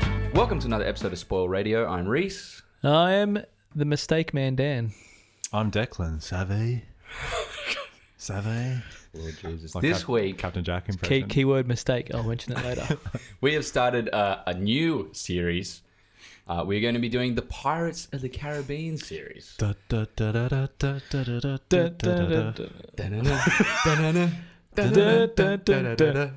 to another episode of Spoil Radio. I'm Reese. I am the mistake man, Dan. I'm Declan. Savvy. Savvy. Lord Jesus. Like this Cap- week, Captain Jack Key, impression. keyword mistake. I'll mention it later. we have started uh, a new series. Uh, we're going to be doing the Pirates of the Caribbean series. Da, da, da, da, da, da, da, da, da, da, da, da,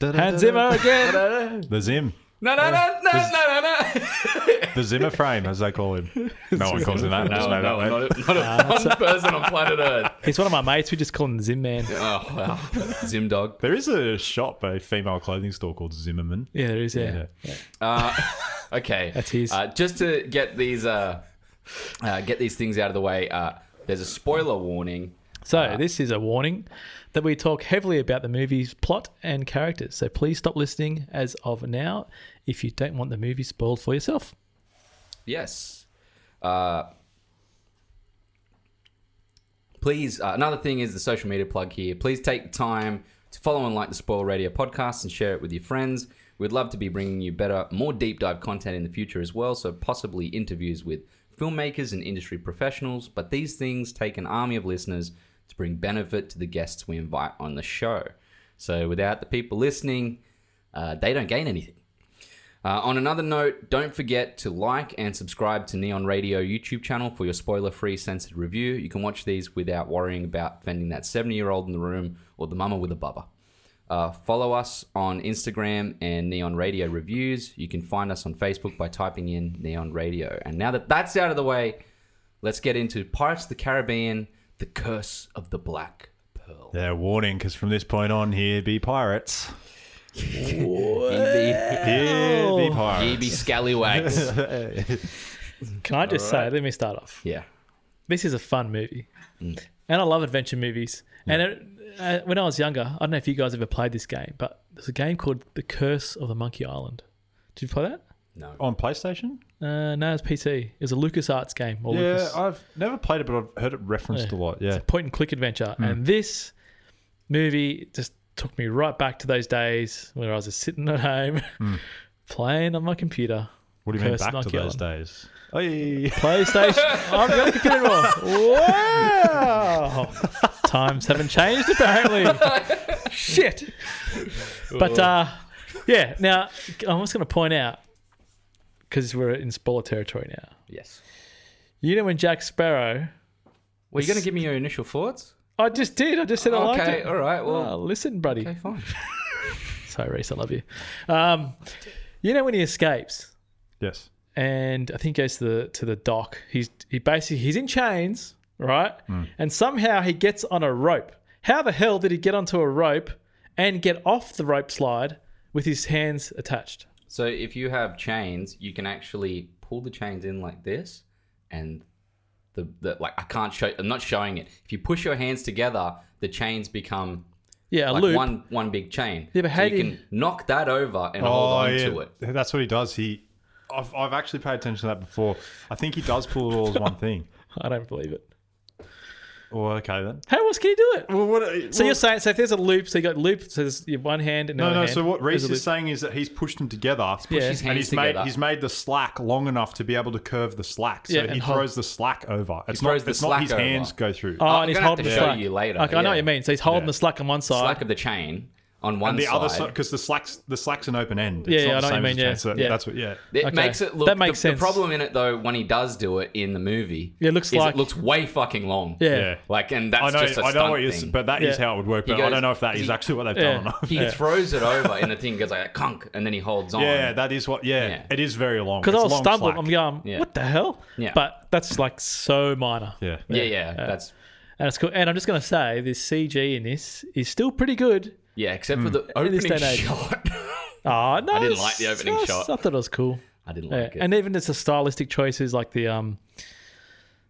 Hans da, da, Zimmer da. again. The Zim. No, no, no, no, no, no, no. The Zimmer frame, as they call him. No one calls him that. Just No, made no, up that. not, a- not a one person on planet Earth. He's one of my mates. We just call him the Zim Man. Oh, wow. Zim Dog. There is a shop, a female clothing store called Zimmerman. Yeah, there is. Yeah. Uh, okay, That's his. Uh, just to get these uh, uh, get these things out of the way, uh, there's a spoiler warning. So this is a warning that we talk heavily about the movie's plot and characters. So please stop listening as of now if you don't want the movie spoiled for yourself. Yes. Uh, please. Uh, another thing is the social media plug here. Please take the time to follow and like the Spoil Radio podcast and share it with your friends. We'd love to be bringing you better, more deep dive content in the future as well. So possibly interviews with filmmakers and industry professionals. But these things take an army of listeners to bring benefit to the guests we invite on the show. So without the people listening, uh, they don't gain anything. Uh, on another note, don't forget to like and subscribe to Neon Radio YouTube channel for your spoiler-free censored review. You can watch these without worrying about offending that 70-year-old in the room or the mama with a bubba. Uh, follow us on Instagram and Neon Radio Reviews. You can find us on Facebook by typing in Neon Radio. And now that that's out of the way, let's get into Pirates of the Caribbean: The Curse of the Black Pearl. Yeah, warning, because from this point on, here be pirates. Ye Here be be, ye be pirates. scallywags. Can I just say? Let me start off. yeah. this is a fun movie, and I love adventure movies. And it, uh, when I was younger, I don't know if you guys ever played this game, but there's a game called The Curse of the Monkey Island. Did you play that? No. On PlayStation? Uh, no, it's PC. It was a LucasArts game. Or Yeah, Lucas. I've never played it, but I've heard it referenced a lot. Yeah. It's a point and click adventure. And this movie just took me right back to those days when I was just sitting at home playing on my computer. What do you mean Curse back to Monkey those Island. days? Hey. PlayStation. I've got a computer anymore. Wow. Times haven't changed apparently. Shit. But uh, yeah, now I'm just going to point out because we're in spoiler territory now. Yes. You know when Jack Sparrow? Were you going to give me your initial thoughts? I just did. I just said I liked okay, it. all right. Oh, Well, listen, buddy. okay, fine. Sorry, Reese. I love you. Um, you know when he escapes Yes. and I think goes to the to the dock. He's he basically he's in chains, right? Hmm. And somehow he gets on a rope. How the hell did he get onto a rope and get off the rope slide with his hands attached? So if you have chains, you can actually pull the chains in like this, and the, the like I can't show. I'm not showing it. If you push your hands together, the chains become Yeah, a like loop. one one big chain. Yeah, but So how you do can you- knock that over and hold on Oh, yeah. to it. That's what he does. He, I've, I've actually paid attention to that before. I think he does pull it all as one thing. I don't believe it. Well, okay then. How else can you do it? Well, what? So you're saying so if there's a loop, so you got loop, so there's your one hand and no, another no. hand, So what there's Reese a is loop. saying is that he's pushed them together. Yeah. His And hands he's together. made he's made the slack long enough to be able to curve the slack, so Yeah, he and hold- throws the slack over. It's throws not, the it's not slack his over. hands go through. Oh, I'm and he's gonna have holding to the show slack. you later, Okay, I know what you yeah. mean. So he's holding Yeah. the slack on one side. Slack of the chain on one and the side. other side because the slacks the slack's an open end. Yeah, It's yeah, not I the know what same you as a mean, chain, yeah, so That's what. Yeah. It Okay. makes it look. That makes the, sense. The problem in it though, when he does do it in the movie, Yeah, it looks is like- it looks way fucking long. Yeah. Yeah. like and that's I know. just a I know stunt what you're. thing. But that is Yeah. how it would work. He But I goes- don't know if that he- is actually what they've Yeah. done or not. He throws it over in the thing goes like a conk, and then he holds on. Yeah, that is what. Yeah, Yeah. it is very long. Because I It's was long stumbling, slack. I'm going, Yeah. what the hell? Yeah. But that's like so minor. Yeah. yeah, yeah. that's And it's cool. And I'm just gonna say this CG in this is still pretty good. yeah. Except Mm. for the this opening day and age. shot, Oh no, I didn't like the opening shot. I thought it was cool. I didn't Yeah. like it. And even just the stylistic choices, like the um,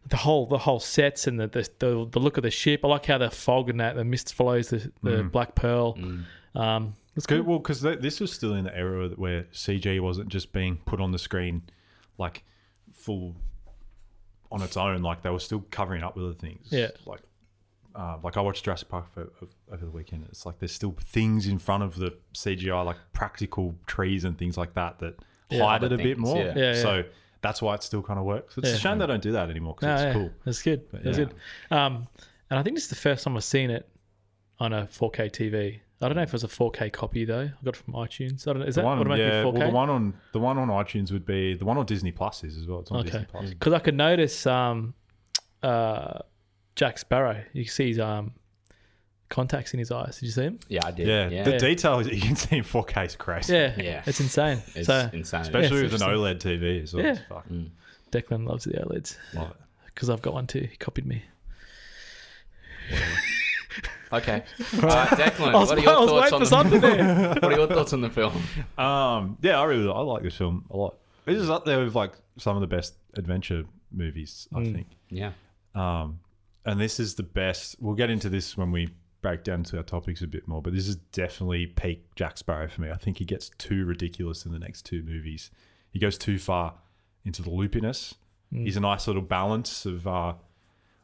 the whole the whole sets and the the, the, the look of the ship. I like how the fog and that the mist follows the, the black pearl. Um, it's Good. cool. Well, because this was still in the era that- where CG wasn't just being put on the screen like full on its own. Like they were still covering up with other things. Yeah. Like, uh, like I watched Jurassic Park for, over the weekend. It's like there's still things in front of the CGI, like practical trees and things like that that Yeah. hide it Other a bit things, more. yeah. Yeah, yeah. So that's why it still kind of works. It's Yeah. a shame they don't do that anymore because No, it's yeah, cool. That's good. That's yeah. good. Um, and I think this is the first time I've seen it on a 4K TV. I don't know if it was a 4K copy though. I got it from iTunes. I don't know. Is that the one, automatically yeah, 4K? well, the one on the one on iTunes would be the one on Disney Plus is as well. It's on Disney Okay. Plus. Because I could notice um, uh, Jack Sparrow. You can see his um, contacts in his eyes. Did you see him? Yeah, I did. Yeah, yeah. the details that you can see in 4K is crazy, Yeah. Yeah. It's insane. it's so insane. Mm. especially Yeah, with an E OLED TV. as well. Yeah. It's fucking Declan loves the OLEDs love it. because I've got one too. He copied me. okay. All right, Declan, I was, what are I your was thoughts waiting on for the something there. What are your thoughts on the film? Um, yeah, I really I like this film a lot. It is up there with like some of the best adventure movies, I Mm. think. Yeah. Um, and this is the best. We'll get into this when we break down to our topics a bit more, but this is definitely peak Jack Sparrow for me. I think he gets too ridiculous in the next two movies. He goes too far into the loopiness. He's a nice little balance of uh,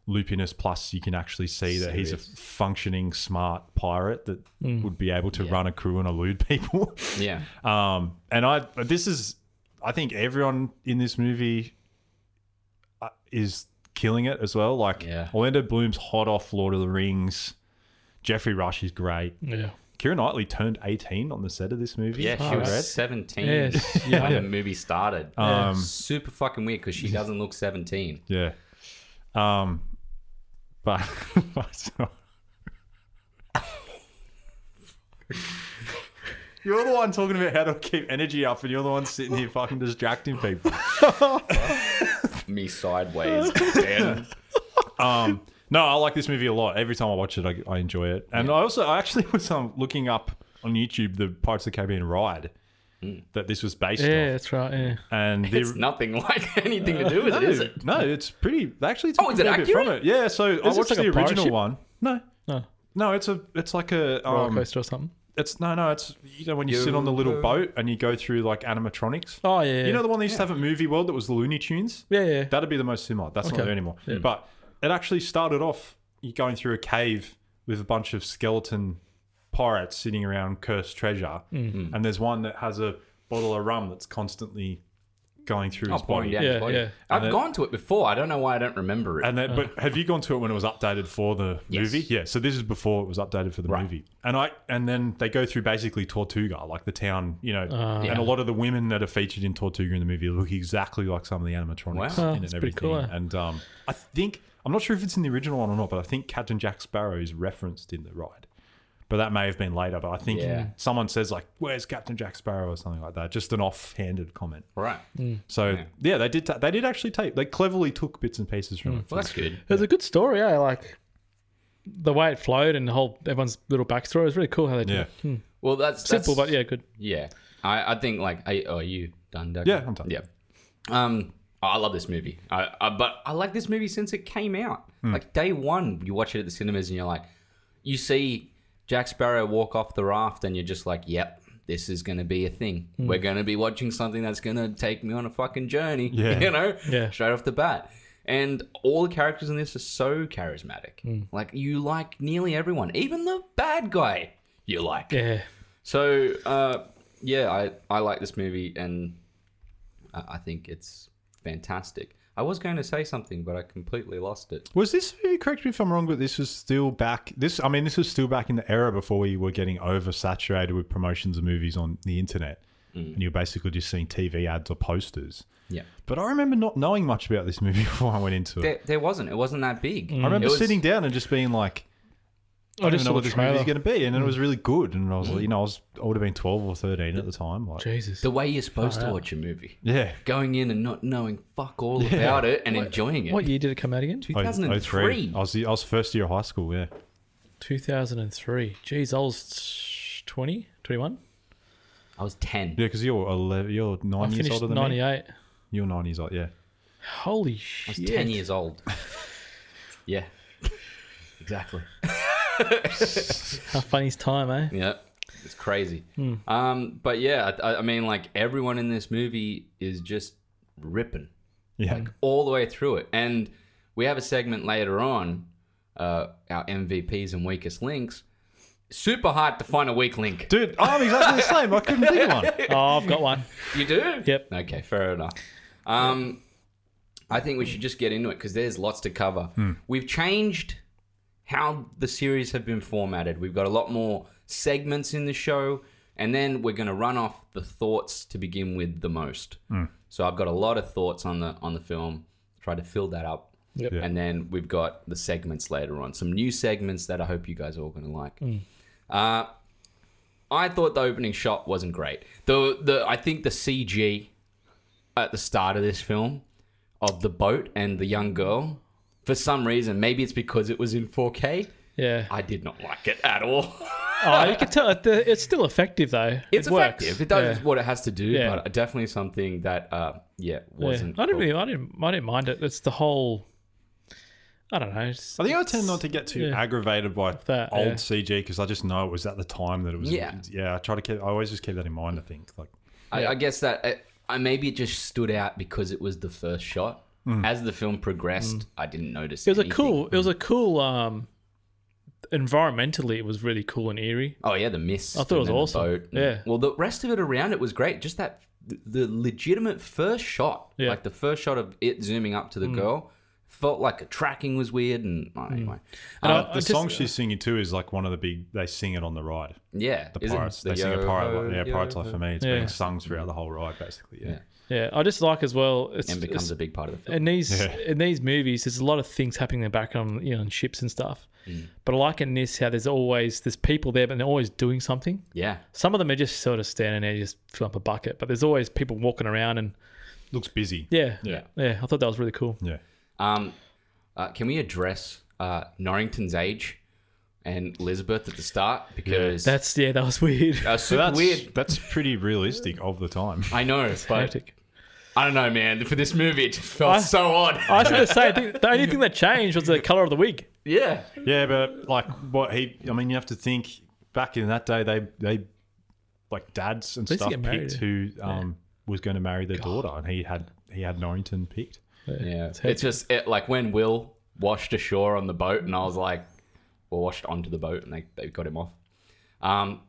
loopiness, plus you can actually see that he's a Serious. functioning, smart pirate that would be able to run a crew and elude people. Yeah. Um, and I this is I think everyone in this movie uh, is killing it as well. Like Yeah. Orlando Bloom's hot off Lord of the Rings. Jeffrey Rush is great. yeah. Kira Knightley turned 18 on the set of this movie. Yeah, she Alright. was 17 Yes. when the movie started. Um, Super fucking weird because she doesn't look 17. yeah. Um, but you're the one talking about how to keep energy up, and you're the one sitting here fucking distracting people. Me sideways. Dan. um, no, I like this movie a lot. Every time I watch it, I, I enjoy it. And I also, I actually was um, looking up on YouTube the Pirates of the Caribbean ride that this was based Yeah, on. that's right. Yeah. And the, Hmm. it's nothing like anything to do with no, it, is it? no, it's pretty. They actually took Oh, is a it fair bit from accurate? it. Yeah, so I this watched like the a pirate original ship? one. No, No. Oh, no, it's a, it's like a, Roller um, coaster or something. it's no, no, it's you know when you sit on the little boat and you go through like animatronics. Oh yeah. You know the one they used to have at Movie World that was the Looney Tunes. yeah, yeah. That'd be the most similar. That's Okay. not there anymore. But it actually started off you going through a cave with a bunch of skeleton pirates sitting around cursed treasure, Mm-hmm. and there's one that has a bottle of rum that's constantly going through Oh, his body. pouring down Yeah, his body. yeah. I've then- gone to it before. I don't know why I don't remember it. And then, but have you gone to it when it was updated for the Yes. movie? Yeah. So this is before it was updated for the movie. And I and then they go through basically Tortuga, like the town, you know, Ah. and Yeah. a lot of the women that are featured in Tortuga in the movie look exactly like some of the animatronics Wow. Oh, in it that's and pretty everything. cool, eh? And um, I think I'm not sure if it's in the original one or not, but I think Captain Jack Sparrow is referenced in the ride. But that may have been later. But I think Yeah. someone says like, "Where's Captain Jack Sparrow?" or something like that. Just an offhanded comment. right. So Yeah. yeah, they did. Ta- they did actually tape. They cleverly took bits and pieces from it. Well, that's good. It was a good story, yeah. Like the way it flowed and the whole everyone's little backstory it was really cool how they did Yeah. it. Hmm. Well, that's Simple, that's- but yeah, good. yeah. I, I think like I, oh, are you done, Doug? Yeah, I'm done. Yeah. Um, I love this movie. I, I but I like this movie since it came out. Hmm. Like day one, you watch it at the cinemas and you're like, you see Jack Sparrow walk off the raft and you're just like, yep. This is going to be a thing. We're going to be watching something that's going to take me on a fucking journey. Yeah. You know? Yeah. Straight off the bat. And all the characters in this are so charismatic. Like, you like nearly everyone. Even the bad guy, you like. Yeah. So uh, yeah, I, I like this movie and I, I think it's fantastic. I was going to say something, but I completely lost it. Was this movie? Correct me if I'm wrong, but this was still back. This, I mean, this was still back in the era before we were getting oversaturated with promotions of movies on the internet, Mm. and you were basically just seeing TV ads or posters. Yeah, But I remember not knowing much about this movie before I went into it. there, there wasn't. It wasn't that big. I remember It was- sitting down and just being like, I, I don't just even know saw what the this movie's trailer. Mm. going to be, and it was really good. And I was, Mm. like, you know, I was, I would have been 12 or 13 at the time. Like, Jesus. the way you're supposed to watch a movie, yeah, going in and not knowing fuck all about it and enjoying it. what year did it come out again? Oh, 2003. I was, I was first year of high school. Yeah, 2003. Jeez, I was 20, 21. I was ten. yeah, because you're 11, you're I nine years finished older than me. 98. You're nine years old. Yeah. Holy I was shit. ten years old. yeah, exactly. How funny's time, eh? Yeah, it's crazy. Um, but yeah, I, I mean, like everyone in this movie is just ripping. Yeah. all the way through it. And we have a segment later on, uh, our MVPs and weakest links, Super hard to find a weak link. Dude, I'm exactly the same. I couldn't think of one. Oh, I've got one. You do? Yep. Okay, fair enough. Um, I think we should just get into it because there's lots to cover. Hmm. We've changed how the series have been formatted. We've got a lot more segments in the show, and then we're going to run off the thoughts to begin with the most. Hmm. So I've got a lot of thoughts on the on the film. Try to fill that up, Yep. Yeah. and then we've got the segments later on. Some new segments that I hope you guys are all going to like. Uh, I thought the opening shot wasn't great. The the I think the CG at the start of this film of the boat and the young girl for some reason maybe it's because it was in 4K Yeah. I did not like it at all. Oh, you can tell it- the- it's still effective though. It's it works. effective. It does Yeah. what it has to do, Yeah. but definitely something that uh yeah Yeah. wasn't I didn't cool. really. I didn't. I didn't mind it. It's the whole. I don't know. It's, I think I tend not to get too Yeah. aggravated by That, old yeah. CG because I just know it was at the time that it was. Yeah. yeah. I try to keep. I always just keep that in mind. I think like I, Yeah. I guess that I, I maybe it just stood out because it was the first shot. As the film progressed, I didn't notice. Mm. It was a anything. cool. It was a cool. Um, environmentally, it was really cool and eerie. Oh yeah, the mist. I thought it and was then the awesome. boat. Yeah. Well, the rest of it around it was great. Just that th- the legitimate first shot, Yeah. Mm. like the first shot of it zooming up to the girl, felt like a tracking was weird. And oh, anyway, And Um, I- the I just- song she's singing too is like one of the big. They sing it on the ride. yeah, The Is it pirates. They the sing a yo pirate. ho, life. yeah, yo pirates ho? life for me. It's Yeah. being sung throughout the whole ride basically. Yeah. Yeah. Yeah, I just like as well. It's, and it's becomes a big part of the film. in these Yeah. in these movies, there's a lot of things happening in the background, you know, on ships and stuff. But I like in this how there's always there's people there, but they're always doing something. Yeah. Some of them are just sort of standing there, just fill up a bucket. But there's always people walking around, and Looks busy. yeah, Yeah. yeah. I thought that was really cool. Yeah. Um, uh, can we address uh, Norrington's age and Elizabeth at the start because That's yeah, that was weird. uh, super So that's weird. That's pretty realistic of the time. I know, but Hectic. I don't know, man. For this movie, it just felt so odd. I was going to say I think the only thing that changed was the color of the wig. yeah. Yeah, but like what he, I mean, you have to think back in that day, they they like dads and They used to stuff get married. picked who um, was going to marry their daughter, and he had he had Norrington picked. Yeah. It's just it, like when Will washed ashore on the boat, and I was like, well, washed onto the boat, and they, they got him off. Um,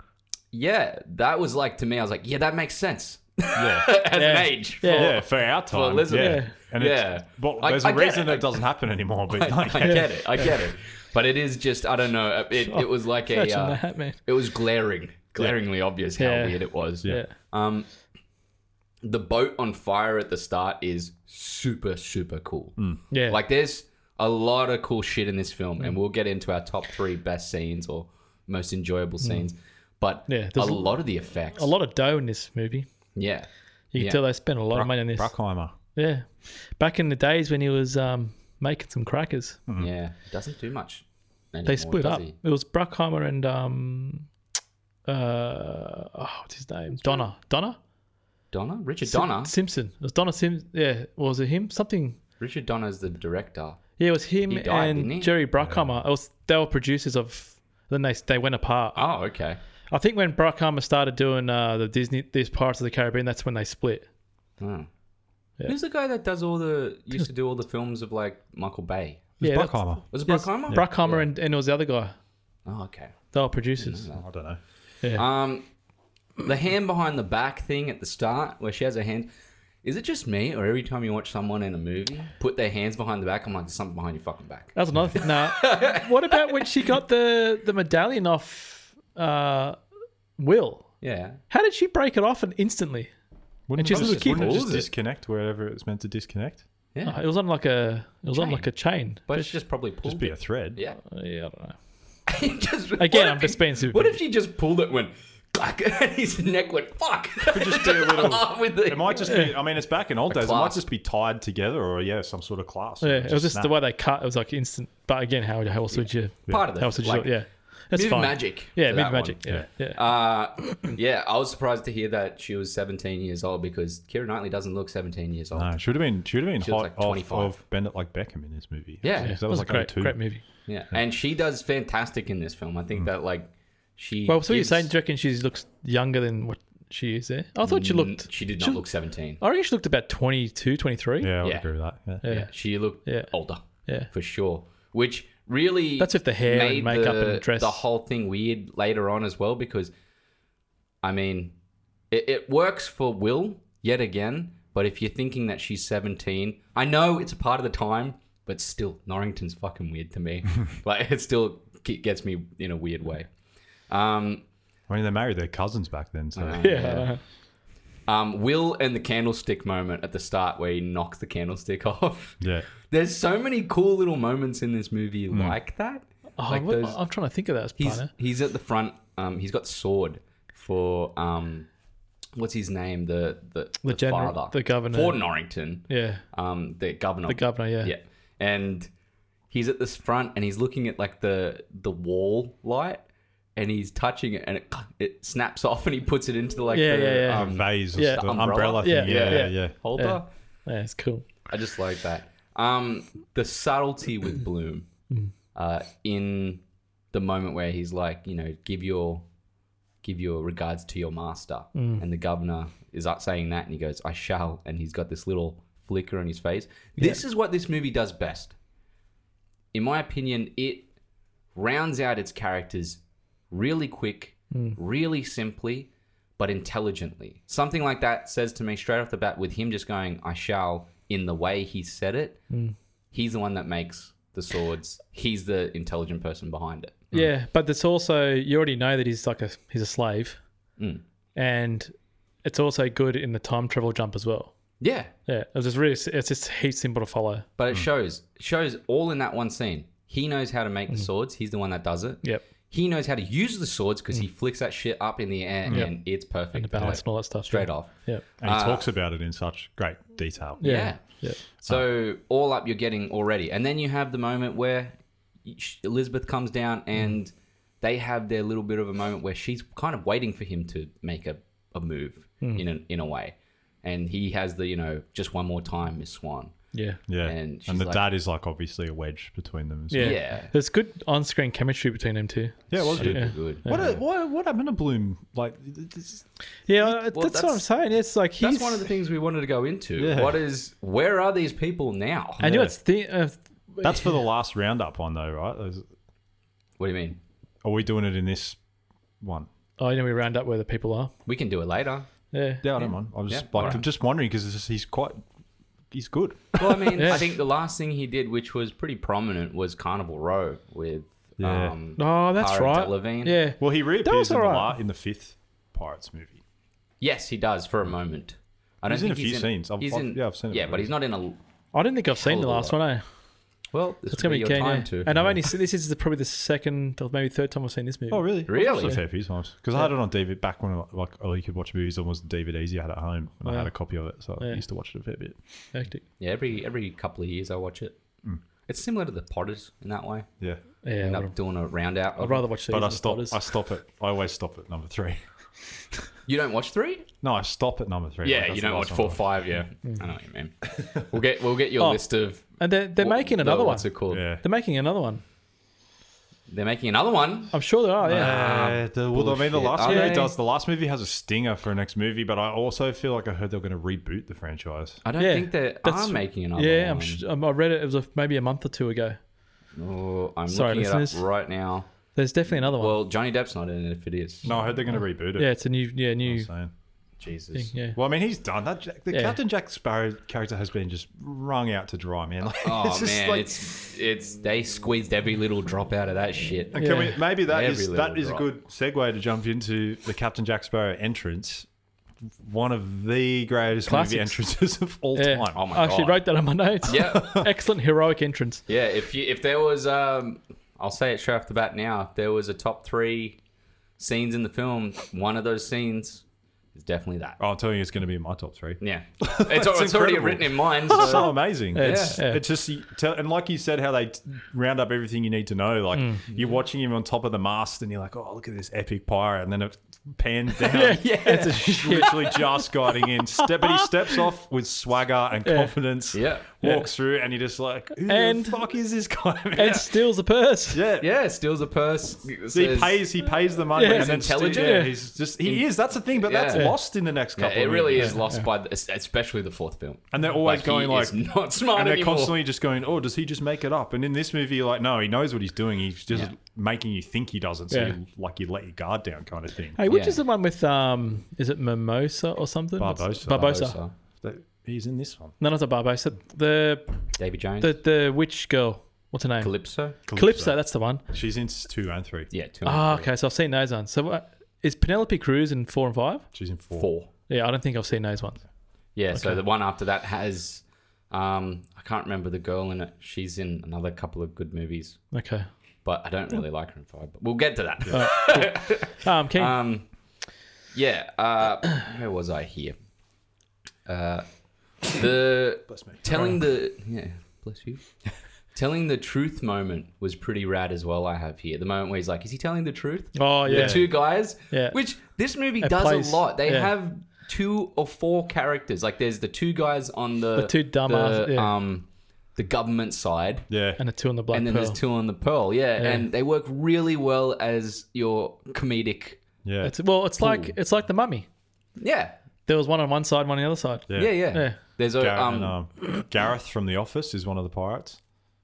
yeah, that was like to me, I was like, yeah, that makes sense Yeah, as Yeah. an age. Yeah. yeah, for our time, Elizabeth. yeah, and it's, Yeah. Well, I- there's I a get reason it. that doesn't happen anymore. But like, I get it. I get it. But it is just, I don't know. It, it was like a. Imagine Uh, that, man. It was glaring, glaringly obvious how Yeah. weird it was. Yeah. Um, the boat on fire at the start is super, super cool. Mm. Yeah. Mm. Like, there's a lot of cool shit in this film, and we'll get into our top three best scenes or most enjoyable scenes. But Mm. Yeah, a there's a- lot of the effects. a lot of dough in this movie. Yeah. You can Yeah. tell they spent a lot of money on this. Bruckheimer. Yeah. Back in the days when he was um, making some crackers, Yeah. Mm-hmm. Doesn't do much. they anymore, split does up. he? It was Bruckheimer and um, uh, oh, what's his name? Donna. Donna. Donna? Richard Sim- Donna? Simpson. It was Donna Sim. Yeah. Was it him? Something. Richard Donna's the director. Yeah, it was him He died, didn't he? and Jerry Bruckheimer. It was they were producers of. Then they they went apart. Oh, okay. I think when Bruckheimer started doing uh, the Disney these Pirates of the Caribbean, that's when they split. Oh. Yeah. Who's the guy that does all the used to do all the films of like Michael Bay? It Yeah, was that's- Bruckheimer. Was it Yes, Bruckheimer? Bruckheimer and, and it was the other guy. Oh, okay. They were producers. I don't know. Um, the hand behind the back thing at the start, where she has her hand. Is it just me, or every time you watch someone in a movie put their hands behind the back, I'm like, there's something behind your fucking back. That was another thing. Nah. what about when she got the, the medallion off uh, Will? Yeah. How did she break it off and instantly? Wouldn't, she's a little just, kid. wouldn't it just Pulls it. disconnect wherever it's meant to disconnect? Yeah. Oh, it was on like a it was on Chain. like a chain. Uh, But it's just probably pulled. Just be it. a thread. Yeah. Yeah, I don't know. Just- what Again, if I'm he- just being super. What if she just pulled it and went clack, and his neck went fuck? Could just do a little. with the, It might just be. I mean, it's back in old A days. It might clasp. just be tied together, or yeah, some sort of clasp. yeah, it was just the snap. way they cut. It was like instant. But again, how how else would you? part of the How else would you? like, do it? yeah, that's move fine. magic. Yeah, for move that one. magic. Yeah, yeah. Uh, yeah, I was surprised to hear that she was 17 years old because Kira Knightley doesn't look 17 years old. No, should have been should have been She hot looks like off 25. of Bend It Like Beckham in this movie. Yeah. yeah. Yeah. that was, like a great, 02. great movie. and she does fantastic in this film. I think that like she. Mm. Well, so you're gives- saying? Do you reckon she looks younger than what she is? There, I Mm. thought she looked. She did not she- Oh, look 17. I reckon she looked about 22, 23. Yeah, I would Yeah. agree with that. Yeah. Yeah. She looked Yeah. older Yeah. for sure, which really That's if the hair and made makeup the, and dress- the whole thing weird later on as well because I mean it, it works for Will yet again, but if you're thinking that she's 17, I know it's a part of the time, but still Norrington's fucking weird to me. like it still ge- gets me in a weird way. Um I mean, they married their cousins back then, so know. Yeah. Yeah. um, Will and the candlestick moment at the start where he knocks the candlestick off. yeah. There's so many cool little moments in this movie like that. Oh, like what- those, I'm trying to think of that as he's partner. he's at the front. Um, he's got the sword for um, what's his name? The the, the, general- father, the governor. for Norrington. Yeah. Um, the governor. The governor, yeah. Yeah, and he's at this front and he's looking at like the the wall light. And he's touching it, and it, it snaps off, and he puts it into like Yeah, the yeah, yeah. A Um, vase, or Yeah. the umbrella, Umbrella. thing. Yeah, Yeah, yeah, yeah. yeah. holder. Yeah. Yeah, it's cool. I just like that. Um, the subtlety with Bloom uh, in the moment where he's like, you know, give your give your regards to your master, and the governor is out saying that, and he goes, "I shall," and he's got this little flicker on his face. This is what this movie does best, in my opinion. It rounds out its characters really quick, really simply, but intelligently. Something like that says to me straight off the bat with him just going, I shall, in the way he said it. He's the one that makes the swords, he's the intelligent person behind it. Yeah, but it's also you already know that he's like a he's a slave, Mm. and it's also good in the time travel jump as well. Yeah, Hmm. Yeah, it was just really it's just heaps simple to follow. but it shows shows all in that one scene. He knows how to make the swords, he's the one that does it. Yep, He knows how to use the swords because he flicks that shit up in the air Hmm. and it's perfect. and the balance and all that stuff. Straight yeah. off. Yep. And he Uh, talks about it in such great detail. Yeah. Yeah. Yeah. So Ah. all up, you're getting already, and then you have the moment where Elizabeth comes Mm. down, and they have their little bit of a moment where she's kind of waiting for him to make a, a move Hmm. in a, in a way, and he has the you know just one more time, Miss Swan. Yeah. Yeah. And And, she's the like- dad is like obviously a wedge between them. as well. Yeah. Yeah. There's good on screen chemistry between them two. Yeah, it was Super good. good. What, a, what, what happened to Bloom? Like, this, Yeah, that's, well, what I'm that's- saying. It's like he's. That's one of the things we wanted to go into. Yeah. What is where are these people now? and you know, it's the. Uh, that's for the last roundup one, though, right? Is- What do you mean? Are we doing it in this one? oh, you know, we round up where the people are. We can do it later. Yeah. Yeah, I don't mind. I was Yeah, just like, alright. just wondering because he's quite, he's good. Well, I mean, Yeah. I think the last thing he did, which was pretty prominent, was Carnival Row with. Yeah. Um, Oh, that's Cara right. Delevingne. Yeah. Well, he reappears in the, alright. la- in the fifth Pirates movie. Yes, he does for a moment. I don't He's in think a few scenes. I've- he's I've- in- yeah, I've seen it Yeah, already. but he's not in a. I didn't think I've seen Hell the of a last lot. one, eh? Well, this It's would gonna be be your keen. time yeah. to. And I've only seen this is the, probably the second or maybe third time I've seen this movie. Oh, really? Really? A fair few times. Because I had it on DVD back when like all you could watch movies on was DVDs you had at home, and I Yeah. had a copy of it, so Yeah. I used to watch it a fair bit. Hectic. Yeah, every every couple of years I watch it. Hmm. It's similar to the Potters in that way. Yeah, Yeah. End I up doing a round out. I'd rather watch these. but I than stop. Potters. I stop it. I always stop at number three. You don't watch three? No, I stop at number three. Like, Yeah, that's you the don't watch last four, one. five. Yeah, I know what you mean. We'll get we'll get your Hmm. Oh, list of. And they're, they're what- making the- another one. What's it called? Yeah. They're making another one. They're making another one. I'm sure they are. Yeah. Uh, the, well, I mean, the bullshit. last Are movie they? does. The last movie has a stinger for next movie, but I also feel like I heard they're going to reboot the franchise. I don't Yeah, think they are that's- making another one. yeah, I'm sh- um, I read it. It was a, maybe a month or two ago. Oh, I'm Sorry, looking it listeners. up right now. There's definitely another one. Well, Johnny Depp's not in it. If it is, No, I heard they're going to reboot it. yeah, it's a new, yeah, new Insane. thing. Jesus. Yeah. Well, I mean, he's done that. Jack, the Yeah. Captain Jack Sparrow character has been just wrung out to dry, man. Like, Oh it's just man, like- it's it's they squeezed every little drop out of that shit. And Yeah. can we, maybe that Every is little that is drop. a good segue to jump into the Captain Jack Sparrow entrance, one of the greatest Classics. movie entrances of all Yeah. time. Oh my I actually God. wrote that on my notes. Yeah. Excellent heroic entrance. Yeah, if you if there was um I'll say it straight off the bat now, if there was a top three scenes in the film, one of those scenes is definitely that. Oh, I'm telling you, it's going to be in my top three. Yeah. It's, al- it's already incredible. written in mine. It's so So. amazing. It's- It's, yeah. it's just you tell, and like you said, how they t- round up everything you need to know. Like Mm. you're watching him on top of the mast, and you're like, "Oh, look at this epic pirate!" And then it pans down. yeah. It's a- literally just guiding in. Step, but he steps off with swagger and confidence. Yeah. walks through, and you're just like, who And- the fuck is this guy? man?" and steals a purse. yeah. Yeah, steals a purse. So he says- pays. He pays the money. Yeah. and then He's intelligent. still- Yeah. yeah, he's just he is. That's the thing, but that's Yeah. lost in the next Yeah, couple. it of really movies. is lost by, the, especially the fourth film. And they're always he going is like- not smart and they're anymore. constantly just going, "Oh, does he just make it up?" And in this movie, you're like, no, he knows what he's doing. He's just Yeah. making you think he doesn't. So Yeah. you, like you let your guard down, kind of thing. Hey, which Yeah. is the one with um? Is it Mimosa or something? What's- Barbosa. Barbosa. So, But he's in this one. No, not the Barbosa. The Davy Jones. the the witch girl. What's her name? Calypso. Calypso. that's the one. She's in two and three. Yeah, two. Ah, okay. So I've seen those ones. So uh, is Penelope Cruz in four and five? She's in four. Four. Yeah, I don't think I've seen those ones. Yeah, so the one after that has, um, I can't remember the girl in it. She's in another couple of good movies, Okay. but I don't really like her in five. But we'll get to that. Um, Keen. Um, yeah. Uh, where was I here? Uh, the Bless me. telling the yeah, bless you. telling the truth moment was pretty rad as well. I have here the moment where he's like, "Is he telling the truth?" oh yeah. The two guys. Yeah. Which this movie It does plays- a lot. They yeah. have two or four characters. Like there's the two guys on the The two dumb the, ass- yeah. um the government side. Yeah. and a two on the black and then pearl. there's two on the pearl, yeah, Yeah. and they work really well as your comedic, yeah. It's, well, it's like Ooh. it's like the mummy. yeah, There was one on one side, one on the other side. yeah. yeah, yeah. Yeah. There's a Gareth, um, and, um, Gareth from The Office is one of the pirates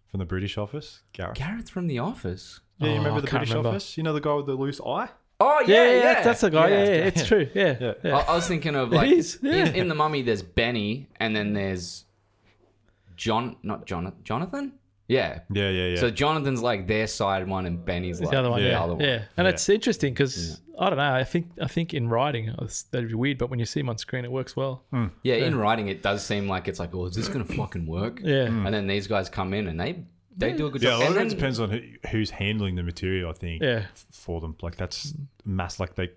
from the British Office. Gareth. Gareth from The Office. yeah, you Oh, remember I the can't British remember. Office? You know the guy with the loose eye? Oh Yeah, yeah, yeah, that's, that's the guy. Yeah, yeah, it's true. Yeah, yeah. Yeah. I, I was thinking of It like is, yeah. in, in the Mummy. There's Benny, and then there's John, not John, Jonathan. Yeah. Yeah, yeah, yeah. So Jonathan's like their side one, and Benny's like the other one. The Yeah, other one. yeah. And Yeah. it's interesting because I don't know. I think I think in writing it's- that'd be weird, but when you see him on screen, it works well. Mm. Yeah, In writing, it does seem like it's like, oh, is this gonna fucking work? Yeah. And then these guys come in and they they do a good yeah, job. a lot and of it then, depends on who, who's handling the material, I think, Yeah. f- for them. Like, that's mass. Like, they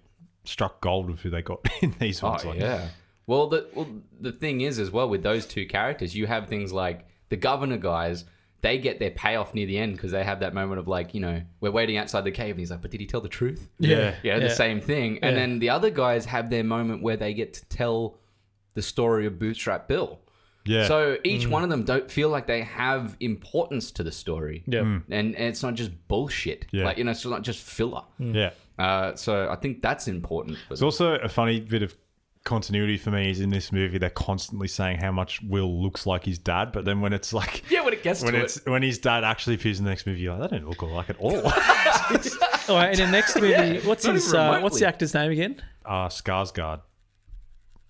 struck gold with who they got in these Oh ones. like, yeah. Well, the well the thing is as well with those two characters, you have things like the governor guys. They get their payoff near the end because they have that moment of like, you know, we're waiting outside the cave, and he's like, "But did he tell the truth?" Yeah. Yeah, Yeah. the same thing. And Yeah. then the other guys have their moment where they get to tell the story of Bootstrap Bill. Yeah. Mm. So each one of them don't feel like they have importance to the story. Yeah. Mm. And, and it's not just bullshit. Yeah. Like, you know, it's not just filler. yeah. Uh, so I think that's important. It's also a funny bit of continuity for me is in this movie they're constantly saying how much Will looks like his dad, but then when it's like yeah, when it gets when to it's when his dad actually appears in the next movie, you're like, that didn't look like at all. All right. In the next movie, what's not his even uh, what's remotely. the actor's name again? uh Skarsgard.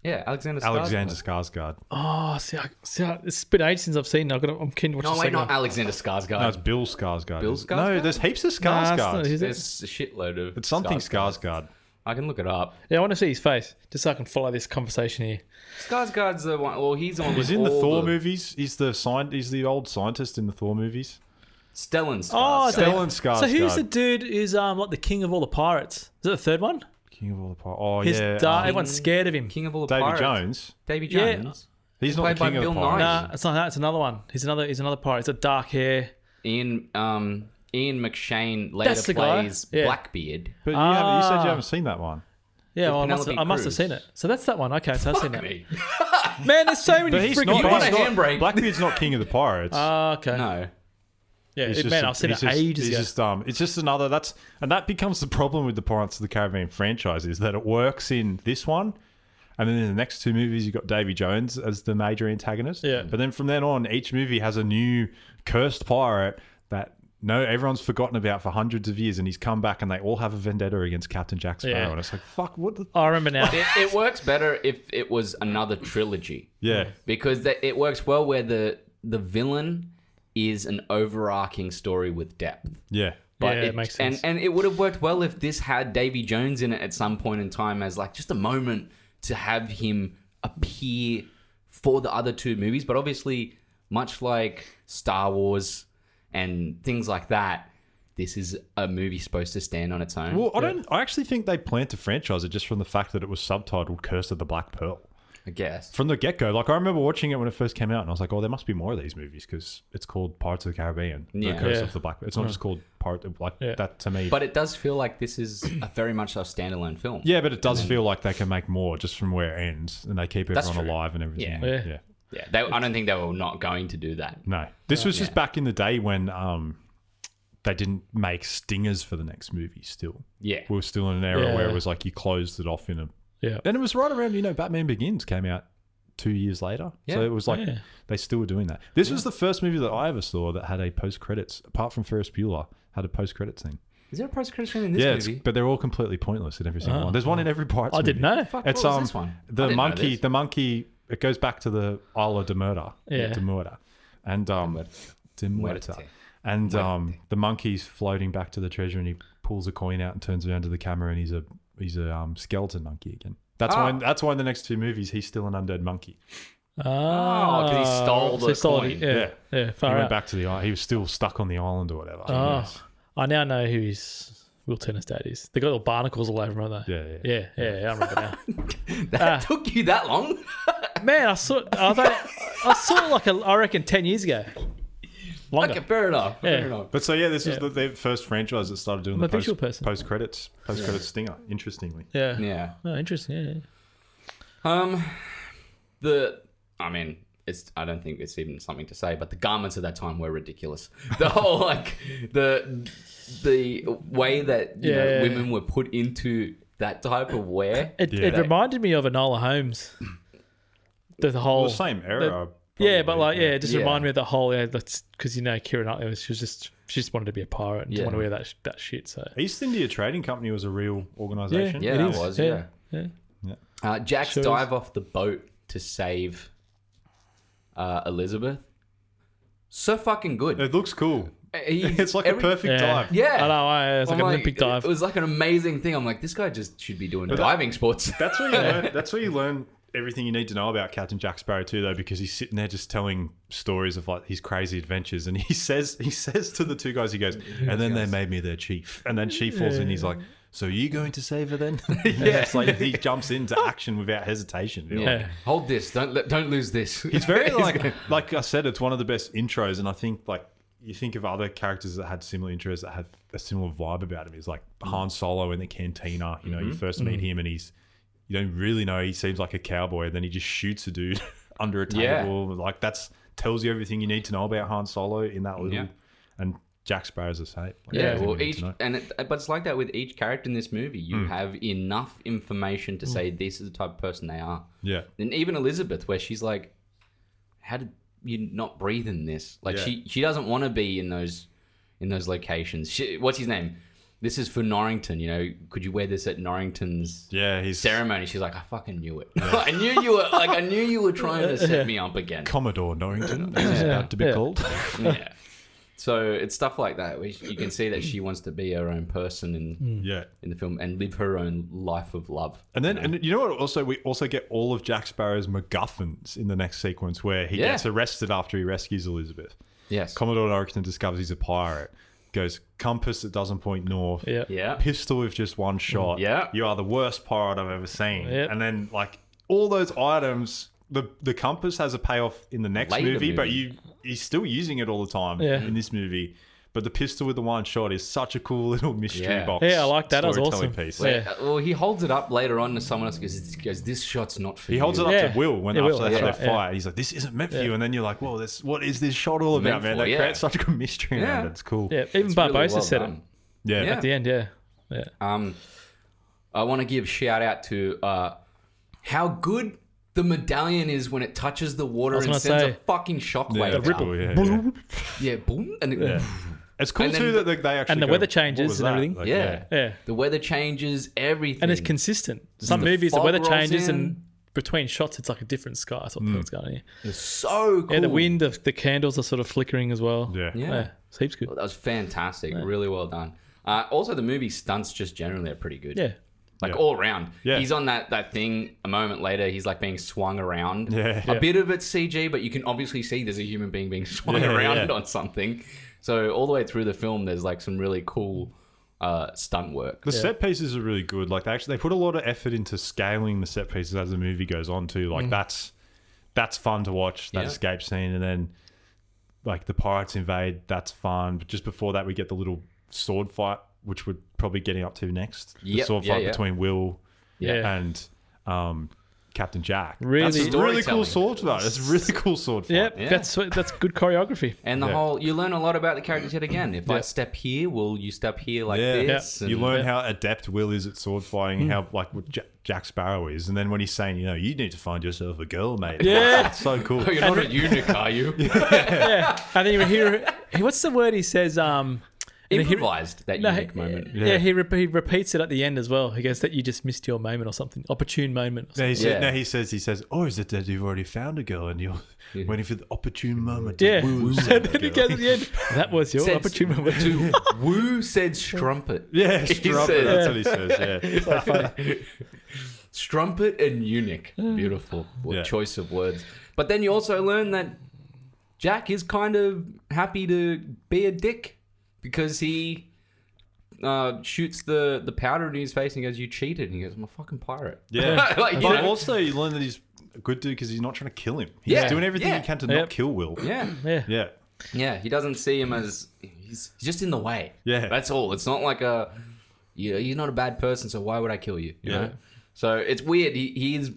it. Yeah, Alexander Skarsgård. Alexander Skarsgard. Oh, see, I, see I, it's been ages since I've seen. it. I've got. to- I'm keen to watch. No, the wait, second not one. Alexander Skarsgård. No, it's Bill Skarsgård. Bill No, Skarsgård? there's heaps of Nah, Skarsgård. it's not- is it? There's a shitload of. it's something Skarsgård. Skarsgård. I can look it up. Yeah, I want to see his face just so I can follow this conversation here. Skarsgård's the one. Well, he's on. He's with in the all Thor movies. He's the sci- he's the old scientist in the Thor movies. Stellan Skarsgård. Oh, so, Stellan so who's Skarsgård. the dude? Is um like the king of all the pirates? Is it the third one? King of all the pirates. Oh His yeah, da- uh, everyone's scared of him. King of all the Davy pirates. Jones. Davy Yeah. Jones. He's not the Played by king of the Bill pirates. Nye. Nah, it's not that. It's another one. He's another. He's another pirate. It's a dark hair. Ian um Ian McShane later That's the guy. plays Yeah. Blackbeard. But you, haven't, you said Ah. you haven't seen that one. Yeah, With well, I, must have, Penelope I must have Cruz. seen it. So that's that one. Okay, so I've seen that. Man, there's so many But he's freaking. not, want he's a not- handbrake. Blackbeard's not king of the pirates. Ah, okay. No. Yeah, He's it, just man, a- I've seen it he's just- ages he's ago. just, um, it's just another that's and that becomes the problem with the Pirates of the Caribbean franchise is that it works in this one, and then in the next two movies you've got Davy Jones as the major antagonist. Yeah. But then from then on, each movie has a new cursed pirate that no everyone's forgotten about for hundreds of years, and he's come back and they all have a vendetta against Captain Jack Sparrow, Yeah. and it's like fuck, what the I remember now. It, it works better if it was another trilogy. yeah. Because that it works well where the the villain is an overarching story with depth. Yeah. Yeah, it makes sense. And and it would have worked well if this had Davy Jones in it at some point in time as like just a moment to have him appear for the other two movies. But obviously, much like Star Wars and things like that, this is a movie supposed to stand on its own. Well, I don't. I actually think they planned to franchise it just from the fact that it was subtitled "Curse of the Black Pearl." I guess. from the get go. Like I remember watching it when it first came out, and I was like, "Oh, there must be more of these movies because it's called Pirates of the Caribbean: Yeah. The Curse Yeah. Mm. of the Black." It's not just called Pirate like Yeah. that to me. But it does feel like this is a very much a standalone film. yeah, but it does feel like they can make more just from where it ends, and they keep Mm. That's everyone true. alive and everything. Yeah. Yeah. yeah. Yeah, they, I don't think they were not going to do that. No, this was just back in the day when um, they didn't make stingers for the next movie. Still, Yeah, we were still in an era where Yeah. it was like you closed it off in a. Yeah. And it was right around you know Batman Begins came out two years later, Yeah. so it was like Yeah. they still were doing that. This was the first movie that I ever saw that had a post credits, apart from Ferris Bueller, had a post credits thing. is there a post credit scene in this yeah, it's, movie? but they're all completely pointless in every single Oh. one. There's one in every part. I didn't know. Fuck, It's what was um this one? I the didn't know monkey. this. The monkey. It goes back to the Isla de Murder. Yeah. De Murder. And um, de Muerta. Muerte. And um, the monkey's floating back to the treasure, and he pulls a coin out and turns around to the camera, and he's a he's a um, skeleton monkey again. That's Ah. why. That's why in the next two movies he's still an undead monkey. Ah, 'cause he stole so the he stole coin. it. Yeah, yeah, Yeah. far he out. went back to the island. He was still stuck on the island or whatever. Ah, I now know who his Will Turner's dad is. They got little barnacles all over him, aren't they? Yeah, yeah. Yeah, yeah, yeah, I remember now. that Ah. took you that long? Man, I saw it. I, thought, I saw it like a, I reckon ten years ago. Longer. okay, fair enough. Fair Yeah. enough. But so Oh, yeah, this Yeah. was the, the first franchise that started doing I'm a the visual post, person. post credits post credits stinger. Interestingly, yeah. Yeah. Oh, interesting. Yeah, yeah. Um, the I mean, it's I don't think it's even something to say, but the garments at that time were ridiculous. The whole like the the way that you know, Yeah. women were put into that type of wear. It, Yeah. it reminded me of Enola Holmes. The, the whole well, same era. Oh. Yeah, but probably, like, yeah, it just Yeah. reminded me of the whole, yeah, that's because you know, Kira Knightley, was- she was just, she just wanted to be a pirate and Yeah. didn't want to wear that, sh- that shit. So, East India Trading Company was a real organization. Yeah, it that is. was, yeah. yeah. Uh, Jack's Sure is. dive off the boat to save uh, Elizabeth. So fucking good. Uh, It looks cool. He- It's like every- a perfect Yeah. dive. Yeah. I know, I, it's like I'm an Olympic it- dive. It was like an amazing thing. I'm like, this guy just should be doing that- diving sports. That's where you learn. That's where you learn everything you need to know about Captain Jack Sparrow too, though, because he's sitting there just telling stories of like his crazy adventures, and he says he says to the two guys, he goes, and then they made me their chief, and then she falls in, he's like. So are you going to save her then? yeah, it's like he jumps into action without hesitation. You're like- yeah. Hold this. Don't let, don't lose this. It's very like, like I said, it's one of the best intros, and I think like you think of other characters that had similar intros that had a similar vibe about him. It's like Mm. Han Solo in the cantina. You know, Mm-hmm. you first meet him, and he's you don't really know. He seems like a cowboy, and then he just shoots a dude under a Yeah. table. Like that's tells you everything you need to know about Han Solo in that little. Yeah. And Jack Sparrow's the same. Like, yeah. everything Well, you need each to know. and it, but it's like that with each character in this movie. You Hmm. have enough information to say this is the type of person they are. yeah, And even Elizabeth, where she's like, "How did you not breathe in this?" Like Yeah. she she doesn't want to be in those in those locations. She, what's his name? This is for Norrington. You know, could you wear this at Norrington's yeah. He's ceremony? She's like, "I fucking knew it. I knew you were like I knew you were trying to set me up again." Commodore Norrington. as he's about to be called. yeah. So it's stuff like that. Where you can see that she wants to be her own person in yeah. in the film and live her own life of love. Mm. And then, and you know what? Also, we also get all of Jack Sparrow's MacGuffins in the next sequence, where he Yeah. gets arrested after he rescues Elizabeth. Yes. Commodore Norrington discovers he's a pirate. Goes compass that doesn't point north. Yeah. Mm. yeah. Pistol with just one shot. Yeah. You are the worst pirate I've ever seen. Yep. And then, like all those items, the the compass has a payoff in the next Later movie, but movie. you he's still using it all the time Yeah. in this movie. But the pistol with the one shot is such a cool little mystery Yeah. box. Yeah, I like that. That was storytelling awesome. Piece. Yeah. Uh, Well, he holds it up later on to someone else because he goes, "This shot's not for He you." holds it up Yeah. to Will when Yeah, after Will, they have that's their right, yeah. fight. He's like, "This isn't meant for you," and then you're like, "Whoa, this what is this shot all Meant about, man?" for, They yeah. create such a mystery Yeah. around it. It's cool. Yeah, even It's Barbosa really well said it done. yeah. Yeah. at the end, yeah. Yeah. Um, I want to give shout out to uh, how good the medallion is when it touches the water was and gonna sends a say. fucking shockwave. that's out. cool, yeah, yeah. Yeah, boom, and it, It's cool And then too the- that they, they actually and the go, weather "What changes was and that?" everything. Like, yeah. Yeah. The weather changes everything, And it's consistent. Some the movies, the fog weather rolls changes and in. between shots, it's like a different sky. That's what the hell's going on here. It's so cool. Yeah, the wind, the, the candles are sort of flickering as well. Yeah. Yeah. Yeah. It's heaps good. That was fantastic. Really well done. Uh, also, the movie stunts just generally are pretty good. Yeah. Like Yeah. all around. Yeah. He's on that, that thing a moment later. He's like being swung around. Yeah. A bit of it's CG, but you can obviously see there's a human being being swung Yeah, around yeah. on something. So all the way through the film, there's like some really cool uh, stunt work. The set pieces are really good. Like they actually they put a lot of effort into scaling the set pieces as the movie goes on too. Like that's that's fun to watch that Mm. Yeah. escape scene, and then like the pirates invade. That's fun. But just before that, we get the little sword fight, which we're probably getting up to next. The Yep. sword Yeah, fight yeah. between Will Yeah. and um, Captain Jack. That's Really. the It's a really Storytelling. cool sword for that. It's a really cool sword fight. Yep, Yeah. that's that's good choreography. And the Yeah. whole you learn a lot about the character yet again. If I Yeah. step here, will you step here like Yeah. this? You And- learn how adept Will is at sword flying, Hmm. how like what Jack, Jack Sparrow is, and then when he's saying, you know, you need to find yourself a girl, mate. Yeah. it's so cool. Oh, you're not a eunuch, are you? yeah, and then you hear he- what's the word he says? Um, and he- Improvised that no, eunuch he- moment. Yeah, he, re- he repeats it at the end as well. He goes that you just missed your moment or something, opportune moment. Or No, something. he said, Yeah. no, he says, he says, oh, is it that you've already found a girl and you're waiting for the opportune moment? To Yeah, woo and said then he girl?" goes at the end. That was your Said- opportune moment. to Woo said strumpet. Yeah, He strump it, said- that's what he says. Yeah. Strumpet and eunuch. Beautiful What Yeah. choice of words. But then you also learn that Jack is kind of happy to be a dick because he uh, shoots the, the powder in his face and he goes, You cheated. And he goes, I'm a fucking pirate. Yeah. Like, you but know- also, you learn that he's a good dude because he's not trying to kill him. He's Yeah. doing everything Yeah. he can to Yep. not kill Will. Yeah. Yeah, Yeah. Yeah. He doesn't see him as. He's he's just in the way. Yeah. That's all. It's not like a. You know, you're not a bad person, so why would I kill you? You Yeah. know? So it's weird. He, he is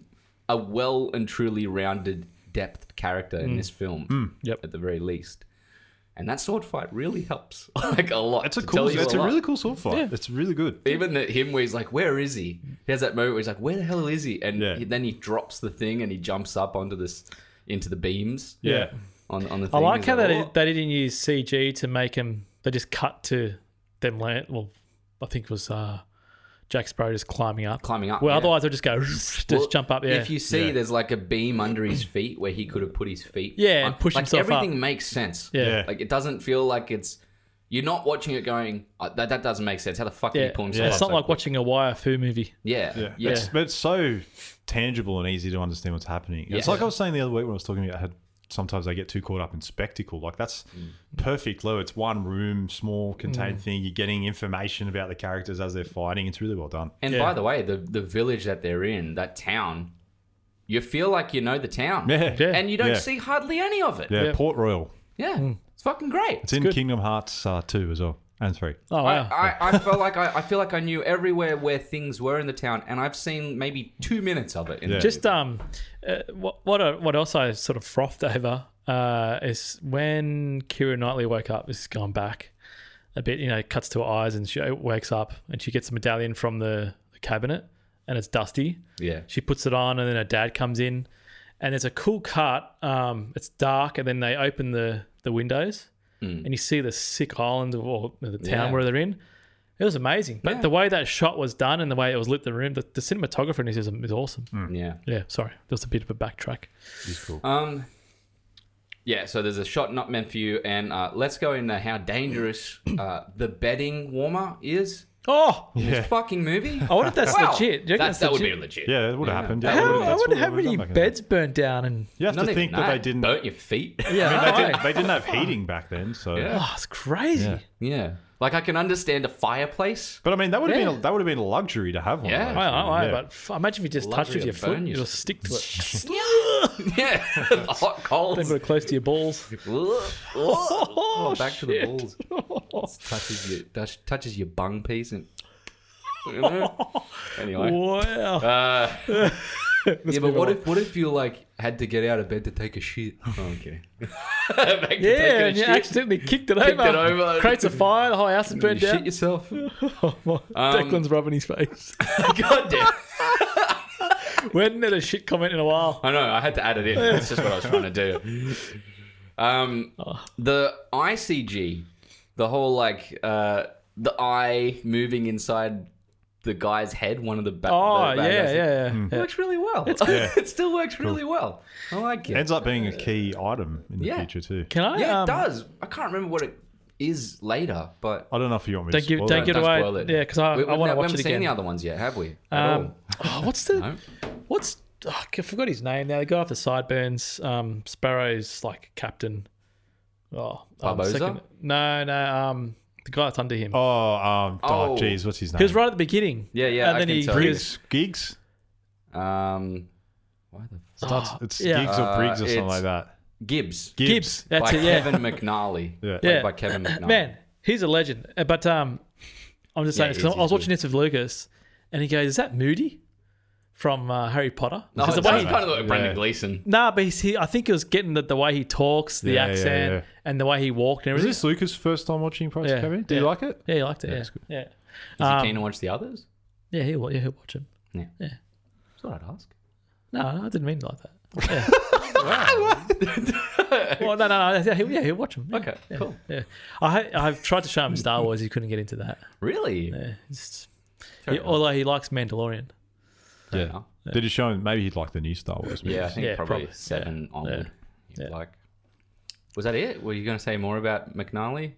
a well and truly rounded, depth character Mm. in this film. Yep. at the very least. And that sword fight really helps, like a lot. It's a to cool, tell you it's a lot. really cool sword fight. It's really good. Even that him where he's like, "Where is he?" He has that moment where he's like, "Where the hell is he?" And Yeah. he, then he drops the thing and he jumps up onto this, into the beams. Yeah. On on the. I Thing. like He's how they, "What?" they didn't use CG to make him. They just cut to them. Land, well, I think it was uh, Jack Sparrow just climbing up. Climbing up, Well, yeah. otherwise they'll just go just Well, jump up. Yeah, If you see, Yeah. there's like a beam under his feet where he could have put his feet. Yeah, on- and push like himself up. everything makes sense. yeah, Like it doesn't feel like it's. You're not watching it going. "Oh, that that doesn't make sense. How the fuck yeah. did he pull himself? It's up not so like quick?" watching a wire foo movie. Yeah. Yeah. yeah. It's, but it's so tangible and easy to understand what's happening. It's Yeah. like I was saying the other week when I was talking about how sometimes I get too caught up in spectacle. Like that's perfect low. It's one room, small, contained thing. You're getting information about the characters as they're fighting. It's really well done. And Yeah. by the way, the the village that they're in, that town, you feel like you know the town, Yeah. Yeah. and you don't Yeah. see hardly any of it. Yeah, Yeah, Yeah. Port Royal. Hmm. it's fucking great. It's in Kingdom Hearts uh, 2 as well, and 3. Oh I, wow. I, I felt like I, I feel like I knew everywhere where things were in the town, and I've seen maybe two minutes of it. In Yeah. the Just um, uh, what what uh, what else I sort of frothed over uh, is when Kira Knightley woke up. This is going back a bit. You know, cuts to her eyes and she wakes up and she gets a medallion from the, the cabinet and it's dusty. yeah, She puts it on and then her dad comes in and there's a cool cut. Um, it's dark and then they open the the windows and you see the sick island of or the town Hmm. Yeah. where they're in. It was amazing, but Yeah. the way that shot was done and the way it was lit the room, the, the cinematographer in this is, is awesome. Hmm. yeah. Yeah, sorry. There's a bit of a backtrack. It's cool. Um, yeah. So there's a shot not meant for you, and uh, let's go into how dangerous uh, the bedding warmer is. Oh, in Yeah. This fucking movie. I wonder if Oh, that's Wow. legit. Do you reckon That's, that's that would be legit? legit. yeah, that would have happened. Yeah, How- that would've- I that's wonder what how would've many done back in the day. burned down and You have Not to even think that, they didn't. burnt your feet. yeah, I mean, they, I didn't, they didn't have heating back then, so. Yeah. oh, it's crazy. Yeah. Yeah. Like I can understand a fireplace. But I mean, that would have been Yeah. a, that would have been a luxury to have one. Yeah. of I, those, I, really. I, Yeah. but f- imagine if you just touched Luxury with your of foot, burn it'll yourself. stick to it. yeah. the hot cold. They've got it close to your balls. oh, back to the shit. balls. Touches your touch, touches your bung piece and you know? anyway. wow. Uh, yeah, but move what on. if what if you like had to get out of bed to take a shit? Oh, okay. back to Yeah, and you shit. accidentally kicked it Kicked over. it over. Creates a fire, the whole house is You burnt shit Um, down. yourself. Oh, my. Declan's rubbing his face. God damn. we hadn't had a shit comment in a while. I know. I had to add it in. That's just what I was trying to do. Um, Oh. the ICG, the whole like uh, the eye moving inside the guy's head, one of the ba- the Oh, yeah, bad yeah, guys. yeah. It Mm. works really well. it still works really well. I like it. Ends up being a key item in the Yeah. future too. Can I? yeah, um, it does. I can't remember what it is later, but I don't know if you want me Don't to give- spoil don't it. give- don't away. spoil it. Yeah, 'cause I- we, I we- wanna we watch haven't it seen again. the other ones yet, have we? At Um, all? oh, what's the No? what's oh, I forgot his name now. The guy off the sideburns, um, Sparrow's like captain. Oh, um, Barbosa? no, no, um, the guy that's under him. Oh, um, Oh. oh, geez, what's his name? He was right at the beginning. Yeah, yeah, And I then can he, tell. he Briggs. was, Gigs. Um, why the f- Starts, it's Oh, yeah. Gigs or Briggs Uh, or something it's- like that. Gibbs? Gibbs. Gibbs. That's by it. Yeah, Kevin McNally. Yeah. Played Yeah. By Kevin McNally. man, he's a legend. Uh, But um, I'm just Yeah, saying this he 'cause is, I was he's watching this with Lucas, and he goes, "Is that Moody from uh, Harry Potter. No, Oh, it's Because the way kind he, of like Brendan Yeah. Gleeson. nah, but he's, he, I think it was getting the, the way he talks, the Yeah, yeah, accent, yeah. and the way he walked and Was everything. this Luca's first time watching Pirates of Yeah, the Caribbean? Do you yeah. like it? yeah, he liked it. Yeah, yeah. it's good. yeah. Is Um, he keen to watch the others? he'll, yeah, he'll watch him. That's what I'd ask. No, I didn't mean it like that. Yeah. well, no, no, no. Yeah, he'll, yeah, he'll watch him. Yeah, Okay, yeah, cool. Yeah, I, I've tried to show him Star Wars. He couldn't get into that. Really? Yeah, just, Fair he- enough. although he likes Mandalorian. Fair Yeah. enough. Did it show him? Maybe he'd like the new Star Wars movies. Yeah, I think Yeah, probably, probably. seven onward. Yeah. Like, was that it? Were you going to say more about McNally?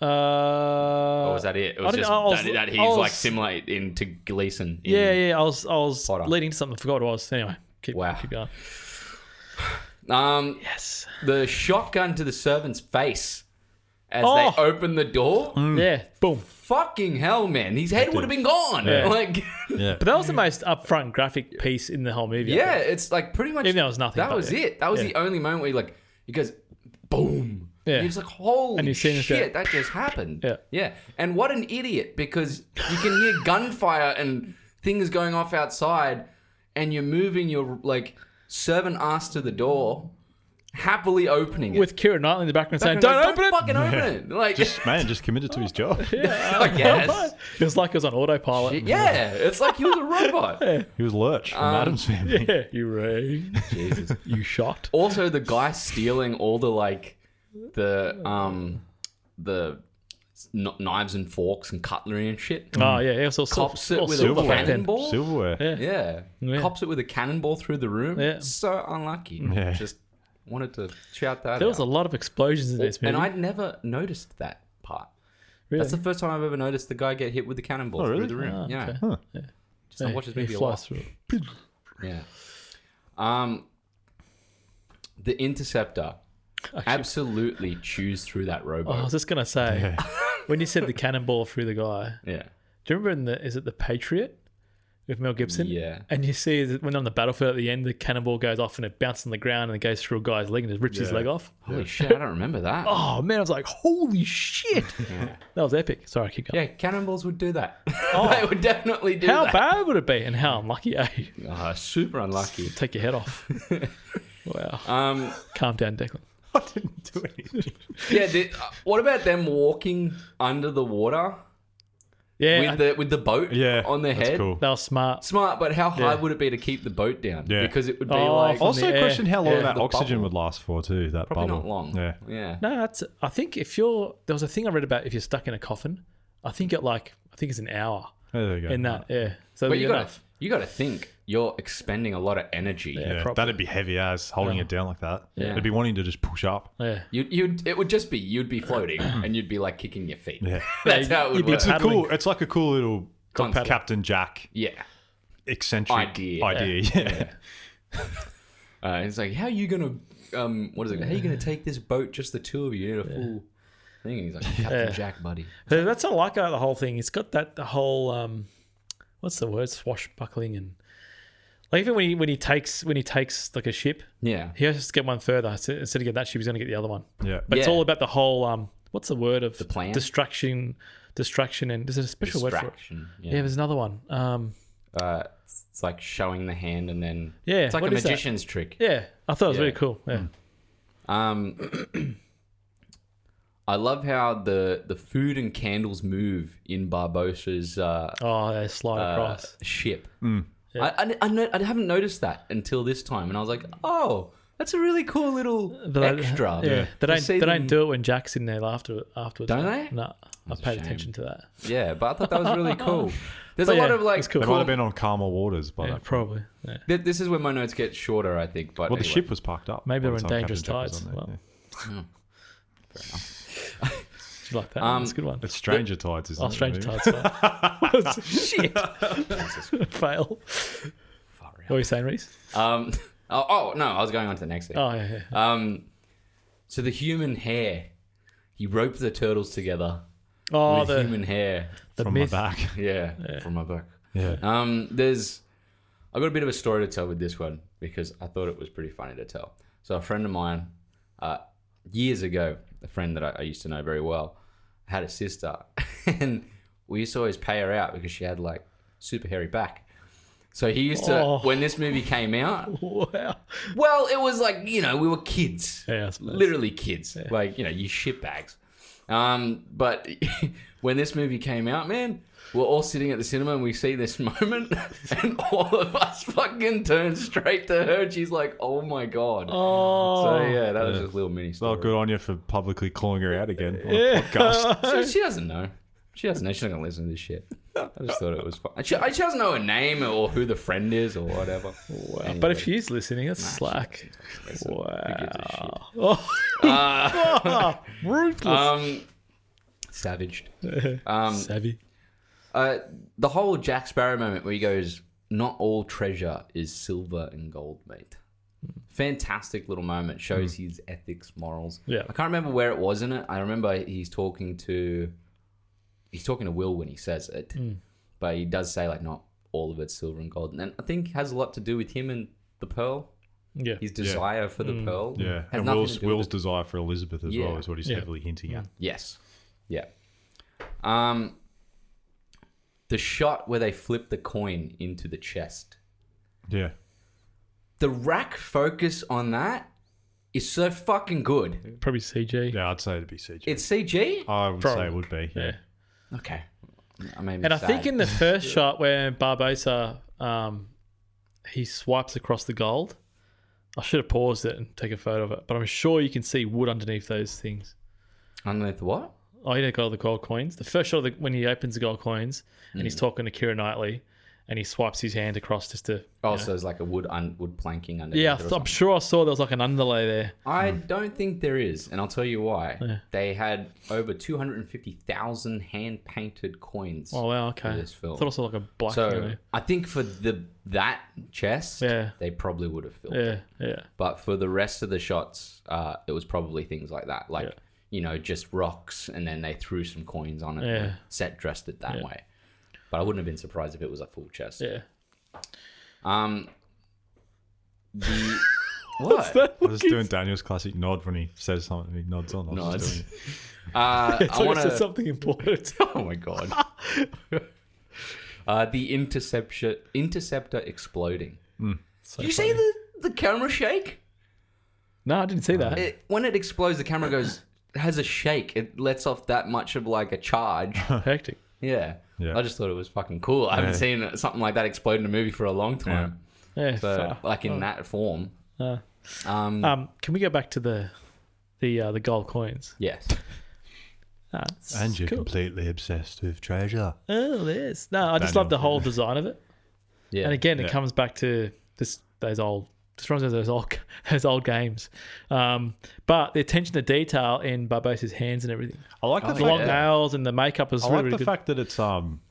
Uh, Or was Oh, that it? It I was didn't- just I was- that, that he's I was- like similar into Gleason. in- Yeah, yeah. I was, I was Potter. leading to something. I forgot what it was. Anyway, keep, Wow. keep going. Um, Yes. the shotgun to the servant's face as Oh. they open the door. Hmm. Yeah. Boom. Fucking hell, man! His head would have been gone. Yeah. Like, Yeah. But that was the most upfront graphic piece in the whole movie. I yeah, think. it's like pretty much. Even though it was nothing, That but was yeah. it. That was Yeah. the only moment where he like he goes, boom. Yeah. Yeah. He's like, holy And you've seen it, shit, that just happened. Yeah. Yeah. And what an idiot because you can hear gunfire and things going off outside, and you're moving your like servant ass to the door, happily opening it. With Kira Knightley in the background saying, Like, "Don't open it." Fucking open it. Like, Just man, just committed to his job. I guess. It was like it was on autopilot. Yeah, it's like he was a robot. He was Lurch Um, from Adam's family. Yeah, you rang. Jesus. you shot. Also, the guy stealing all the like the um the kn- knives and forks and cutlery and shit. Oh yeah, it was all Hmm. Cops it all with a silver cannon. back then. Cannonball? Silverware. Yeah. Yeah. Yeah. cops it with a cannonball through the room. Yeah. so unlucky. Yeah. Just wanted to shout that. There was a out. lot of explosions in this movie. and I'd never noticed that part. really? That's the first time I've ever noticed the guy get hit with the cannonball Oh, really? through the room. Ah, yeah, okay. Huh. just I watch this He movie a flies lot. through. it. Yeah. Um, the interceptor absolutely chews through that Oh, I robot. was just gonna say, when you said the cannonball through the guy, yeah. do you remember in the is it the Patriot with Mel Gibson? Yeah. And you see that when on the battlefield at the end, the cannonball goes off and it bounces on the ground and it goes through a guy's leg and just rips his Yeah. leg off. Holy shit, I don't remember that. Oh man, I was like, holy shit, that was epic. Sorry, keep going. Yeah, cannonballs would do that. they would definitely do Oh. how that. bad would it be? And how unlucky, eh? Ah, super unlucky. Take your head off. wow. Um, Calm down, Declan. I didn't do anything. yeah. The, uh, what about them walking under the water Yeah, with I- the with the boat Yeah. on their that's head? Cool. they were smart. Smart, but how high Yeah. would it be to keep the boat down? Yeah. Because it would be Oh, like from Also, the air. question how long Yeah. that The oxygen bubble. would last for too. That probably bubble. not long. Yeah. Yeah. No, that's. I think if you're there was a thing I read about if you're stuck in a coffin, I think it like I think it's an hour There you go. in that. Yeah, so Uh-huh. But you you're gotta enough. you gotta think you're expending a lot of energy. Yeah, Yeah, probably. that'd be heavy as holding it down like that. Yeah. It'd be wanting to just push up. Yeah, You you it would just be you'd be floating and you'd be like kicking your feet. Yeah. That's Yeah, how it would you'd be work. It's a Paddling. cool. It's like a cool little Concept. Captain Jack yeah. eccentric Idea. idea. Yeah. Uh, and it's like, how are you gonna, um, what is it? How are you gonna take this boat, just the two of you? You need a full thing. And he's like, Captain Jack, buddy. So that's what I like about the whole thing. It's got that the whole um, what's the word swashbuckling and like even when he when he takes when he takes like a ship, Yeah, he has to get one further. So instead of getting that ship, he's going to get the other one. Yeah. But it's Yeah. all about the whole um, what's the word of the plan? distraction, distraction, and there's a special word for it. distraction. Yeah, Yeah, there's another one. Um, Uh, it's it's like showing the hand and then Yeah, it's like what a is that? magician's trick. yeah, I thought it was Yeah. Hmm. really cool. Yeah. Um, I love how the the food and candles move in Barbosa's uh, Oh, they slide uh, across. ship. Mm. I, I, I, no, I haven't noticed that until this time, and I was like, oh. That's a really cool little But they- extra. Yeah, they You don't. see They them- don't do it when Jack's in there after afterwards. Don't no. they? No, I've a paid shame. attention to that. Yeah, but I thought that was really cool. There's But a lot yeah, of like. it's cool. They cool- might have been on calmer waters, but Yeah, probably. Yeah. Th- This is where my notes get shorter, I think. But well, the anyway. ship was parked up. Maybe by they were the in time dangerous Captain Jack was tides. on there, Well, yeah. Did you like that? Um, That's a good one. It's stranger tides, isn't Oh, it? Stranger maybe? Tides. sorry. Shit. Fail. What were you saying, Reese? Um, oh, oh, no, I was going on to the next thing. Oh, yeah, yeah. Um, so the human hair, he roped the turtles together Oh, with the, human hair. the from myth. my back. Yeah, from my book. Yeah. Um, there's, I got a bit of a story to tell with this one because I thought it was pretty funny to tell. So a friend of mine, uh, years ago, a friend that I, I used to know very well, had a sister, and we used to always pay her out because she had like super hairy back. So he used to Oh. when this movie came out. Wow. Well, it was like you know we were kids, Yeah, I suppose. literally kids, like you know you shitbags. Um, but when this movie came out, man, we're all sitting at the cinema and we see this moment, and all of us fucking turn straight to her. And she's like, "Oh my god!" Oh. So yeah, that was Yeah. just a little mini story. Well, good on you for publicly calling her out again on Yeah. a podcast. She, she doesn't know. She doesn't know. She's not gonna listen to this shit. I just thought it was fun. She, she doesn't know her name or who the friend is or whatever. Wow. Anyway. But if she is listening, it's slack. Wow. Oh, Uh, ruthless. um, savaged. Um, Savvy. uh, the whole Jack Sparrow moment where he goes, "Not all treasure is silver and gold, mate." Fantastic little moment. Shows his ethics, morals. Yeah. I can't remember where it was in it. I remember he's talking to he's talking to Will when he says it, but he does say like not all of it's silver and gold, and I think has a lot to do with him and the pearl. Yeah. His desire for the pearl. Has Yeah, and nothing Will's, to do Will's with it. desire for Elizabeth as well Yeah. is what he's Yeah. Mm. heavily hinting at. Yes. Yeah. Um. The shot where they flip the coin into the chest. Yeah, The rack focus on that is so fucking good. Probably CG. yeah, I'd say it'd be CG. It's CG. I would say Probably. it would be. Yeah, Yeah. Okay. I made me And I sad. think in the first shot where Barbosa, um, he swipes across the gold. I should have paused it and take a photo of it, but I'm sure you can see wood underneath those things. underneath what? Oh, you know, got all the gold coins. The first shot of the, when he opens the gold coins and he's talking to Kira Knightley, and he swipes his hand across just to. Oh, so there's like a wood un- wood planking under. Yeah, I'm sure I saw there was like an underlay there. I don't think there is, and I'll tell you why. Yeah. They had over two hundred and fifty thousand hand painted coins. Oh wow, okay. this film. I thought I saw like a black. so thing I think for the that chest, Yeah. they probably would have filled. it. there. yeah, yeah, But for the rest of the shots, uh, it was probably things like that, like Yeah. you know, just rocks, and then they threw some coins on it. Yeah. and set dressed it that Yeah. way. But I wouldn't have been surprised if it was a full chest. yeah. Um, the what? I was doing Daniel's classic nod when he says something. He nods on. I was just Nods. doing it. Uh, It's I like I want said to. something important. Oh my god. uh, the interception interceptor exploding. So Do you see funny. the the camera shake? No, I didn't see that. It, when it explodes, the camera goes has a shake. It lets off that much of like a charge. Hectic. Yeah. Yeah. I just thought it was fucking cool. I haven't Yeah. seen something like that explode in a movie for a long time. Yeah. So far. like in that form. Oh. Uh, Um, um, can we go back to the the uh, the gold coins? yes. Ah, And you're cool. completely obsessed with treasure. Oh, this. No, I just Daniel. love the whole design of it. Yeah. And again, Yeah. it comes back to this those old just runs those old those old games. Um, but the attention to detail in Barbosa's hands and everything, I like the, the think- long yeah. nails and the makeup is I really, like really the good. fact that it's um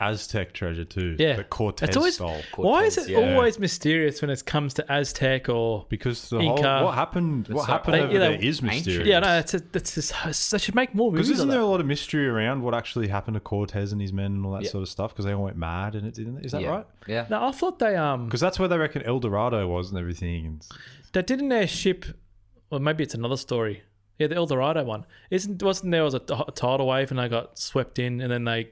Aztec treasure too. yeah, the Cortez It's always, style. Why is Cortez, it yeah. always mysterious when it comes to Aztec or? Because the Inca. whole what happened, what so happened old. over Yeah, there they- is mysterious. Yeah, no, it's a, that's just, they should make more Because movies. isn't of there that. a lot of mystery around what actually happened to Cortez and his men and all that Yeah. sort of stuff? Because they all went mad and it didn't. Is that yeah. right? Yeah. No, I thought they um Because that's where they reckon El Dorado was and everything. And they didn't their ship, or maybe it's another story. Yeah, the El Dorado one isn't wasn't there was a, t- a tidal wave and they got swept in and then they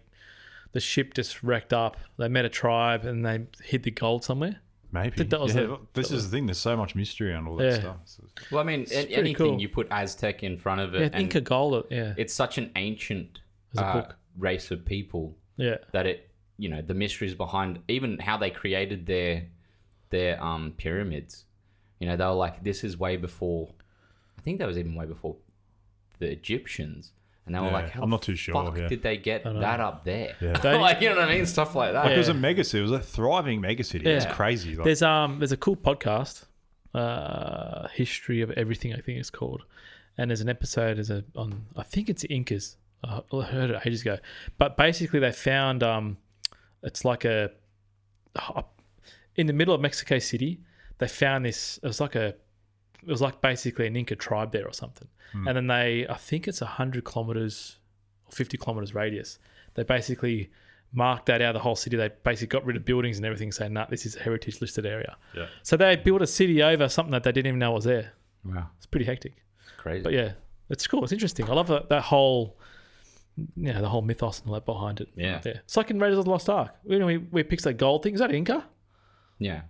the ship just wrecked up. They met a tribe and they hid the gold somewhere. maybe that was yeah, it. look, this is the thing. There's so much mystery around all that Yeah. stuff. So- Well, I mean, an- pretty anything cool. you put Aztec in front of it, Yeah, and Inca gold. Yeah, it's such an ancient a uh, book. race of people yeah, that it, you know, the mysteries behind even how they created their their um pyramids. You know, they were like, this is way before. I think that was even way before the Egyptians, and they were Yeah, like, how I'm the not too sure, Fuck, yeah. did they get that up there? Yeah. They- like, you know what I mean? Stuff like that. It was a Yeah. megacity. It was a thriving megacity. It's Yeah. crazy. Like, There's um there's a cool podcast, uh, history of everything I think it's called, and there's an episode is a on I think it's Incas. I h- I heard it ages ago, but basically they found um, it's like a, in the middle of Mexico City, they found this. It was like a, it was like basically an Inca tribe there or something, and then they I think it's hundred kilometers or 50 kilometers radius. They basically marked that out of the whole city. They basically got rid of buildings and everything, saying, nah, this is a heritage listed area. Yeah. So they built a city over something that they didn't even know was there. Wow, It's pretty hectic. it's crazy. But yeah, it's cool. It's interesting. I love that, that whole you know, the whole mythos and all that behind it. Yeah. yeah. It's like in Raiders of the Lost Ark. You know, we, we picks that gold thing. Is that Inca? Yeah.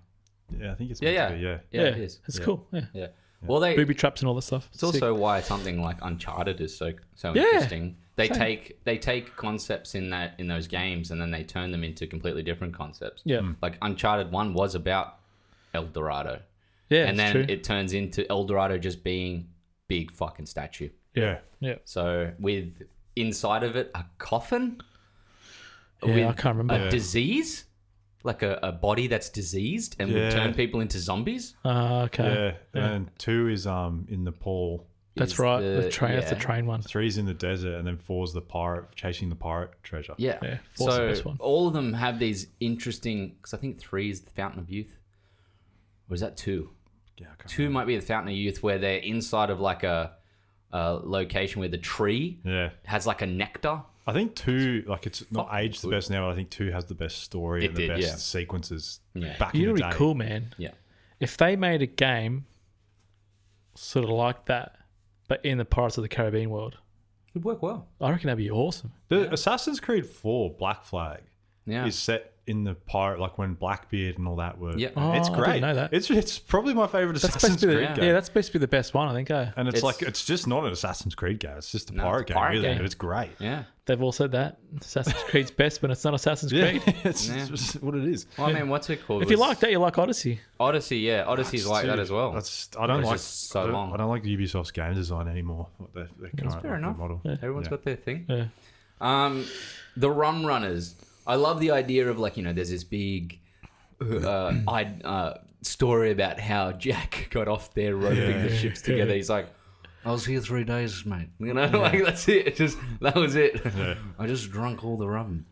Yeah, I think it's Yeah, meant yeah. to be, yeah. Yeah, it is. It's cool. Yeah. Yeah. Well, they. Booby traps and all that stuff. It's also why something like Uncharted is so so Yeah. interesting. They Same. take they take concepts in that in those games and then they turn them into completely different concepts. Yeah. Like Uncharted One was about El Dorado, Yeah. and it's then true. it turns into El Dorado just being big fucking statue. Yeah. yeah. So with inside of it a coffin Yeah, with I can't remember. a disease, like a, a body that's diseased and Yeah. would turn people into zombies. Ah, okay. Yeah. And two is um in Nepal. That's Is right. the- The, train. That's the yeah. train one. Three's in the desert, and then four's the pirate chasing the pirate treasure. Yeah. Yeah, four's the so best one. all of them have these interesting. Because I think three is the Fountain of Youth, or is that two? Yeah, I can't Two might be the Fountain of Youth, where they're inside of like a, a location where the tree Yeah. has like a nectar. I think two, like it's not Fuck. aged the best now, but I think two has the best story It and the did, best yeah. sequences Yeah. back You'd in the be day. cool, man. Yeah, If they made a game sort of like that, but in the Pirates of the Caribbean world, it'd work well. I reckon that'd be awesome. The Assassin's Creed 4 Black Flag Yeah, is set in the pirate, like when Blackbeard and all that were. Yeah. Oh, it's I great. didn't know that. It's, it's probably my favorite That's supposed Assassin's to be the, Creed yeah. game. that's supposed to be the best one, I think. eh? And it's, It's- like, it's just not an Assassin's Creed game. It's just a No, it's a pirate game, pirate really. game. But it's great. yeah. They've all said that Assassin's Creed's best when it's not Assassin's Yeah. Creed. it's Yeah. just what it is. Well, I mean, what's it called? If you It was like that, you like Odyssey. Odyssey, yeah, Odyssey's like that Dude, as well. That's, I don't It's like just so I don't, long. I don't like Ubisoft's game design anymore. What their, their current fair like, enough. model. Everyone's Yeah. got their thing. Yeah. Um, the rum runners. I love the idea of like you know, there's this big uh, I, uh, story about how Jack got off there roping Yeah. the ships together. He's like, I was here three days, mate. You know, like that's it. It's just that was it. I just drunk all the rum,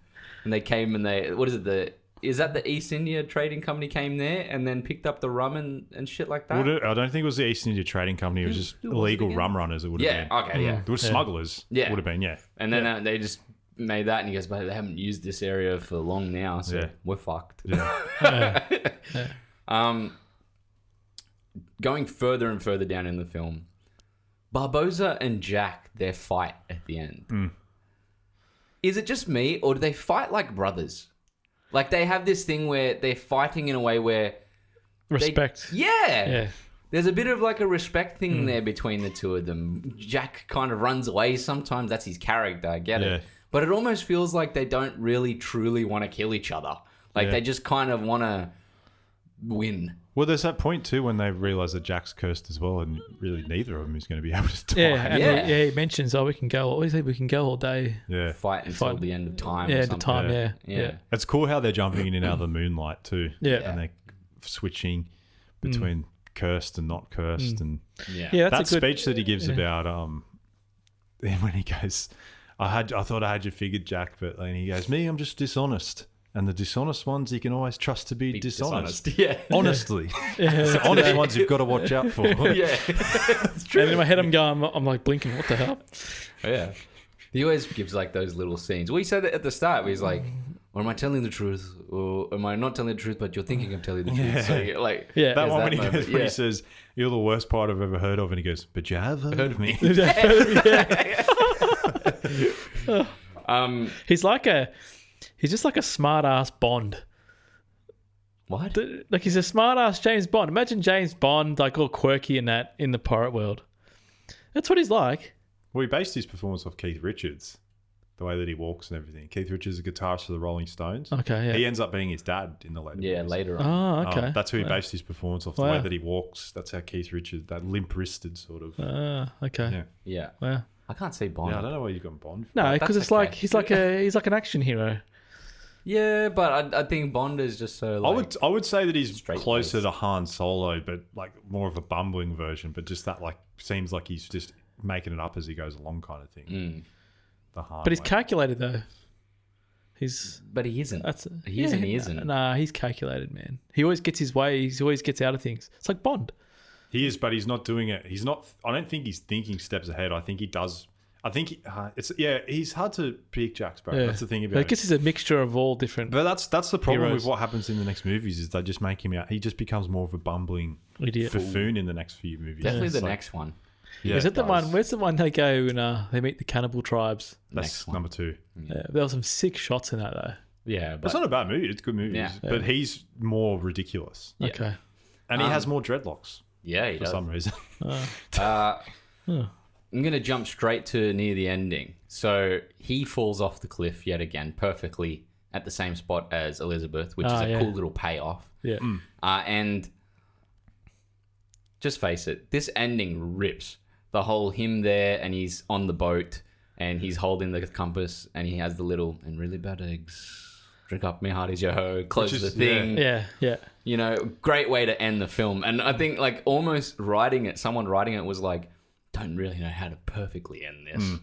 and they came and they what is it the is that the East India Trading Company came there and then picked up the rum and, and shit like that? Would it- I don't think it was the East India Trading Company. It was just who was it illegal again? rum runners. It would have yeah. been. Okay. Yeah. It was smugglers. Yeah. would have been. Yeah, And then uh, they just made that, and he goes, "But they haven't used this area for long now, so Yeah. we're fucked." yeah. Um, going further and further down in the film, Barboza and Jack, their fight at the end. Hmm. Is it just me, or do they fight like brothers? Like they have this thing where they're fighting in a way where they- Respect. yeah, yeah. there's a bit of like a respect Hmm. thing there between the two of them. Jack kind of runs away sometimes. That's his character. I get it. Yeah. But it almost feels like they don't really truly want to kill each other. Like Yeah. they just kind of want to win. well, there's that point too when they realize that Jack's cursed as well, and really neither of them is going to be able to die. Yeah, and Yeah. He, yeah, he mentions, oh, we can go. What do you say? We can go all day. Yeah. Fight until Fight. the end of time. or Yeah, the something. time. Yeah, Yeah. yeah, It's cool how they're jumping in and out of the moonlight too. Yeah. and they're switching between cursed and not cursed, and Yeah. yeah. that that's a good. speech that he gives about um when he goes i had i thought i had you figured jack but then he goes me i'm just dishonest and the dishonest ones you can always trust to be, Be dishonest, Yeah. honestly it's the honest ones you've got to watch out for yeah. it's true. And in my head, I'm going, I'm like blinking. What the hell? Yeah. He always gives like those little scenes. We said it at the start. He's like, or am I telling the truth? Or am I not telling the truth, but you're thinking I'm telling the truth? So, yeah, like, Yeah. that There's one that when, he, moment, goes, when yeah. he says you're the worst part i've ever heard of and he goes but you have heard, of me um, He's like a, he's just like a smart ass Bond. what? Th- Like he's a smart ass James Bond. Imagine James Bond like all quirky and that in the pirate world. That's what he's like. well he based his performance off keith richards the way that he walks and everything keith richards is a guitarist for the rolling stones Okay, he Oh, yeah. ends up being his dad in the later Yeah, movies. later on. Oh, Um, okay. that's who he based his performance off. The Wow. way that he walks. That's how Keith Richards, that limp wristed sort of. Ah, okay. Yeah. Yeah. Wow. I can't say Bond. yeah, I don't know why you've got Bond. No, that's because it's okay. like he's like a he's like an action hero. Yeah, but I, I think Bond is just so. Like, I would I would say that he's Straight closer face. to Han Solo, but like more of a bumbling version. But just that like seems like he's just making it up as he goes along, kind of thing. Mm. The Han, But he's way. calculated though. Mm. He's but he isn't. that's He is and he isn't. Nah, he's calculated, man. He always gets his way. He always gets out of things. It's like Bond. he is, but he's not doing it. He's not. I don't think he's thinking steps ahead. I think he does. I think he, uh, it's yeah. He's hard to pick Jack Sparrow. Yeah. That's the thing about. I him. guess he's a mixture of all different But that's that's the problem Heroes. with what happens in the next movies is they just make him out. He just becomes more of a bumbling idiot. buffoon in the next few movies. Definitely It's the like- next one. Yeah, Is it the does. one? Where's the one they go and uh, they meet the cannibal tribes? Next That's one. number two. Yeah, there were some sick shots in that though. Yeah, but It's not a bad movie. It's good movies, Yeah. but he's more ridiculous, Yeah. Okay. and Um, he has more dreadlocks yeah, he for does. some reason. Uh, I'm going to jump straight to near the ending. So he falls off the cliff yet again, perfectly at the same spot as Elizabeth, which is Ah, a yeah. cool little payoff. Yeah. Uh, and just face it, this ending rips. The whole him there, and he's on the boat, and he's holding the compass, and he has the little and really bad eggs. Drink up, me heart is your hoe. Close is- the thing. Yeah. Yeah. You know, great way to end the film. And I think like almost writing it, someone writing it was like, don't really know how to perfectly end this.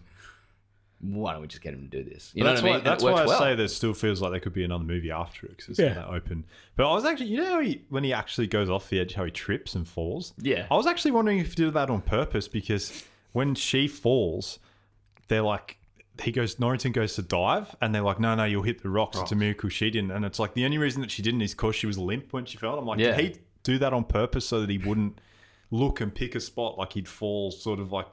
Why don't we just get him to do this? You know Hmm. what that's I mean? why, And it that's why works I well. say there still feels like there could be another movie after it because it's Yeah. kind of open. But I was actually, you know, how he, when he actually goes off the edge, how he trips and falls. Yeah. I was actually wondering if he did that on purpose because when she falls, they're like. He goes, Norrington goes to dive, and they're like, No, no, you'll hit the rocks. It's a miracle she didn't. And it's like, the only reason that she didn't is because she was limp when she fell. I'm like, Yeah. Did he do that on purpose so that he wouldn't look and pick a spot? Like, he'd fall sort of like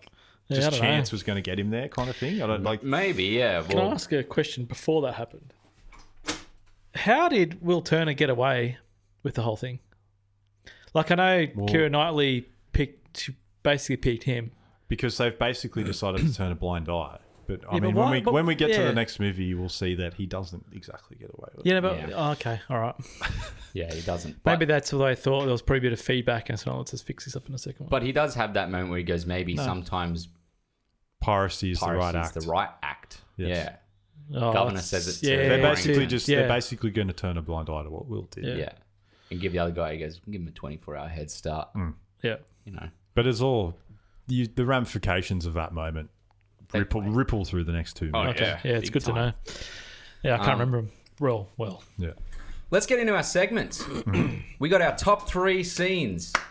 Yeah, I just don't know. chance was going to get him there, kind of thing. I don't like, Maybe, yeah. Can I Well, ask a question before that happened? How did Will Turner get away with the whole thing? Like I know Kira Knightley picked she basically picked him. because they've basically decided to turn a blind eye. But I Yeah, but mean, why- when we but- when we get to yeah. the next movie, you will see that he doesn't exactly get away with it. Yeah, but Yeah. oh, okay, all right. yeah, he doesn't. But, Maybe that's what I thought. There was probably a bit of feedback, and so let's just fix this up in a second one. but he does have that moment where he goes, maybe sometimes Piracy is piracy the right act. is the right act. Yes. Oh, Governor that's- says uh, it to Yeah, the They're Yeah. basically Yeah. just yeah. they're basically going to turn a blind eye to what Will did. Yeah. Yeah. Yeah. And give the other guy, he goes, give him a 24 hour head start. yeah. You know, But it's all you, the ramifications of that moment They- ripple ripple through the next two. Oh, movies. Okay. Yeah, Yeah, it's big good to know. time. Yeah, I can't Um, remember him real well. Yeah. Let's get into our segments. we got our top three scenes. Mm.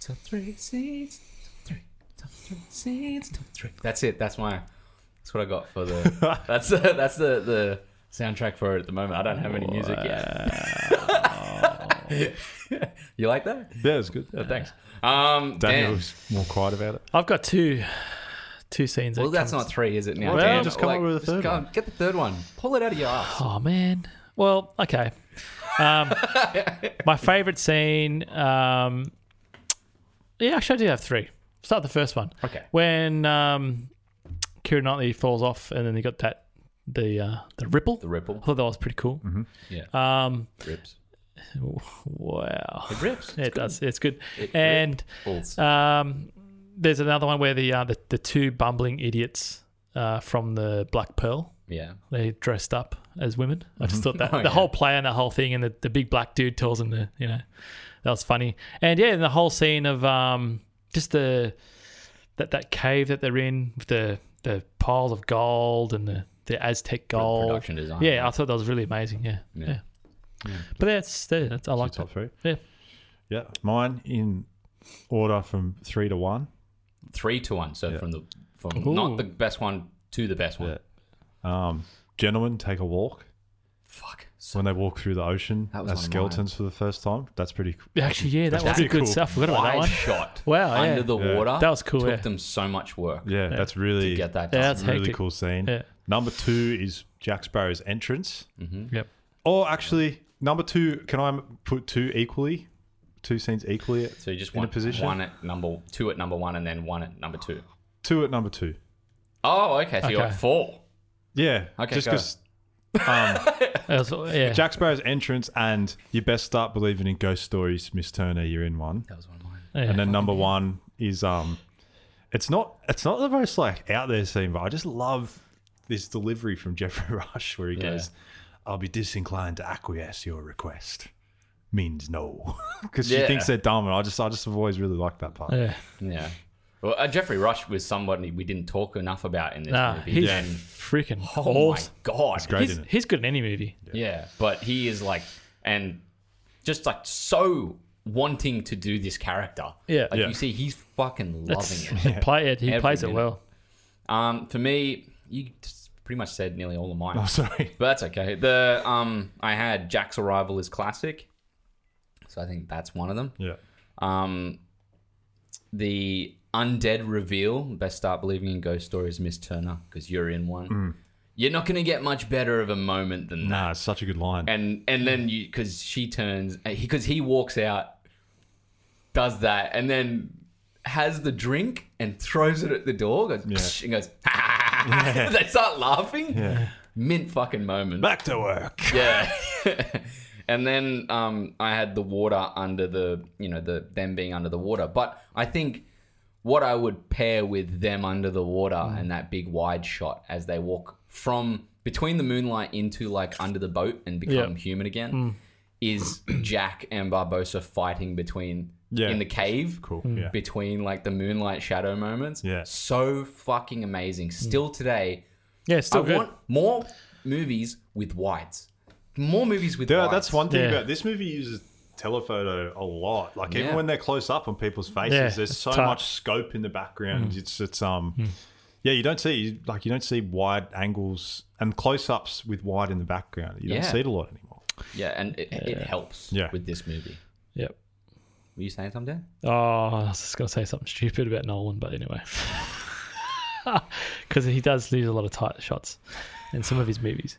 Top three scenes. Top three. Top three scenes. Top three. That's it. That's my. That's what I got for the. that's the. That's the the soundtrack for it at the moment. I don't have any music yet. you like that? Yeah, it's good. Oh, thanks. Um, Daniel Daniel. was more quiet about it. I've got two, two scenes. that Well, that's come- not three, is it? Now, Well, Dan? Dan, just come up with a just third go- one. Get the third one. Pull it out of your ass. Oh man. Well, okay. Um, my favorite scene. Um, yeah, actually, I do have three. Start with the first one Okay. when um, Kira Knightley falls off, and then they got that the uh, the ripple. The ripple. I thought that was pretty cool. Yeah. Um, rips. wow, It rips. it does. It's good. It and ripples. um, there's another one where the uh, the, the two bumbling idiots uh, from the Black Pearl yeah. they dressed up as women. I just thought that Oh, the yeah. whole play and the whole thing, and the, the big black dude tells them the you know that was funny, and yeah, and the whole scene of um just the that that cave that they're in with the the piles of gold and the the Aztec gold Production design. Yeah, I thought that was really amazing. Yeah, yeah. But that's, that's I like Top that. three. Yeah, Yeah, mine in order from three to one. three to one. So from the from Ooh. not the best one to the best one. Yeah. Um, gentlemen, take a walk. Fuck. So when they walk through the ocean That was one as of skeletons for the first time. That's pretty cool. actually, yeah, that That's was a pretty good cool. stuff. Forgot about that wide one. shot. Wow, yeah. Under the Yeah. water. That was cool, Took yeah. them so much work. Yeah, that's really Get that done. Yeah, that's really hectic. cool scene. Yeah. Number two is Jack Sparrow's entrance. Mm-hmm. Yep. Oh, actually, number two. Can I put two equally? Two scenes equally. At, So you just in a want position. one at number two at number one and then one at number two. Two at number two. Oh, okay. So you Okay. got four. Yeah. Okay, Just go. because That was- yeah. Jack Sparrow's entrance and you best start believing in ghost stories, Miss Turner. You're in one. That was one of mine. yeah. And then number one is um, it's not it's not the most like out there scene, but I just love this delivery from Jeffrey Rush where he Yeah. goes, "I'll be disinclined to acquiesce your request." Means no, because Yeah. she thinks they're dumb, and I just I just have always really liked that part. yeah. Yeah. Well, uh, Jeffrey Rush was somebody we didn't talk enough about in this Nah, movie. he's and, freaking oh awesome. my god, Great He's, in it. he's good in any movie. Yeah, but he is like, and just like so wanting to do this character. Yeah. like Yeah. you see, he's fucking That's, loving it. Play it. He Every plays it minute. well. Um, for me, you just pretty much said nearly all of mine, Oh, sorry. but that's okay. The um, I had Jack's arrival is classic, so I think that's one of them. Yeah, Um, the Undead Reveal. Best start believing in ghost stories, Miss Turner, because you're in one. You're not going to get much better of a moment than that. Nah, it's such a good line. And and then you because she turns because he walks out, does that, and then has the drink and throws it at the door. Goes and goes. they start laughing. Yeah. Mint fucking moment. Back to work. Yeah. and then um, I had the water under the, you know, the them being under the water. But I think what I would pair with them under the water Mm. and that big wide shot as they walk from between the moonlight into like under the boat and become Yeah. human again Mm. is Jack and Barbosa fighting between Yeah. in the cave Cool. Yeah. between like the moonlight shadow moments. Yeah. Mm. So fucking amazing. Still today, Yeah, it's still I good. want more movies with wides. More movies with Yeah, wides. that's one thing Yeah. about this movie uses telephoto a lot. Like Yeah. even when they're close up on people's faces, Yeah, there's it's so tight. much scope in the Mm. background. It's it's um yeah, you don't see like you don't see wide angles and close ups with wide in the background. You don't Yeah. see it a lot anymore. Yeah, and it, it helps Yeah. with this movie. Yep. Were you saying something? Dan? Oh, I was just gonna say something stupid about Nolan, but anyway, because he does lose a lot of tight shots in some of his movies.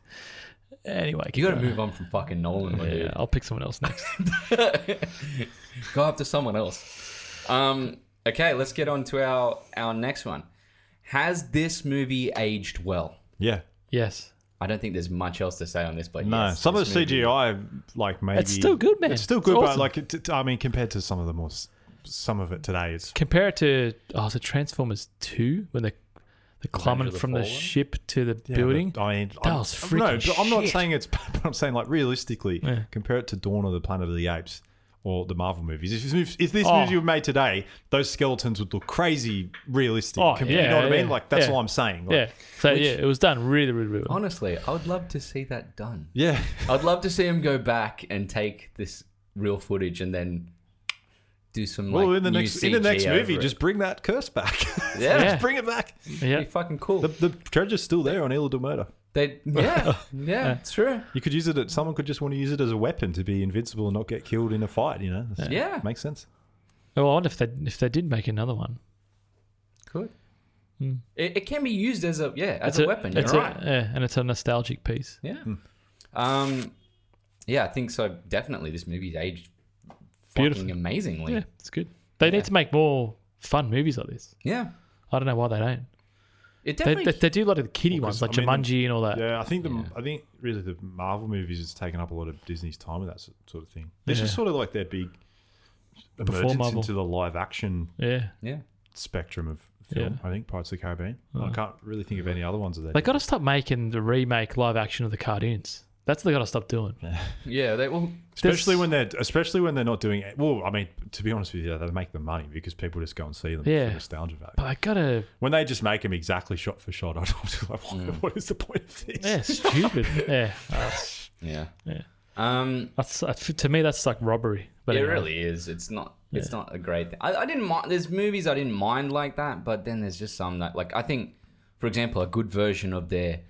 Anyway, You keep got to going. move on from fucking Nolan, my Yeah, I'll pick someone else next. dude. Go after someone else. Um, okay, let's get on to our our next one. Has this movie aged well? Yeah. yes. I don't think there's much else to say on this, but No, yes, some of this the movie- CGI, like maybe still good, man. It's still It's good, awesome. but like, it, it- I mean, compared to some of the more, s- some of it today, it's Compare it to oh, so Transformers Two when they they climbing the from the Fallen? ship to the Yeah, building. but, I mean, That I'm- was no, freaking but I'm not shit. saying it's. Bad, but I'm saying like realistically, Yeah. compare it to Dawn of the Planet of the Apes or the Marvel movies. If this, mov- if this Oh. movie were made today, those skeletons would look crazy realistic. Oh, Compa- yeah, you know what I mean? yeah, Like that's yeah. what I'm saying. yeah. Like, So yeah, it was done really, really, really well. Honestly, I would love to see that done. yeah, I'd love to see him go back and take this real footage and then do some like well, in the new next in the CG next over movie, it. just bring that curse back. yeah, Yeah. just bring it back. Yeah. Be fucking cool. The, the treasure's still there on Ilha del Murder. they yeah, yeah, it's true. You could use it. At, someone could just want to use it as a weapon to be invincible and not get killed in a fight. You know? That's- Yeah. makes sense. Well, I wonder if they if they did make another one. Could. It, it can be used as a yeah as It's Hmm. a, Hmm. weapon. You're it's right. A, yeah, and it's a nostalgic piece. yeah. Um. Yeah, I think so. Definitely, this movie's aged Beautiful. fucking amazingly. Yeah, it's good. They need to make more fun movies like this. Yeah. I don't know why they don't. It They, definitely. they, they do a lot of the kiddie Well, ones 'cause, like I mean, Jumanji and all that. Yeah, I think the Yeah. I think really the Marvel movies has taken up a lot of Disney's time with that s- sort of thing. This is Yeah. sort of like their big emergence Marvel. into the live action yeah. yeah. spectrum of film. I think Pirates of the Caribbean. I can't really think of any other ones of that. They got to stop making the remake live action of the cartoons. That's what they got to stop doing. Yeah. They well. especially when they're especially when they're not doing it. Well, I mean, to be honest with you, they make the money because people just go and see them Yeah. for nostalgia value. But I gotta, when they just make them exactly shot for shot, I'm just like, what, what is the point of this? yeah, stupid. yeah, Yeah. Yeah. Um. that's that's- to me that's like robbery. But it anyway. really is. It's not. It's not a great thing. I, I didn't mind. There's movies I didn't mind like that, but then there's just some that, like, I think, for example, a good version of their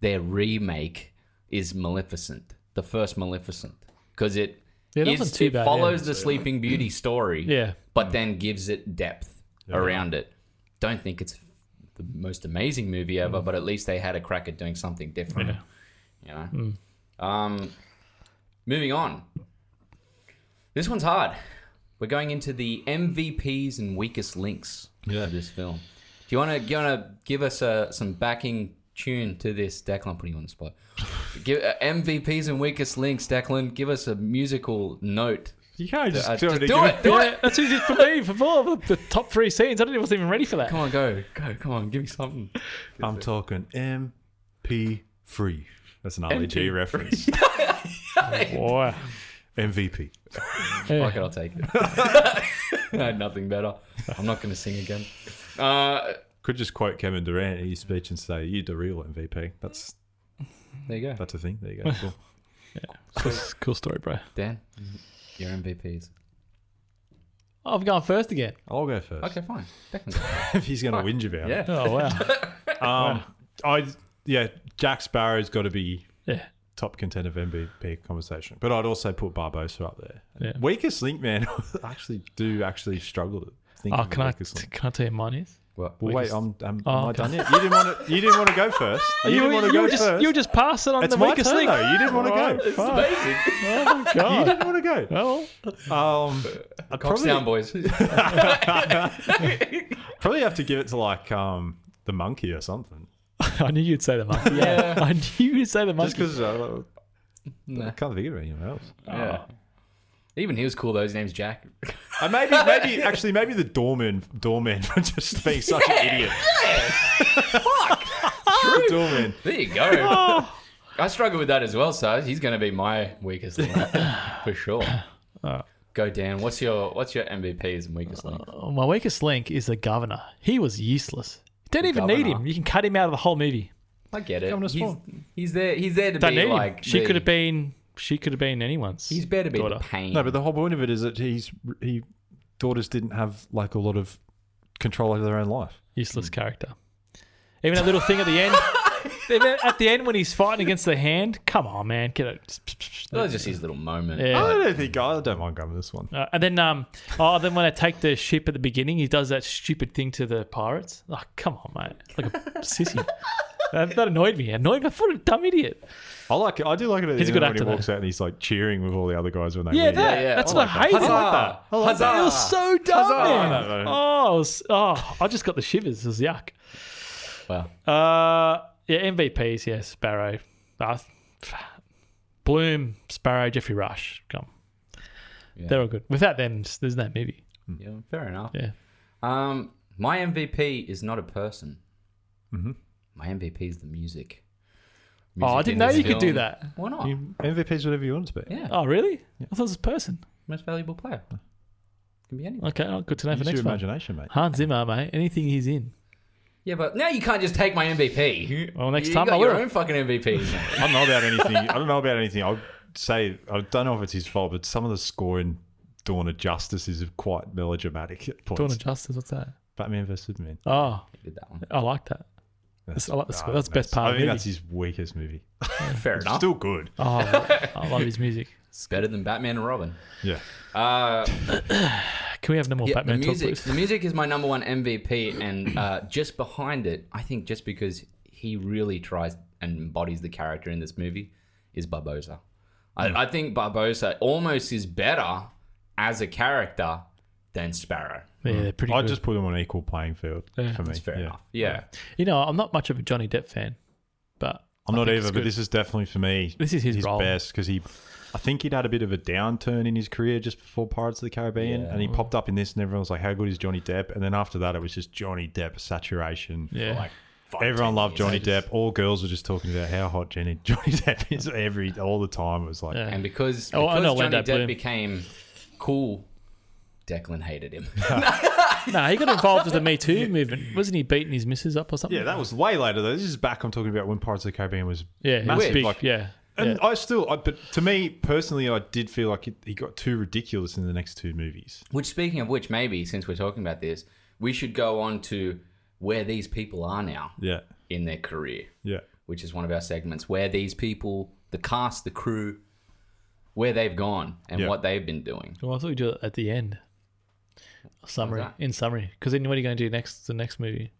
their remake is Maleficent, the first Maleficent, because it Yeah, that is- wasn't too it bad, follows yeah. the Sleeping Beauty story, Yeah. but then gives it depth around it. Don't think it's the most amazing movie ever, but at least they had a crack at doing something different. You know. Um, moving on. This one's hard. We're going into the MVPs and weakest links Yeah. of this film. Do you want to you wanna give us uh, some backing tune to this, Declan? Putting you on the spot. Give, uh, MVPs and weakest links, Declan. Give us a musical note. You can't just, Uh, do just it. do it. Do Yeah, it. that's what you did for me for all the, the top three scenes. I didn't wasn't even ready for that. Come on, go, go. Come on, give me something. I'm talking MP free. That's an MP3. RPG reference. Wow. MVP. Fuck it, I'll take it. I had nothing better. I'm not going to sing again. Uh, Could just quote Kevin Durant in his speech and say, "You the real MVP." That's there you go. that's a thing. There you go. Cool. Cool, cool story, bro. Dan, Mm-hmm. your MVPs. I've gone first again. I'll go first. Okay, fine. Declan. if he's going to whinge about Yeah. Oh wow. it. Um, I yeah, Jack Sparrow's got to be Yeah. top contender of MVP conversation, but I'd also put Barbosa up there. Yeah. Weakest link, man. I actually do actually struggle to thinking. Oh, can of I, Lucas Lynch. can I tell you mine is? Well, Well, we wait, just- I'm, I'm, am Oh, I okay. done yet? You didn't want to. You didn't want to go first. Oh, You, didn't want to go were just, first. You were just passing on it's the my weaker turn link. though. You didn't want to Alright, go. it's Fuck. amazing. Oh my You god. didn't want to go. Well, Um, I Cox probably, down, boys. probably have to give it to like um the monkey or something. I knew you'd say the monkey. Yeah, I knew you'd say the Just monkey. because uh, I Nah. can't think of anyone else. Yeah. Oh. Even he was cool though. His name's Jack. Uh, maybe, maybe, actually, maybe the doorman, doorman for just being such an idiot. Fuck, doorman. There you go. Oh. I struggle with that as well, so he's going to be my weakest link for sure. Uh. Go Dan. What's your what's your MVPs and weakest link? Oh, my weakest link is the governor. He was useless. Don't even need governor. him. You can cut him out of the whole movie. I get it. Governor He's, Swan. he's there. He's there to Don't be need like. him. She the- could have been. She could have been anyone's. He's there to be daughter. the pain. No, but the whole point of it is that he's he daughters didn't have like a lot of control over their own life. useless character. Even that little thing at the end. even at the end when he's fighting against the hand. Come on, man, get it. that was just his little moment. Yeah. I don't think I don't mind going with this one. Uh, and then, um, oh, then when I take the ship at the beginning, he does that stupid thing to the pirates. Oh, come on, mate, like a sissy. That, that annoyed me. Annoyed me. I thought a dumb idiot. I like it. I do like it. At He's a the good end actor, when he walks out and he's like cheering with all the other guys when they Yeah, win. that, yeah, that's I what I hated. Huzzah! I like that. It Huzzah! was Oh, so dumb. Huzzah! man. No, no, no. Oh, it was- oh, I just got the shivers. It was yuck. Wow. Uh, yeah, MVPs. Yeah, Sparrow, uh, Bloom, Sparrow, Jeffrey Rush. Come, Yeah. they're all good. Without them, there's no movie. Yeah, fair enough. Yeah. Um, my MVP is not a person. Mm-hmm. My MVP is the music. oh, I Music in didn't know this you could do film. that. Why not? MVP's whatever you want it to be. yeah, Oh, really? I thought it was a person. most valuable player. Can be anything. Okay, oh, good to know for Use your next one. imagination, mate. Hans Zimmer, mate. Anything he's in. Yeah, but now you can't just take my MVP. Well, next you time got I your will. own fucking MVP. I don't know about anything. I don't know about anything. I would say I don't know if it's his fault, but some of the score in Dawn of Justice is quite melodramatic at points. Dawn of Justice. What's that? Batman vs Superman. Oh, did that one. I like that. That's, I like the score. That's the best I part think of the that's movie. his weakest movie. Fair enough. Still good. Oh, I love his music. It's better than Batman and Robin. Yeah. Uh, Can we have no more yeah, Batman the talk, music. please? The music is my number one MVP, and uh, just behind it, I think just because he really tries and embodies the character in this movie, is Barbosa. I, I think Barbosa almost is better as a character than Sparrow. Yeah, they're pretty I good. just put him on an equal playing field Yeah, for me. That's fair Yeah. enough. Yeah. You know, I'm not much of a Johnny Depp fan, but I'm I not think either, it's but good. this is definitely for me. This is his role. best because he, I think he'd had a bit of a downturn in his career just before Pirates of the Caribbean, Yeah. and he popped up in this, and everyone was like, "How good is Johnny Depp?" And then after that, it was just Johnny Depp saturation. yeah. Everyone loved Johnny I just- Depp. All girls were just talking about how hot Jenny, Johnny Depp is every all the time. It was like, Yeah. And because, Oh, I because Johnny know Orlando Depp Bloom. became cool, Declan hated him. no, he got involved with the Me Too movement. Wasn't he beating his missus up or something? yeah, that was way later though. This is back. I'm talking about when Pirates of the Caribbean was yeah, it was massive, big. like- yeah. And I still, I, but to me personally, I did feel like it, he got too ridiculous in the next two movies. Which, speaking of which, maybe since we're talking about this, we should go on to where these people are now Yeah, in their career, yeah. which is one of our segments where these people, the cast, the crew, where they've gone and Yeah. what they've been doing. Well, I thought we do it at the end. Summary that? in summary, because then what are you going to do next? The next movie.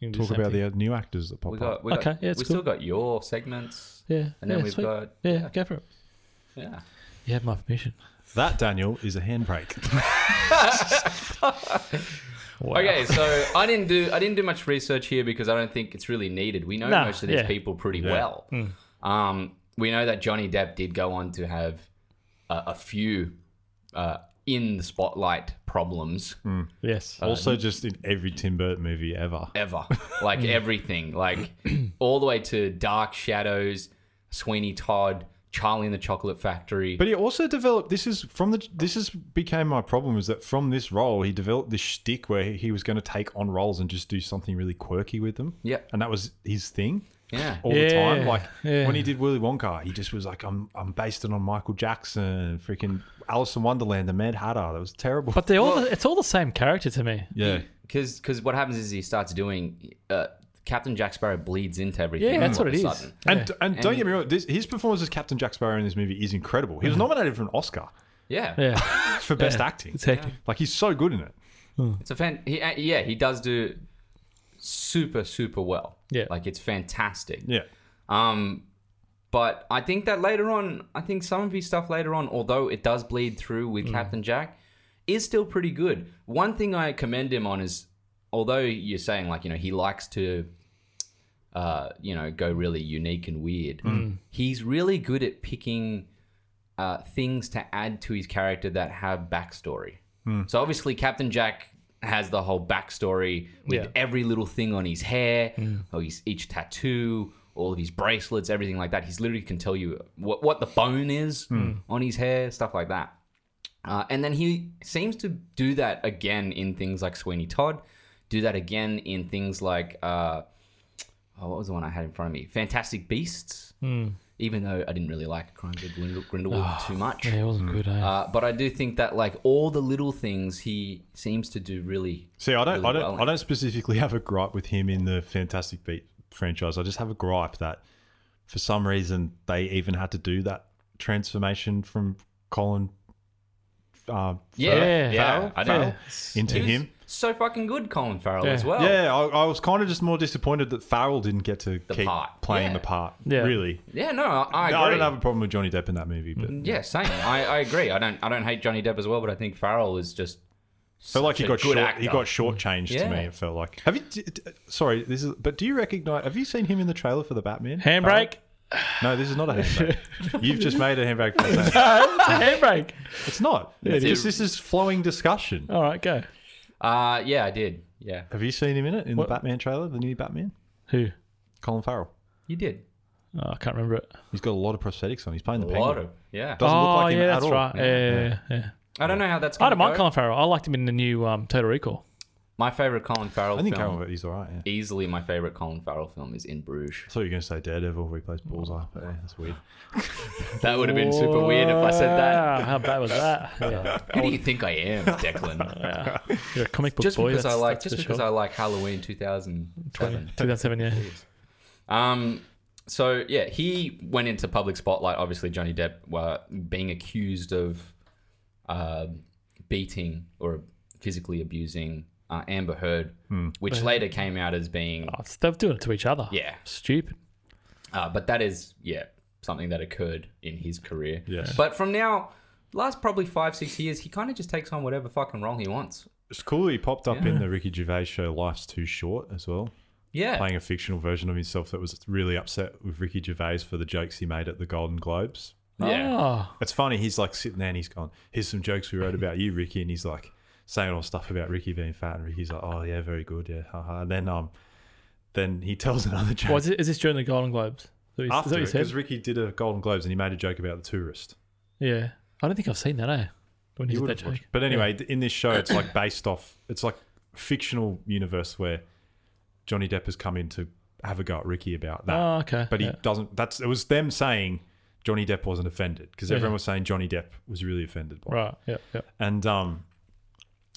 You can do Talk same about thing. the new actors that pop We up. got, we got, Okay, yeah, it's we still got your segments, yeah, and then yeah, we've sweet. got yeah, go for it. yeah. You have my permission. That Daniel is a handbrake. Wow. Okay, so I didn't do I didn't do much research here because I don't think it's really needed. We know Nah, most of these yeah. Hmm. people pretty well. Um, we know that Johnny Depp did go on to have uh, a few uh, in the spotlight problems Yes. also, just in every Tim Burton movie ever. ever, like Mm. everything, like all the way to Dark Shadows, Sweeney Todd, Charlie and the Chocolate Factory. But he also developed. This is from the. This is became my problem is that from this role he developed this shtick where he was going to take on roles and just do something really quirky with them. Yep. and that was his thing. yeah, all the Yeah, time. Like yeah. when he did Willy Wonka, he just was like, "I'm I'm based it on Michael Jackson, freaking Alice in Wonderland, the Mad Hatter." That was terrible. But they all the, it's all the same character to me. yeah, because because what happens is he starts doing uh, Captain Jack Sparrow bleeds into everything. Yeah, that's all what it of a is. sudden. and and don't get me wrong, this, his performance as Captain Jack Sparrow in this movie is incredible. He was nominated for an Oscar Yeah, Mm-hmm. Yeah. for best acting. It's hectic. Like he's so good in it. It's a fan. He, uh, yeah, he does do super super well. Yeah. like it's fantastic. Yeah. Um, but I think that later on, I think some of his stuff later on, although it does bleed through with Captain Jack, is still pretty good. One thing I commend him on is, although you're saying like you know he likes to, uh, you know, go really unique and weird. He's really good at picking uh, things to add to his character that have backstory. So obviously, Captain Jack has the whole backstory with Yeah. every little thing on his hair, or his each tattoo, all of his bracelets, everything like that. He's literally can tell you what what the bone is on his hair, stuff like that. Uh, and then he seems to do that again in things like Sweeney Todd, do that again in things like uh, oh, what was the one I had in front of me? Fantastic Beasts. Hmm. Even though I didn't really like Crime of Grindel- Grindelwald too much, Ah, Yeah, it wasn't good. Eh? uh, but I do think that like all the little things he seems to do really. See, I don't, really I don't, well in. I don't specifically have a gripe with him in the Fantastic Beat franchise. I just have a gripe that for some reason they even had to do that transformation from Colin uh, Yeah, Yeah. yeah, Farrell? I know. Yeah. into He was him. so fucking good, Colin Farrell Yeah. as well. Yeah, I, I was kind of just more disappointed that Farrell didn't get to The keep part, playing yeah. the part. Yeah. Really, yeah. No, I, I agree. No, Mm. I don't have a problem with Johnny Depp in that movie, but yeah, same. I, I agree. I don't. I don't hate Johnny Depp as well, but I think Farrell is just. felt like he such a got good short, actor. he got shortchanged Yeah. to me. It felt like. Have you? d- d- sorry, this is. But do you recognize? Have you seen him in the trailer for the Batman? Handbrake. No, this is not a handbrake. You've just made a handbrake. face. No, it's a handbrake. It's not. it's it just this is flowing discussion. All right, go. Uh, yeah, I did. Yeah, Have you seen him in it in What? the Batman trailer, the new Batman? Who? Colin Farrell. you did. Oh, I can't remember it. He's got a lot of prosthetics on. He's playing the A lot penguin. of yeah. Doesn't oh, look like him yeah, at that's all. right. Yeah, yeah, yeah. yeah. I don't know how that's. Gonna I don't mind go. Colin Farrell. I liked him in the new um, Total Recall. My favorite Colin Farrell I think film. Colin, he's all right. Yeah. Easily, my favorite Colin Farrell film is In Bruges. I thought you were going to say Daredevil where he plays Bullseye, but yeah, that's weird. That would have been super weird if I said that. Wow, How bad was that? Yeah. Who do you think I am, Declan? Yeah. You're a comic book just boy. because I that's- like that's just for because sure. I like Halloween 2007. 2007, yeah. um, so yeah, he went into public spotlight. Obviously, Johnny Depp uh, being accused of uh, beating or physically abusing uh, Amber Heard, Hmm. which later came out as being Oh, it's- they're doing it to each other. yeah. Stupid. Uh, but that is yeah something that occurred in his career. Yes. But from now, last probably five six years, he kind of just takes on whatever fucking role he wants. It's cool that he popped up in the Ricky Gervais show Life's Too Short as well, Yeah. playing a fictional version of himself that was really upset with Ricky Gervais for the jokes he made at the Golden Globes. Yeah. Oh, It's funny, he's like sitting there and he's gone, here's some jokes we wrote about you, Ricky, and he's like saying all stuff about Ricky being fat and Ricky's like, Oh yeah, very good, yeah, haha. And then um then he tells another joke. was it, is this during the Golden Globes? Is that what you- is that after what you said? because Ricky did a Golden Globes and he made a joke about the tourist. Yeah. I don't think I've seen that, eh? When he did that You would've joke. watched- But anyway, in this show, it's like based off. It's like fictional universe where Johnny Depp has come in to have a go at Ricky about that, Oh, okay. but he yeah. doesn't. That's it was them saying Johnny Depp wasn't offended because Yeah. everyone was saying Johnny Depp was really offended by. it. Right. Yeah. Yeah. And um,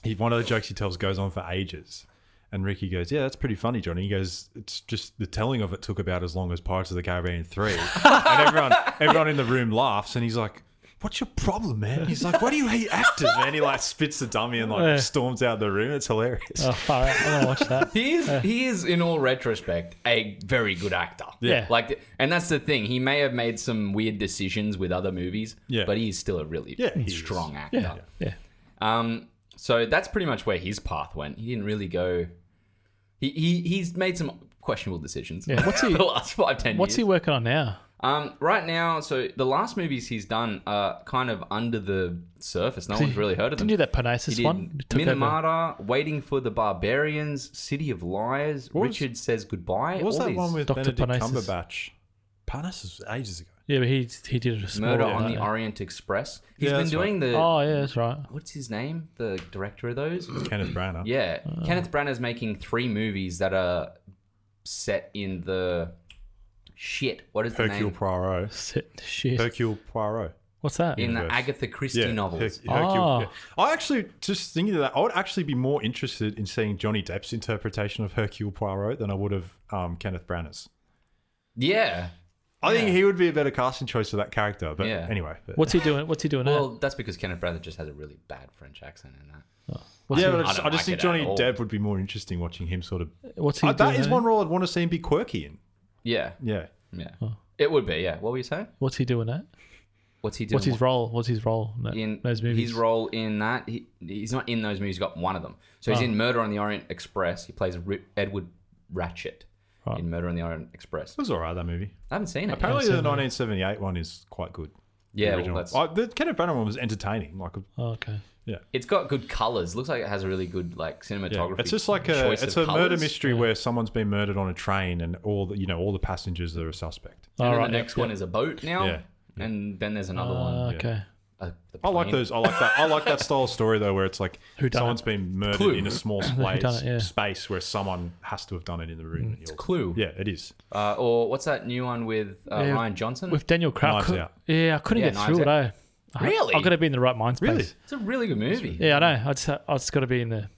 he one of the jokes he tells goes on for ages. And Ricky goes, yeah, that's pretty funny, Johnny. He goes, it's just the telling of it took about as long as Pirates of the Caribbean three, and everyone, everyone in the room laughs, and he's like, "What's your problem, man?" He's like, "Why do you hate actors, man?" He like spits the dummy and like Yeah. storms out of the room. It's hilarious. Uh, Oh, far out. I'm going to watch that. He is, he is, in all retrospect, a very good actor. Yeah. Like, and that's the thing. He may have made some weird decisions with other movies, Yeah. but he is still a really Yeah, he is. strong actor. Yeah. Yeah. Um, so that's pretty much where his path went. He didn't really go. He, he he's made some questionable decisions. Yeah, what's he- the last five ten What's he years? working on now? Um, right now, so the last movies he's done are kind of under the surface. No one's really heard of them. Didn't do that Parnassus He one. did Took over- Minamata, Waiting for the Barbarians, City of Liars, What was- Richard Says Goodbye. What was all that these- one with Dr. Benedict Parnassus. Cumberbatch? Parnassus was ages ago. Yeah, but he he did a small Murder one, on the yeah. Orient Express? He's Yeah, been that's doing the. Oh yeah, that's right. What's his name? The director of those? Kenneth Branagh. Yeah. Oh. Kenneth Branagh's making three movies that are set in the. Shit. What is the Hercule name? Poirot. Sit shit. Hercule Poirot. What's that? In the Universe. Agatha Christie novels. Her- Hercule, Ah. yeah. I actually just thinking of that. I would actually be more interested in seeing Johnny Depp's interpretation of Hercule Poirot than I would have um, Kenneth Branagh's. Yeah. I think he would be a better casting choice for that character. But Yeah. anyway, but- What's he doing? What's he doing Well, that's because Kenneth Branagh just has a really bad French accent in that. now? What's he, yeah, but I just, don't I just like it think at Johnny all. Depp would be more interesting watching him sort of. what's he Uh, that doing is eh? one role I'd want to see him be quirky in. Yeah, Yeah. yeah. Oh. It would be. Yeah. What were you saying? What's he doing that? What's he doing? What's his role? What's his role in, that- in those movies? His role in that, he, he's not in those movies. He got one of them. So he's Oh. in Murder on the Orient Express. He plays Ri- Edward Ratchet Right. in Murder on the Orient Express. It was all right, that movie. I haven't seen it. yet. Apparently, the seen that. 1978 one is quite good. The Yeah, well, original. that's, Oh, the Kenneth Branagh one was entertaining. Like, a- Oh, okay. it's got good colors. Looks like it has a really good like yeah. cinematography. it's just like a choice it's a of murder colours. mystery where someone's been murdered on a train and all the you know all the passengers are a suspect. And All then right. the next yeah, one is a boat now. Yeah. And then there's yeah. another Ah, one. okay. uh, the I like plane. those. I like that. I like that style of story though, where it's like Who done someone's been murdered Clue. in a small Who space, done it, yeah. Mm. space where someone has to have done it in the room. It's Clue. Yeah, it is. Uh, or what's that new one with uh, Yeah. Ryan Johnson? With Daniel Craig. Knives Out. Yeah, I couldn't Yeah, get through it. Knives Eh? I- Really? I've got to be in the right mind space. Really? it's a really good movie. Yeah, I know. I just, I just got to be in the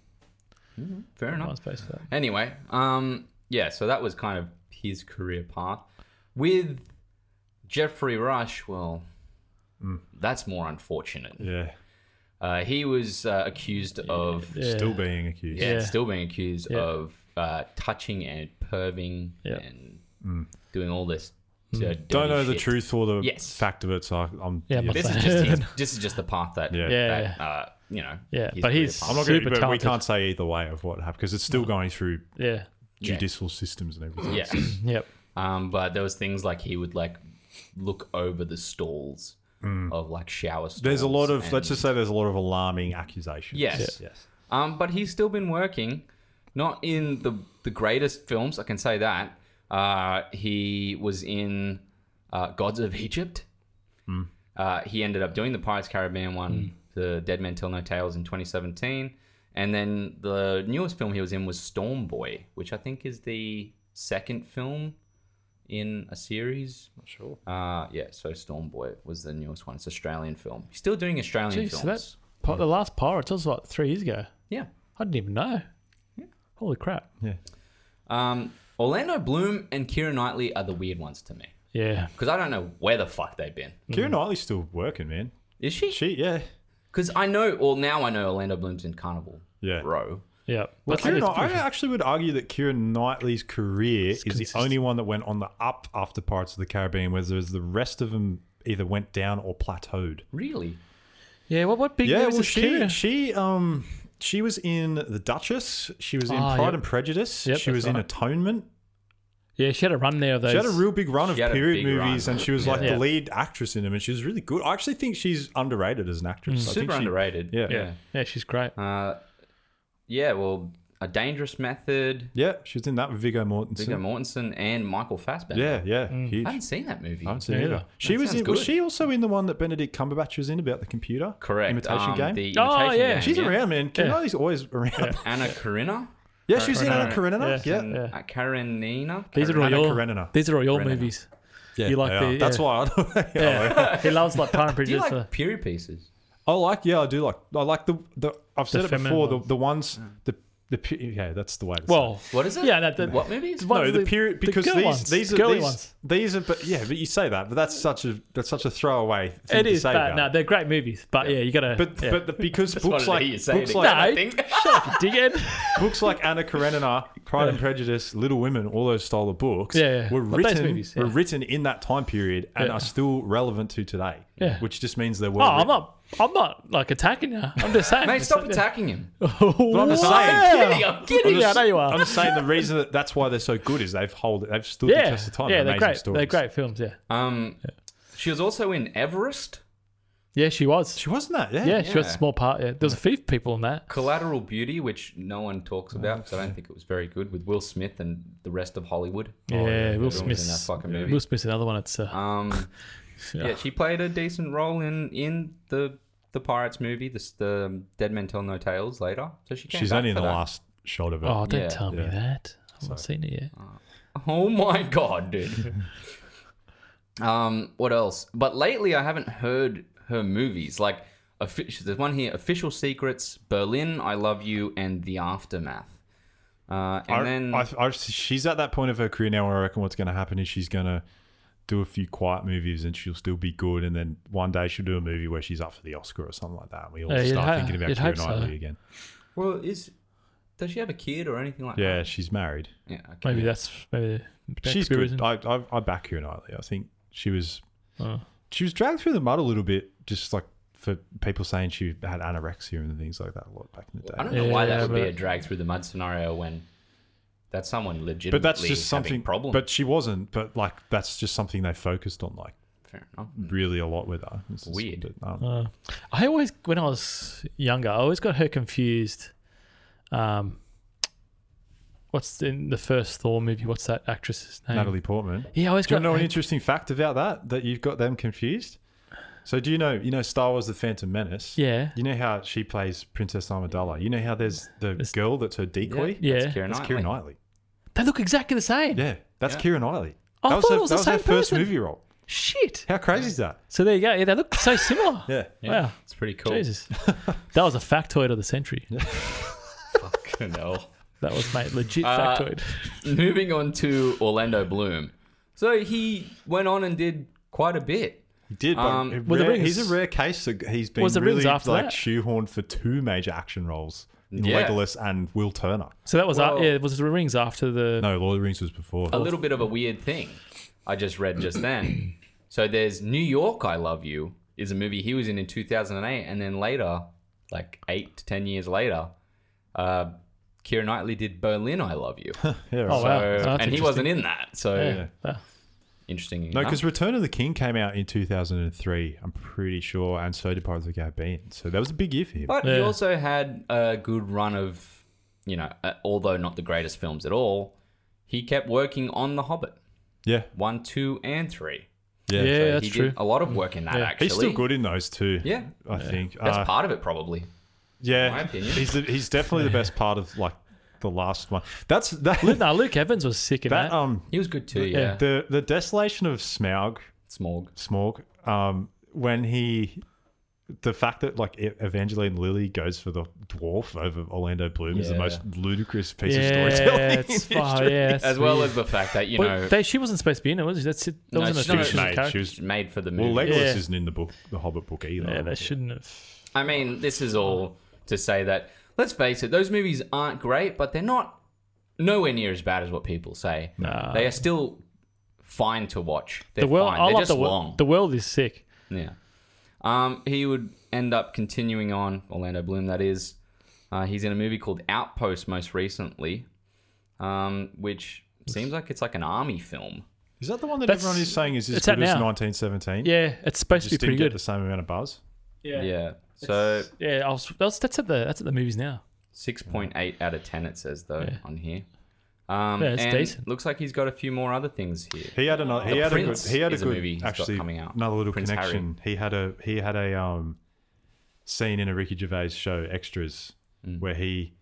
Fair enough. right space for that. Anyway, um, yeah, so that was kind of his career path. With Jeffrey Rush, well, Mm. that's more unfortunate. Yeah, Uh, he was uh, accused of, yeah, Yeah. still being accused. Yeah. still being accused Yeah. of uh, touching and perving Yeah. Mm. and doing all this. uh, dirty Mm. Don't know the shit. truth or the Yes. fact of it, so I- I'm. Yeah, but- This is just his, this is just the path that Yeah. Yeah, that, Uh, you know Yeah, his but career he's- path. I'm not Super going to. We talented. can't say either way of what happened because it's still going through Yeah. Yeah. judicial systems and everything. yeah. Yep. Um, but there was things like he would like look over the stalls of like shower stalls. Mm. There's a lot of. and- Let's just say there's a lot of alarming accusations. Yes. Yes. Um, but he's still been working, not in the the greatest films. I can say that. Uh, he was in uh, Gods of Egypt. Mm. Uh, he ended up doing the Pirates Caribbean one, the Dead Men Tell No Tales in 2017, and then the newest film he was in was Storm Boy, which I think is the second film in a series. Not sure. Uh, yeah, so Storm Boy was the newest one. It's Australian film. He's still doing Australian films. Jeez, so that pi- the last Pirates was like three years ago. yeah. I didn't even know. Holy crap. Yeah. Um, Orlando Bloom and Kira Knightley are the weird ones to me Yeah. because I don't know where the fuck they've been. Mm. Kieran Knightley's still working, man. Is she? She, yeah, Because I know, or now I know Orlando Bloom's in Carnival yeah. Row. Yeah. Well, That's- Kieran, it's I uh, pretty- actually would argue that Kieran Knightley's career is consistent. the only one that went on the up after Pirates of the Caribbean, whereas the rest of them either went down or plateaued. Really? yeah. What, what big Yeah, news well, is she Kira? she um she was in The Duchess. She was in Ah, Pride yep. and Prejudice. Yep, she was that's in right. Atonement. Yeah, she had a run there of those. She had a real big run of She had a period big movies, run. and she was like Yeah. the lead actress in them, and she was really good. I actually think she's underrated as an Mm. actress. I think Super she- underrated. yeah. yeah. Yeah, she's great. Yeah. Uh, yeah. Well, a dangerous method. Yeah, she was in that with Viggo Mortensen. Viggo Mortensen and Michael Fassbender. Yeah, yeah, Mm. huge. I haven't seen that movie. I haven't seen Yeah. either. She That was sounds in. Was good. she also in the one that Benedict Cumberbatch was in about the computer? Correct. Imitation um, Game. The imitation Oh, yeah. Game, She's around, man. Karen Yeah. Knightley's always around. Yeah, Anna Karenina. she was in Karenina. Anna Karenina. Yeah, Yeah. And, uh, Karenina. These are all Anna your. Karenina. These are all your Karenina. movies. Yeah, You like they are. the- That's yeah. why. I, Yeah. he loves like Pride and Do you Prejudice. uh, like period pieces? I like. Yeah, I do like. I like the the. I've said it feminine before. The, ones. the ones the the pe- yeah. That's the way. To well, What is it? Yeah, that- that- what movies? the say. ones it. no, the with- period the because girl these ones, these the are girly these, ones. these are but yeah but you say that but that's such a that's such a throwaway. Thing It to is say bad. about No, it. they're great movies, but yeah, you gotta. But yeah. but the, because what books I hear like you saying books it. like No, I no, think- shut up, you dickhead. books like Anna Karenina, Pride and Prejudice, Little Women, all those style of books Yeah, yeah. were Like those written movies, were yeah. written in that time period and Yeah. are still relevant to today. Yeah. Which just means they're Oh, well. I'm written. not. I'm not like attacking you. I'm just saying. Mate, stop attacking him. But I'm just I'm saying. kidding. I'm Yeah, kidding. I know you I'm are. just saying the reason that that's why they're so good is they've hold they've stood the Yeah, test of time. yeah, They're they're amazing great. Stories. They're great films. Yeah, Um, she was also in Everest, yeah, she was. She wasn't that. Yeah. yeah, she was yeah. a small part. Yeah, there was a few people in that. Collateral Beauty, which no one talks about because I don't think it was very good with Will Smith and the rest of Hollywood. Oh, Yeah, Will Everyone was Smith. in that fucking movie. Will Smith's another one. It's uh, Um, yeah. she played a decent role in in the the Pirates movie, the, the Dead Men Tell No Tales. Later, so she came She's back only in for the that. last shot of it. oh, don't yeah, tell yeah. me that. I haven't seen it yet. Oh my god, dude. um, what else? But lately, I haven't heard her movies. Like, offi- there's one here: Official Secrets, Berlin, I Love You, and The Aftermath. Uh, and I, then I, I- she's at that point of her career now where I reckon what's going to happen is she's going to do a few quiet movies and she'll still be good. And then one day she'll do a movie where she's up for the Oscar or something like that. And we all Yeah, Uh, you'd start ho- thinking about you'd hope Keira so. Knightley again. Well, is does she have a kid or anything like Yeah, she's married. that? Yeah. Okay. Maybe that's maybe that she's could be a good. reason. I, I I back her Knightley. I think she was Oh. she was dragged through the mud a little bit, just like for people saying she had anorexia and things like that a lot back in the day. I don't know why that Yeah, would be but- a drag through the mud scenario when that's someone legitimately but that's just something having problem. But she wasn't. But like that's just something they focused on like Fair enough. really a lot with her. It's just- Hmm. Weird. but, um, Uh, I always, when I was younger, I always got her confused. Um, what's in the first Thor movie? What's that actress's name? Natalie Portman. Yeah, I always Do you got. want to know an interesting fact about that? That you've got them confused. So do you know you know Star Wars: The Phantom Menace? yeah, You know how she plays Princess Amidala. You know how there's the It's- girl that's her decoy. Yeah. That's Kieran That's Knightley. Kieran Knightley. they look exactly the same. Yeah, that's Yeah. Kieran Knightley. I that was thought her, it was that the was her same first person. movie role. Shit. How crazy is that? So there you go. Yeah, they look so similar. Yeah. Wow. It's pretty cool. Jesus, that was a factoid of the century. Fucking hell. That was mate, legit Uh, factoid. Moving on to Orlando Bloom. So he went on and did quite a bit. He did, but Um, a Well, the rare- Rings- he's a rare case. That he's been Was the Rings really after like that? shoehorned for two major action roles in Yeah. Legolas and Will Turner. So that was uh, Well- yeah, it was the rings after the No, Lord of the Rings was before. A little bit of a weird thing I just read just then. So there's New York, I Love You is a movie he was in in 2008, and then later, like eight to ten years later, uh, Keira Knightley did Berlin, I Love You. Yeah, right. Oh, So, wow. That's and he interesting. wasn't in that. So yeah. Wow. interesting. No, enough. because Return of the King came out in 2003, I'm pretty sure, and so did Pirates of the Caribbean. So that was a big year for him. But he Yeah. also had a good run of, you know, uh, although not the greatest films at all, he kept working on The Hobbit yeah, one, two, and three. yeah. Yeah, So that's he true. did a lot of work in that. Yeah. Actually, He's still good in those too. Yeah. I think. That's Uh, part of it, probably. yeah, my opinion. he's the, he's definitely the best part of like the last one. That's that. no, Luke Evans was sick in that. that um, He was good too. Yeah, Yeah. the the desolation of Smaug Smog. Smorg, um, when he, the fact that like E- Evangeline Lilly goes for the dwarf over Orlando Bloom is the Yeah. most ludicrous piece yeah, of storytelling. it's, oh, yeah, that's As well weird. as the fact that you But know they, she wasn't supposed to be in it, was she? That's it. That No, wasn't a she's not a- fictional Mate, character. she it's made for the Well, movie. Legolas Yeah. isn't in the book, the Hobbit book either. yeah, they shouldn't have. I mean, this is all to say that let's face it, those movies aren't great, but they're not nowhere near as bad as what people say. Nah. They are still fine to watch. They're Uh, The world, fine. I They're love just the long. world. The world is sick. Yeah. Um, he would end up continuing on Orlando Bloom. That is, uh, he's in a movie called Outpost most recently, um, which seems like it's like an army film. Is that the one that That's- everyone is saying is as it's out good as now. 1917? Yeah, it's supposed Hmm? Just to be pretty didn't get good. the same amount of buzz. Yeah. So yeah, I was, that's, that's at the that's at the movies now. six point eight out of ten it says though Yeah. on here. Um, Yeah, it's and decent. Looks like he's got a few more other things here. He had another. He The had Prince a good. He had a is a good. movie he's got actually, coming out. another little Prince connection. He had a. He had a um, scene in a Ricky Gervais show, Extras, Mm. where he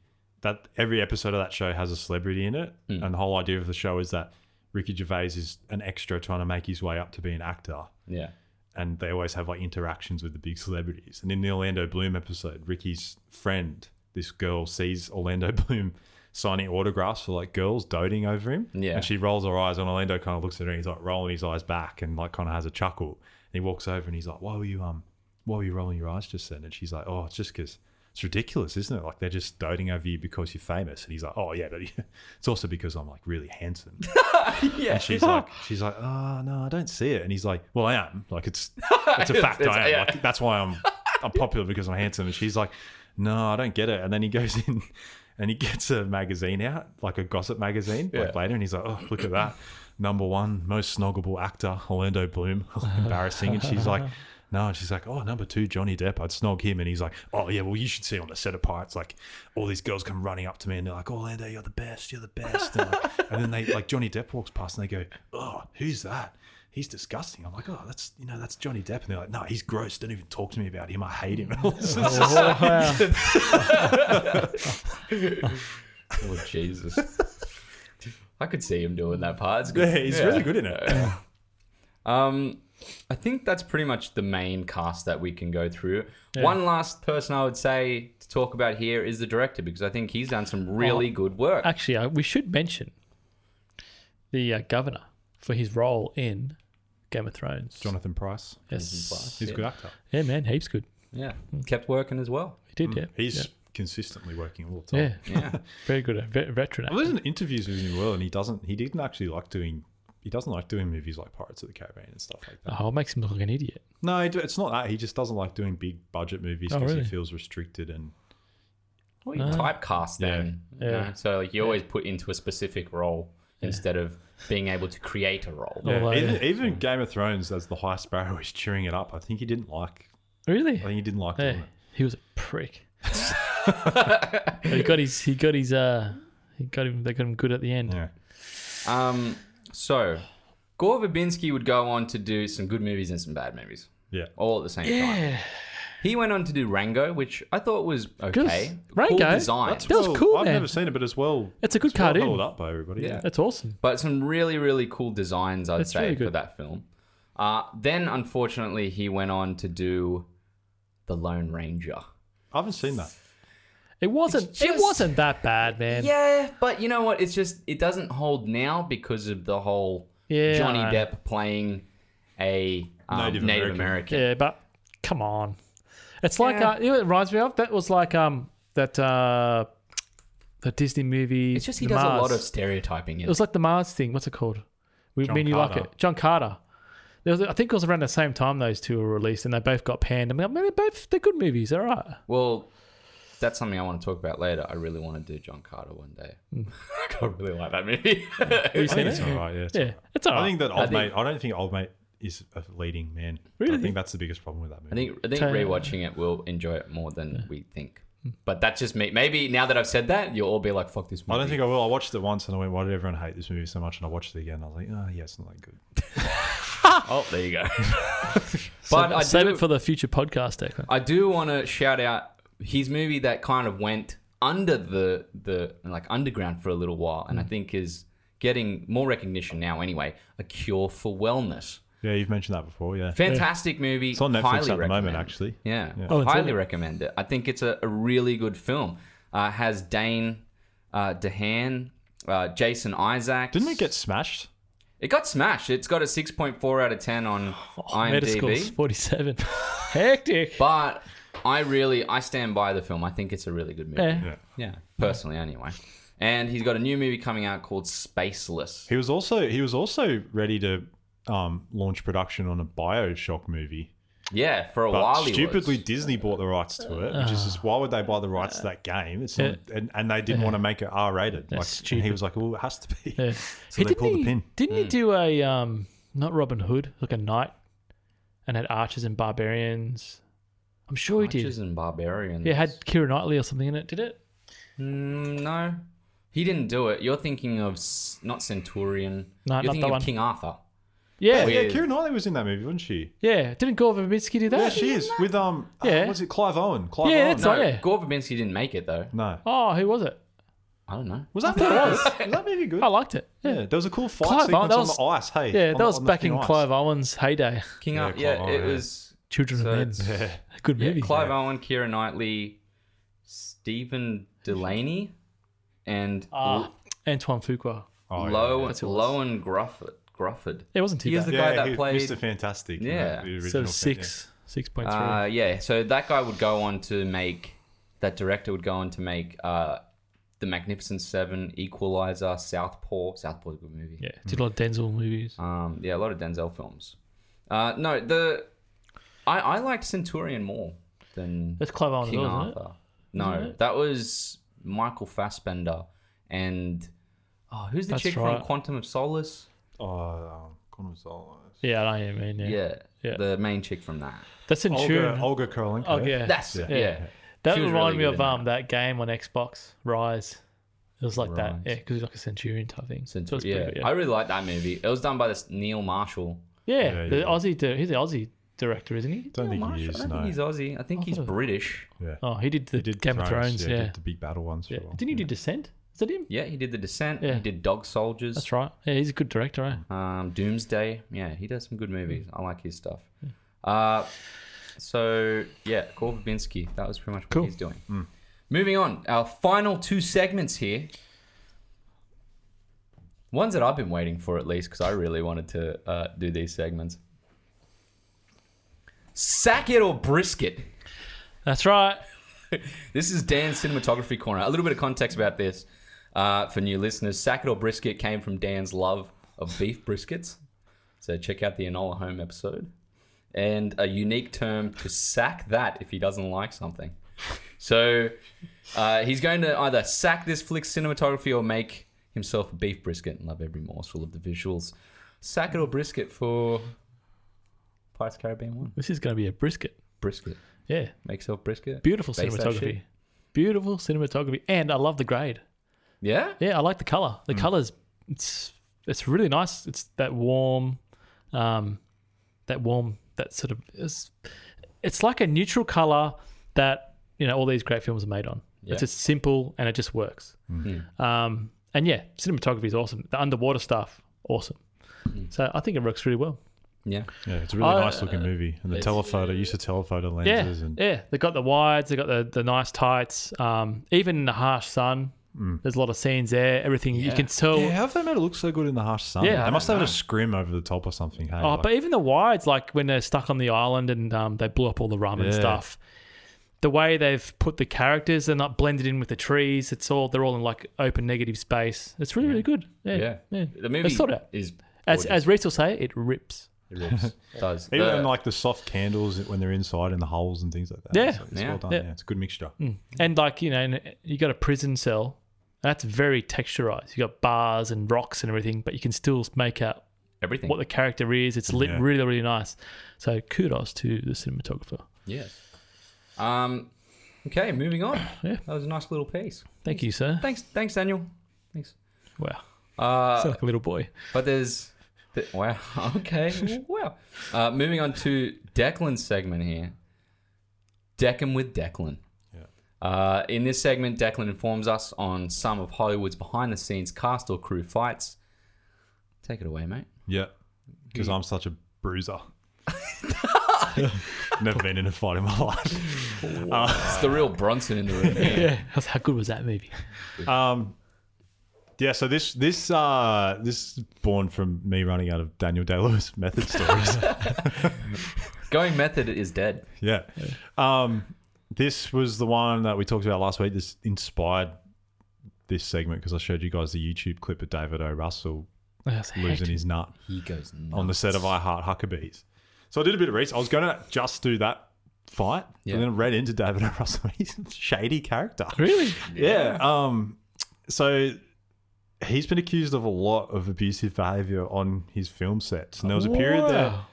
that every episode of that show has a celebrity in it, Mm. and the whole idea of the show is that Ricky Gervais is an extra trying to make his way up to be an actor. Yeah. And they always have like interactions with the big celebrities. And in the Orlando Bloom episode, Ricky's friend, this girl, sees Orlando Bloom signing autographs for like girls doting over him. Yeah. And she rolls her eyes, and Orlando kind of looks at her and he's like rolling his eyes back and like kind of has a chuckle. And he walks over and he's like, "Why were you um, why were you rolling your eyes just then?" And she's like, "Oh, it's just because." It's ridiculous, isn't it? Like they're just doting over you because you're famous, and he's like, "Oh yeah, but it's also because I'm like really handsome." Yeah. And she's like, she's like, oh no, I don't see it. And he's like, well, I am. Like it's, it's a fact. It's- I am. yeah. Like, that's why I'm, I'm popular because I'm handsome. And she's like, no, I don't get it. And then he goes in, and he gets a magazine out, like a gossip magazine, like Yeah. later, and he's like, oh, look at that, number one most snoggable actor, Orlando Bloom, embarrassing. And she's like. No, and she's like, oh, number two, Johnny Depp. I'd snog him, and he's like, oh yeah, well you should see on the set of Pirates, like all these girls come running up to me and they're like, "Oh, Orlando, you're the best, you're the best, and, like, and then they like Johnny Depp walks past and they go, oh, who's that? He's disgusting. I'm like, oh, that's you know that's Johnny Depp, and they're like, no, he's gross. Don't even talk to me about him. I hate him. It's just- Wow. Oh Jesus! I could see him doing that part. It's Oh. yeah, good. he's Yeah. really good in it. Um, I think that's pretty much the main cast that we can go through. One last person I would say to talk about here is the director because I think he's done some really Oh. good work. Actually, uh, we should mention the uh, governor for his role in Game of Thrones. Jonathan Price, yes. he's a Yeah. good actor. Yeah, man, heaps good. yeah, kept working as well. He did. Yeah, Mm, He's yeah. consistently working all the time. Yeah, Yeah. very good. A ve- veteran. I actor. was in interviews with him as well, and he doesn't. He didn't actually like doing. He doesn't like doing movies like Pirates of the Caribbean and stuff like that. Oh, it makes him look like an idiot. No, it- it's not that. He just doesn't like doing big budget movies Oh, because really? he feels restricted. And Well, you Uh, typecast then. yeah. you Yeah. know? So like you always put into a specific role instead of being able to create a role. Yeah. Although- even, even Game of Thrones, as the High Sparrow is cheering it up, I think he didn't like. Really? I think he didn't like Yeah, doing it. he was a prick. he got his. He got his. Uh, he got him. They got him good at the end. Yeah. Um, so Gore Verbinski would go on to do some good movies and some bad movies Yeah. all at the same time. Yeah, He went on to do Rango, which I thought was okay. Rango? Cool design. That's That was well- cool, I've man. never seen it, but as well, It's a good it's well cartoon. held up by everybody. Yeah. that's awesome. but some really really cool designs I'd That's say really good. for that film. Uh, then unfortunately he went on to do The Lone Ranger. I haven't seen that. It wasn't. just- It wasn't that bad, man. Yeah, but you know what? It's just it doesn't hold now because of the whole Yeah, Johnny I know. Depp playing a um, Native, Native American. American. Yeah, but come on. It's like Yeah. uh, you know what it reminds me of that was like um that uh the Disney movie. It's just he The does a Mars. lot of stereotyping. It In it. was like the Mars thing. What's it called? We John mean you like Carter. it. John Carter. There was, I think it was around the same time those two were released, and they both got panned. I mean, they're both they're good movies. They're all right. Well, that's something I want to talk about later. I really want to do John Carter one day. Mm. I really like that movie. Have you I seen think it? it's all right. Yeah. it's all Yeah, right. it's all right. I think that old I think- mate. I don't think old mate is a leading man. Really? I think that's the biggest problem with that movie. I think I think Totally. rewatching it will enjoy it more than we think. But that's just me. Maybe now that I've said that, you'll all be like, "Fuck this movie." I don't think I will. I watched it once and I went, "Why did everyone hate this movie so much?" And I watched it again. And I was like, "Oh, yeah, it's not that good." Oh, there you go. but I save do, it for the future podcast, Declan. I do want to shout out his movie that kind of went under the the like underground for a little while, Mm. and I think is getting more recognition now. Anyway, a cure for wellness. Yeah, you've mentioned that before. Yeah, Fantastic movie. it's on Netflix at highly the moment, recommend. actually. Yeah, Yeah. Oh, it's on highly it. recommend it. I think it's a, a really good film. Uh, has Dane uh, DeHaan, uh, Jason Isaacs. Didn't it get smashed? It got smashed. It's got a six point four out of ten on Oh, Metascore's IMDb. forty-seven. Hectic. But I really, I stand by the film. I think it's a really good movie. Yeah. Yeah, personally, anyway. And he's got a new movie coming out called Spaceless. He was also he was also ready to um, launch production on a Bioshock movie, Yeah, for a but while he stupidly was. Disney bought the rights to it, which is just why would they buy the rights to that game? It's not, and, and they didn't want to make it R rated. Like, That's and he stupid. was like, "Well, it has to be." Yeah. So they pulled the he, pin. Didn't Mm. he do a um not Robin Hood, like a knight and had archers and barbarians? I'm sure Oh, he Witches did. and Barbarians. Yeah, it had Kira Knightley or something in it, did it? Mm, no, he didn't do it. You're thinking of s- not Centurion. No, You're not thinking that of one. King Arthur. Yeah. we- Oh, Yeah, Weird. Kieran Knightley was in that movie, wasn't she? yeah. Didn't Gore Verbinski do that? Yeah, she is with um. Yeah. Yeah. was it Clive Owen? Clive Yeah, Owen. that's No, Oh, yeah. Gore Verbinski didn't make it though. No. Oh, who was it? I don't know. Was that movie good? Was that movie good? I liked it. Yeah. Yeah, there was a cool fight Clive Owen, sequence that on the ice. Hey, Yeah, on that the- was on the back thin in ice. Clive Owen's heyday. King Yeah, Arthur. Clive Yeah, Owen, it yeah. was Children So of Men. it's- Good yeah, movie. Clive Owen, Kira Knightley, Stephen Delaney, and Ah, Antoine Fuqua. Oh, yeah. Low That's who it was. Low and Grufford. Grufford. It wasn't too He is bad. the guy that he- played- Mr. Fantastic. in Yeah. the original So film, six, six point three. Uh, yeah, so that guy would go on to make that director would go on to make uh, the Magnificent Seven, Equalizer, Southpaw. Southpaw's a good movie. yeah, did a lot of Denzel movies. Um, yeah, a lot of Denzel films. Uh, no, the I, I liked Centurion more than That's Clive Owen, as King well, isn't it? Arthur. No, that was Michael Fassbender and oh, who's the That's chick right. from Quantum of Solace? Yeah. Oh, um, Quantum of Solace. Yeah, I know you mean. Yeah. Yeah, Yeah. the main chick from that. That's in Olga, tune. Olga Kurylenko. Oh yeah, That's Yeah. yeah. Yeah. that she was reminded really me good of in um that game on Xbox Rise. It was like that, Rise. yeah, because he's like a centurion type thing. So it's Centurion. pretty yeah. good, I yeah. really like that movie. It was done by this Neil Marshall. yeah, Yeah, the yeah. Aussie. Di- he's the Aussie director, isn't he? Don't Neil think he Marshall. is. I don't no. think he's Aussie. I think he's thought it- British. yeah. Oh, he did the He did Game of Thrones. he Yeah, did the big battle ones. For yeah. a while. didn't he do Descent? Is that him? Yeah, he did The Descent. Yeah. He did Dog Soldiers. That's right. Yeah, he's a good director. Eh? Um, Doomsday. Yeah, he does some good movies. I like his stuff. Uh, so yeah, Gore Verbinski. That was pretty much what Cool. he's doing. Moving on, our final two segments here. Ones that I've been waiting for at least because I really wanted to uh, do these segments. Sack it or brisket. That's right. this is Dan's cinematography corner. A little bit of context about this uh, for new listeners: Sacket or brisket came from Dan's love of beef briskets. So check out the Enola Home episode, and a unique term to sack that if he doesn't like something. So uh, he's going to either sack this flick's cinematography or make himself a beef brisket and love every morsel of the visuals. Sack it or brisket for Pirates of the Caribbean One. This is going to be a brisket. Brisket. Yeah, Make yourself brisket. beautiful Base that shit. cinematography. Beautiful cinematography, and I love the grade. Yeah? Yeah, I like the color. The colors, it's it's really nice. It's that warm, um, that warm, that sort of it's, it's like a neutral color that you know all these great films are made on. Yeah. It's just simple and it just works. Um, and yeah, cinematography is awesome. The underwater stuff, awesome. So I think it works really well. Yeah. Yeah, it's a really Uh, nice looking movie. And the it's- telephoto, use of telephoto Yeah, lenses, and yeah. They got the wides, they got the the nice tights. Um, even in the harsh sun, there's a lot of scenes there. Everything you Yeah. can tell. yeah, how have they made it look so good in the harsh sun? Yeah, I they must don't have had a scrim over the top or something. Hey, Oh, like- but even the wides, like when they're stuck on the island and um, they blew up all the rum and Yeah. stuff. The way they've put the characters, they're not blended in with the trees. It's all they're all in like open negative space. It's really really good. Yeah, Yeah. yeah. The movie It's sort of- is As gorgeous. as Reese will say, it rips. it rips. does. uh, even The- like the soft candles when they're inside in the holes and things like that. Yeah. it's, it's Yeah. well done. Yeah. Hmm. Yeah. it's a good mixture. And like you know, and you got a prison cell. That's very texturized. You got bars and rocks and everything, but you can still make out everything. what the character is. It's lit Yeah. really really nice. So kudos to the cinematographer. yeah. Um okay, moving on. Yeah. That was a nice little piece. Thank you, sir. Thanks thanks Daniel. Thanks. Wow, Uh sound like a little boy. But there's th- wow. Okay, wow. Uh, moving on to Declan's segment here. Declan with Declan. Yeah. Uh, in this segment, Declan informs us on some of Hollywood's behind-the-scenes cast or crew fights. Take it away, mate. Yeah, because I'm such a bruiser. Never been in a fight in my life. It's the real Bronson in the room. here. Yeah, how good was that movie? Um, yeah, so this this uh, this is born from me running out of Daniel Day Lewis method stories. Going method is dead. yeah. Um, this was the one that we talked about last week. This inspired this segment because I showed you guys the YouTube clip of David O. Russell That's losing his nut He goes on the set of I Heart Huckabees. So I did a bit of research. I was going to just do that fight, Yeah. and then read into David O. Russell. He's a shady character. Really? Yeah. Um, so he's been accused of a lot of abusive behavior on his film sets. And there was a period there Wow.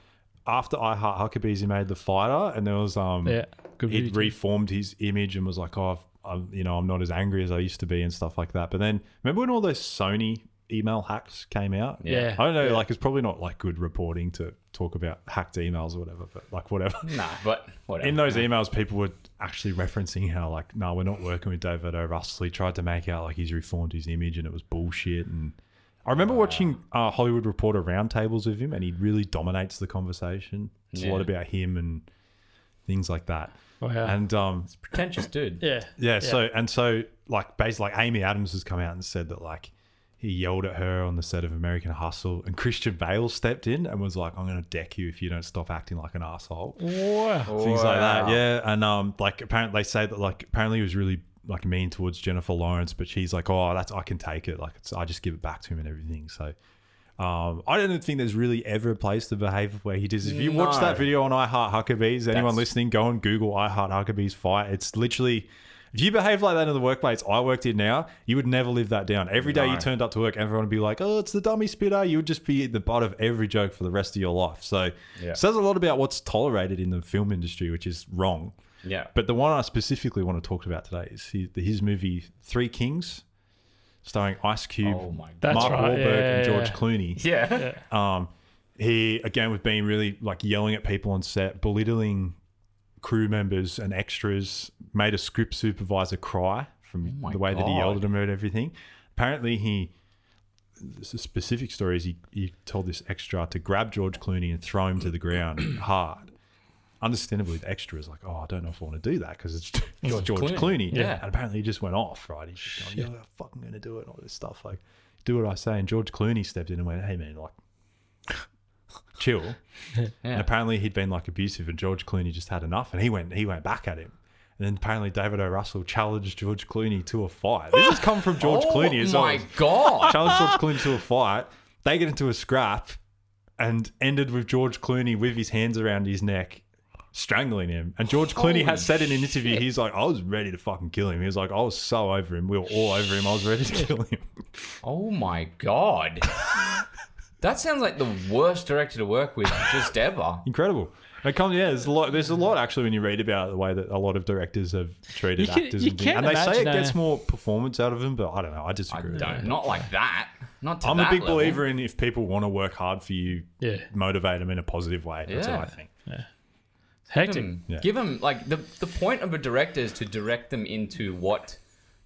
after I Heart Huckabees, he made The Fighter, and there was um, Yeah. Good it movie. reformed his image and was like, oh, I've, I'm, you know, I'm not as angry as I used to be and stuff like that. But then remember when all those Sony email hacks came out? Yeah. I don't know, like it's probably not like good reporting to talk about hacked emails or whatever, but like whatever. Nah, but whatever. In those emails, people were actually referencing how like, no, we're not working with David O. Russell. He tried to make out like he's reformed his image and it was bullshit. And I remember watching uh, Hollywood Reporter roundtables with him, and he really dominates the conversation. It's a lot Yeah. about him and things like that. Wow. And um, Pretentious dude. yeah. yeah, So and so, like basically, like Amy Adams has come out and said that like he yelled at her on the set of American Hustle, and Christian Bale stepped in and was like, "I'm going to deck you if you don't stop acting like an asshole." Wow. Things like that. Wow. Yeah, and um, like apparently they say that like apparently he was really like mean towards Jennifer Lawrence, but she's like, "Oh, that's I can take it. Like it's, I just give it back to him and everything." So. Um, I don't think there's really ever a place to behave where he does. If you watch No. that video on I Heart Huckabees, anyone That's- listening, go and Google I Heart Huckabees fight. It's literally, if you behave like that in the workplace I worked in now, you would never live that down. Every day you No. turned up to work, everyone would be like, oh, it's the dummy spitter. You would just be the butt of every joke for the rest of your life. So Yeah. it says a lot about what's tolerated in the film industry, which is wrong. Yeah. But the one I specifically want to talk about today is his, his movie Three Kings, starring Ice Cube, Oh my god. That's Mark right. Wahlberg, Yeah, yeah, and George yeah. Clooney Yeah. um, he again with being really like yelling at people on set, belittling crew members and extras, made a script supervisor cry from my the way that he God. yelled at him and everything. Apparently, he the specific story is he, he told this extra to grab George Clooney and throw him to the ground hard. Understandably, the extra is like, oh, I don't know if I want to do that because it's George, Clooney. Clooney, yeah. And apparently, he just went off, right? He's just going, yeah, I'm fucking going to do it and all this stuff. Like, do what I say. And George Clooney stepped in and went, hey, man, like, chill. And apparently he'd been like abusive, and George Clooney just had enough, and he went he went back at him. And then apparently David O. Russell challenged George Clooney to a fight. This has come from George oh Clooney as well. my god! Challenged George Clooney to a fight. They get into a scrap and ended with George Clooney with his hands around his neck, strangling him. And George Clooney has said in an interview, he's like, I was ready to fucking kill him. He was like, I was so over him. We were all over him. I was ready to kill him. Oh my god! that sounds like the worst director to work with just ever. Incredible. It comes, yeah, there's a lot. There's a lot actually when you read about the way that a lot of directors have treated You can- actors, you and, things. can and they say it imagine, uh, gets more performance out of them. But I don't know. I I disagree. with that. don't. Not like that. Not to I'm that a big level. believer in if people want to work hard for you, Yeah. motivate them in a positive way. That's Yeah. what I think. Give Hectic. them, Hmm. Yeah. give 'em, like the the point of a director is to direct them into what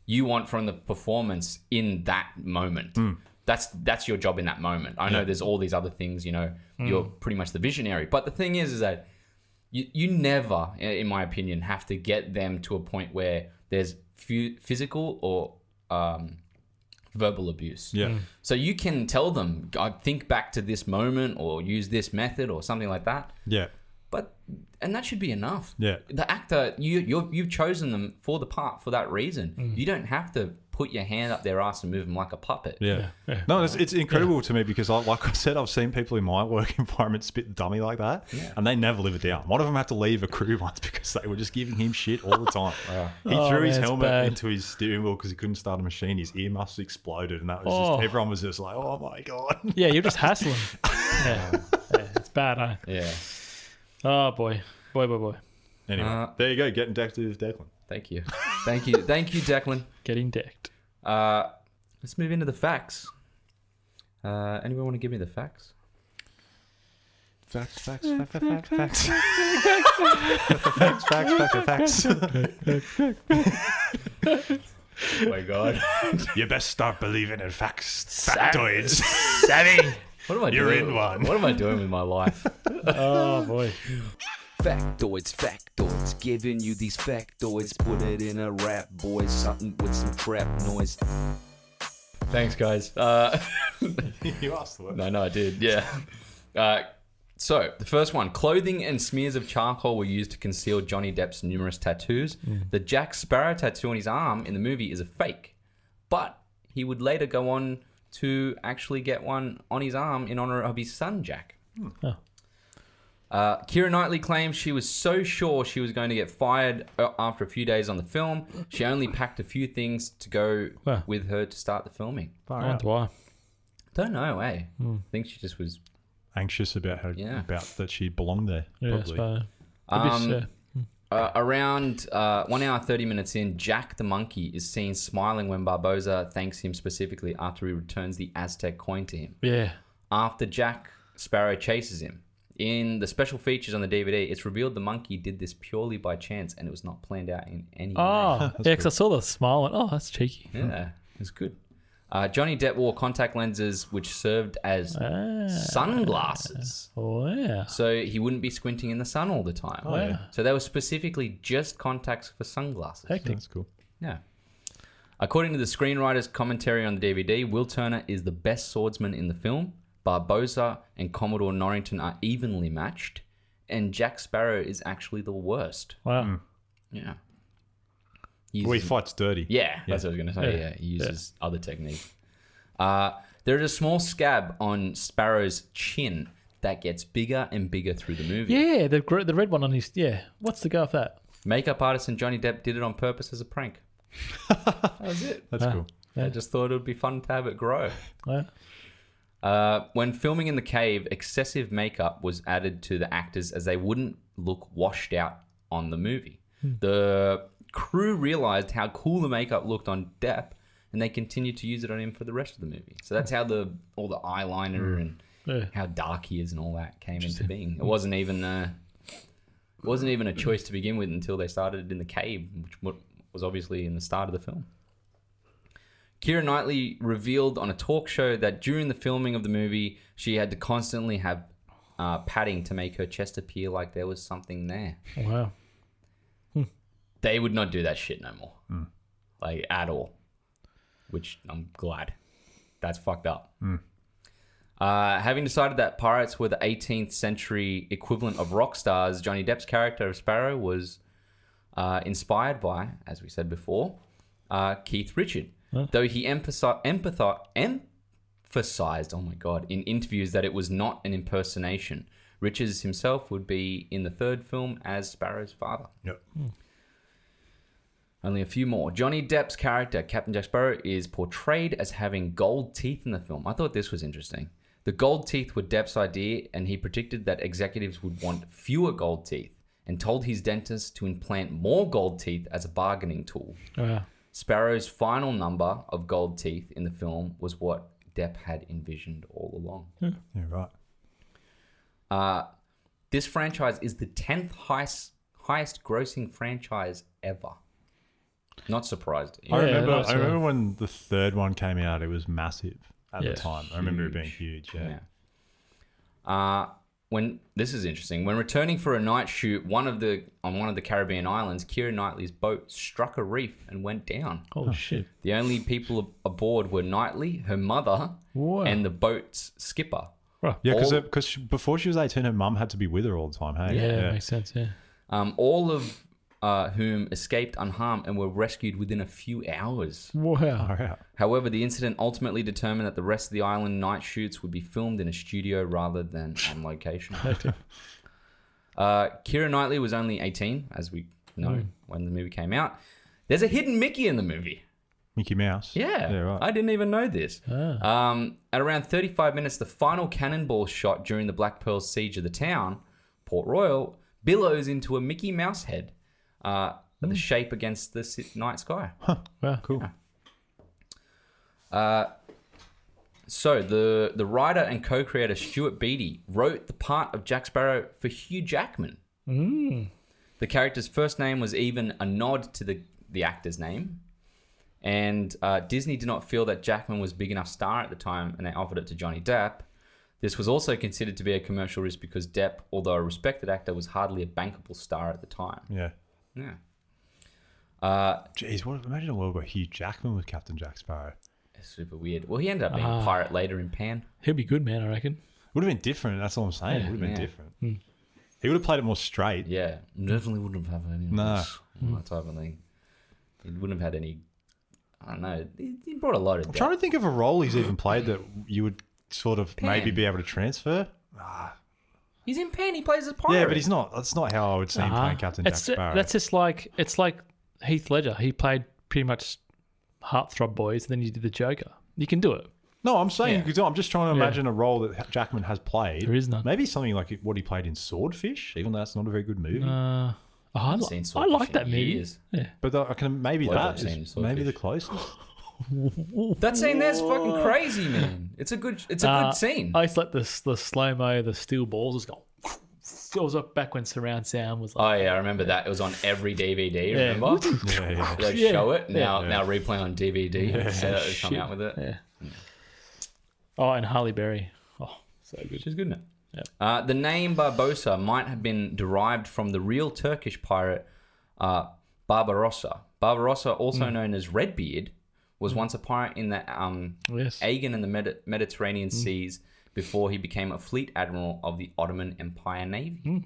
you want from the performance in that moment. Hmm. That's that's your job in that moment. I know there's all these other things, you know, Hmm. you're pretty much the visionary. But the thing is, is that you, you never, i- in my opinion, have to get them to a point where there's fu- physical or um, verbal abuse. Yeah. Mm. So you can tell them, I think back to this moment or use this method or something like that. Yeah. But and that should be enough. Yeah. The actor, you you've, you've chosen them for the part for that reason. You don't have to put your hand up their ass and move them like a puppet. Yeah. No, it's, it's incredible to me because, I, like I said, I've seen people in my work environment spit dummy like that, and they never live it down. One of them had to leave a crew once because they were just giving him shit all the time. he Oh, threw man, his it's helmet bad. into his steering wheel because he couldn't start a machine. His earmuffs exploded, and that was Oh. just everyone was just like, "Oh my god!" Yeah, you're just hassling. yeah. Yeah, It's bad, huh? Yeah. Oh, boy. Boy, boy, boy. Anyway, Uh, there you go. Getting decked with Declan. Thank you. Thank you. Thank you, Declan. Getting decked. Uh, let's move into the facts. Uh, anyone want to give me the facts? Facts, facts, facts, facts, facts, facts, facts, facts, facts. Oh my god. You best start believing in facts, factoids. Sammy. What am I You're doing? in one. What am I doing with my life? Oh, boy. Factoids, factoids, giving you these factoids. Put it in a rap, boys, something with some trap noise. Thanks, guys. Uh, you asked for it. I know I did. Yeah. Uh, so the first one: clothing and smears of charcoal were used to conceal Johnny Depp's numerous tattoos. Mm. The Jack Sparrow tattoo on his arm in the movie is a fake, but he would later go on to actually get one on his arm in honor of his son Jack. Oh. Uh, Kira Knightley claims she was so sure she was going to get fired uh, after a few days on the film. She only packed a few things to go Wow. with her to start the filming. oh, I wonder why. Don't know, eh? Hmm. I think she just was anxious about how Yeah. about that she belonged there. Yeah, I probably. suppose. Um, Could be, Uh, around uh, one hour, 30 minutes in, Jack the monkey is seen smiling when Barboza thanks him specifically after he returns the Aztec coin to him. uh, yeah. After Jack, Sparrow chases him. In the special features on the DVD, it's revealed the monkey did this purely by chance and it was not planned out in any way. Oh, yeah, because I saw the smile. And, oh, that's cheeky. Yeah, it's good. Uh, Johnny Depp wore contact lenses which served as Ah. sunglasses. Oh, yeah. So he wouldn't be squinting in the sun all the time. yeah. So they were specifically just contacts for sunglasses. Hectic. That's cool. Yeah. According to the screenwriter's commentary on the DVD, Will Turner is the best swordsman in the film. Barbosa and Commodore Norrington are evenly matched, and Jack Sparrow is actually the worst. Wow. Yeah. He's- Well, he fights dirty. yeah, that's what I was going to say. Yeah, Yeah. he uses other technique. Uh, there is a small scab on Sparrow's chin that gets bigger and bigger through the movie. Yeah, the gr- the red one on his. Yeah, what's the go with that? Makeup artist and Johnny Depp did it on purpose as a prank. that was it. That's cool. I just thought it would be fun to have it grow. Yeah. Uh, when filming in the cave, excessive makeup was added to the actors as they wouldn't look washed out on the movie. The crew realized how cool the makeup looked on Depp, and they continued to use it on him for the rest of the movie. So that's how the all the eyeliner and Yeah. how dark he is and all that came into being. It wasn't even uh, it wasn't even a choice to begin with until they started it in the cave, which wa- was obviously in the start of the film. Kira Knightley revealed on a talk show that during the filming of the movie, she had to constantly have uh, padding to make her chest appear like there was something there. Wow. They would not do that shit no more, like at all. Which I'm glad. That's fucked up. Uh, having decided that pirates were the 18th century equivalent of rock stars, Johnny Depp's character of Sparrow was uh, inspired by, as we said before, uh, Keith Richard. Though he emphasi- empatho- emphasized, oh my God, in interviews that it was not an impersonation. Richards himself would be in the third film as Sparrow's father. Yep. Only a few more. Johnny Depp's character, Captain Jack Sparrow, is portrayed as having gold teeth in the film. I thought this was interesting. The gold teeth were Depp's idea, and he predicted that executives would want fewer gold teeth and told his dentist to implant more gold teeth as a bargaining tool. Wow. Sparrow's final number of gold teeth in the film was what Depp had envisioned all along. Yeah, right. Uh, this franchise is the 10th highest, highest grossing franchise ever. Not surprised. I Yeah, remember. that's I right. remember when the third one came out. It was massive at Yeah. the time. I remember it being huge. Yeah. Yeah. Uh, when this is interesting, when returning for a night shoot, one of the on one of the Caribbean islands, Kira Knightley's boat struck a reef and went down. Oh, shit. The only people ab- aboard were Knightley, her mother, Wow. and the boat's skipper. Wow. Yeah, because All- because before she was eighteen, her mum had to be with her all the time. Hey, Yeah, makes sense. Yeah. Um, all of uh, whom escaped unharmed and were rescued within a few hours. Wow. Far out. However, the incident ultimately determined that the rest of the island night shoots would be filmed in a studio rather than on location. uh, Kira Knightley was only 18, as we know, when the movie came out. There's a hidden Mickey in the movie. Mickey Mouse. Yeah, Yeah, right. I didn't even know this. Ah, Um, at around 35 minutes, the final cannonball shot during the Black Pearl siege of the town, Port Royal, billows into a Mickey Mouse head, uh, the shape against the si- night sky. Wow. Cool. So the the writer and co-creator Stuart Beatty wrote the part of Jack Sparrow for Hugh Jackman. The character's first name was even a nod to the the actor's name, and uh, Disney did not feel that Jackman was big enough star at the time, and they offered it to Johnny Depp. This was also considered to be a commercial risk because Depp, although a respected actor, was hardly a bankable star at the time. Yeah. Yeah. Uh, Jeez, what imagine a world where Hugh Jackman was Captain Jack Sparrow. super weird. Well, he ended up being a pirate later in Pan. He'll be good, man, I reckon. Would have been different. That's all I'm saying. Would have been Yeah. different. He would have played it more straight. Yeah, definitely wouldn't have had any of No. this, all that type of thing. He wouldn't have had any. I don't know. He, he brought a lot of. I'm depth. trying to think of a role he's even played that you would sort of maybe Pan. be able to transfer. He's in Pan. He plays as pirate. Yeah, but he's not. That's not how I would see Uh-huh. him Ah. playing Captain It's- Jack Sparrow. That's just like it's like Heath Ledger. He played pretty much heartthrob boys, and then you did the Joker. You can do it. no, I'm saying Yeah. you could- I'm just trying to imagine a role that Jackman has played. There is none. Maybe something like what he played in Swordfish, even though that's not a very good movie. Uh, oh, I, li- seen I Swordfish like in that movie. years. Yeah. But I can maybe Well, I've that seen is maybe Swordfish. the closest. That scene there's fucking crazy, man. It's a good. It's a Uh, good scene. I just like this the slow mo, the steel balls just go. It was up back when surround sound was like oh yeah, I remember that. It was on every DVD. Yeah. Remember? yeah, yeah. Like Yeah. show it Yeah. now. Now replay on DVD. Yeah. come Shit. out with it. Yeah. Oh, and Harley Berry. Oh, so good. She's good now. Uh, the name Barbosa might have been derived from the real Turkish pirate uh, Barbarossa. Barbarossa, also Hmm. known as Redbeard, was once a pirate in the um, Yes. Aegean and the Medi- Mediterranean Hmm. seas before he became a fleet admiral of the Ottoman Empire Navy. Hmm.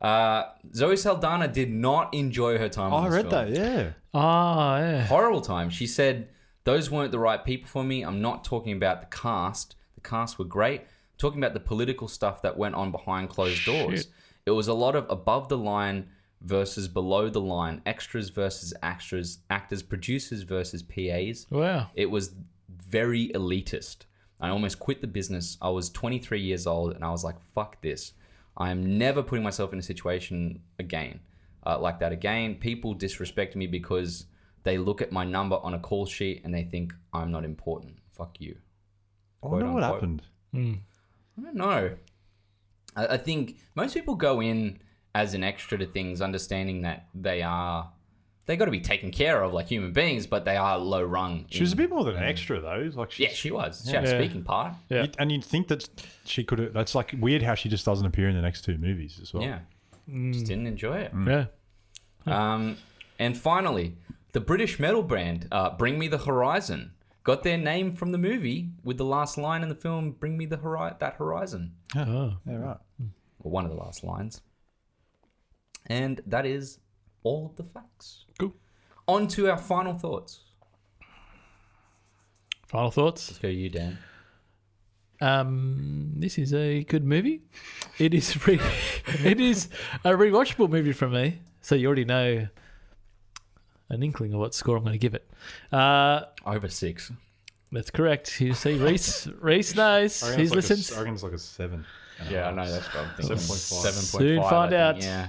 Uh, Zoe Saldana did not enjoy her time. Oh, on I this read film that. Yeah. Ah, yeah. horrible time. She said, Those weren't the right people for me. I'm not talking about the cast. The cast were great. I'm talking about the political stuff that went on behind closed doors. It was a lot of above the line versus below the line, extras versus extras, actors, producers versus PAs. Wow. It was very elitist. I almost quit the business. I was 23 years old and I was like, fuck this. I am never putting myself in a situation again uh, like that again. People disrespect me because they look at my number on a call sheet and they think I'm not important. Fuck you. I wonder Quote, what unquote. happened. Hmm. I don't know. I, I think most people go in as an extra to things, understanding that they are. They got to be taken care of like human beings, but they are low rung. She was a bit more than an extra though. Like she's, Mm. Yeah, she was. She had a Yeah. speaking part. Yeah. You'd- and you'd think that she could have. That's like weird how she just doesn't appear in the next two movies as well. Yeah. Mm. Just didn't enjoy it. Hmm. Yeah. Um, and finally, the British metal band uh, Bring Me the Horizon got their name from the movie with the last line in the film Bring Me the Hori- that Horizon. Oh. Yeah, right. Or one of the last lines. And that is all of the facts. Cool. On to our final thoughts. Final thoughts. Let's go, you Dan. Um, this is a good movie. It is re- it is a rewatchable movie from me. So you already know an inkling of what score I'm going to give it. Uh, Over six. that's correct. You see, Reese Reese knows. I reckon He's it's like a s- listens. I reckon it's like a seven. and a Yeah, I half. know that's what I'm thinking. 7.5. Soon find I think, out. Yeah.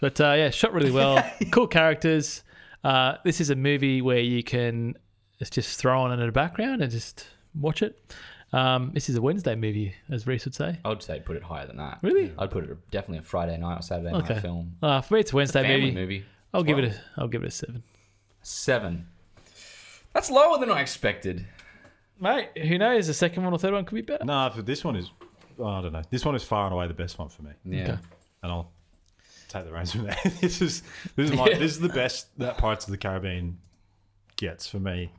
But uh, yeah, shot really well. cool characters. Uh, this is a movie where you can it's just throw on in the background and just watch it. Um, this is a Wednesday movie, as Reese would say. I'd say put it higher than that. Really? I'd put it definitely a Friday night or Saturday Okay. night film. Uh, for me, it's a Wednesday Family movie. movie. I'll as give well. it a I'll give it a seven. seven. That's lower than I expected. Mate, who knows? The second one or third one could be better. Nah, but this one is. oh, I don't know. This one is far and away the best one for me, Yeah. Okay. and I'll take the reins from there. this is this is my Yeah. this is the best that Pirates of the Caribbean gets for me.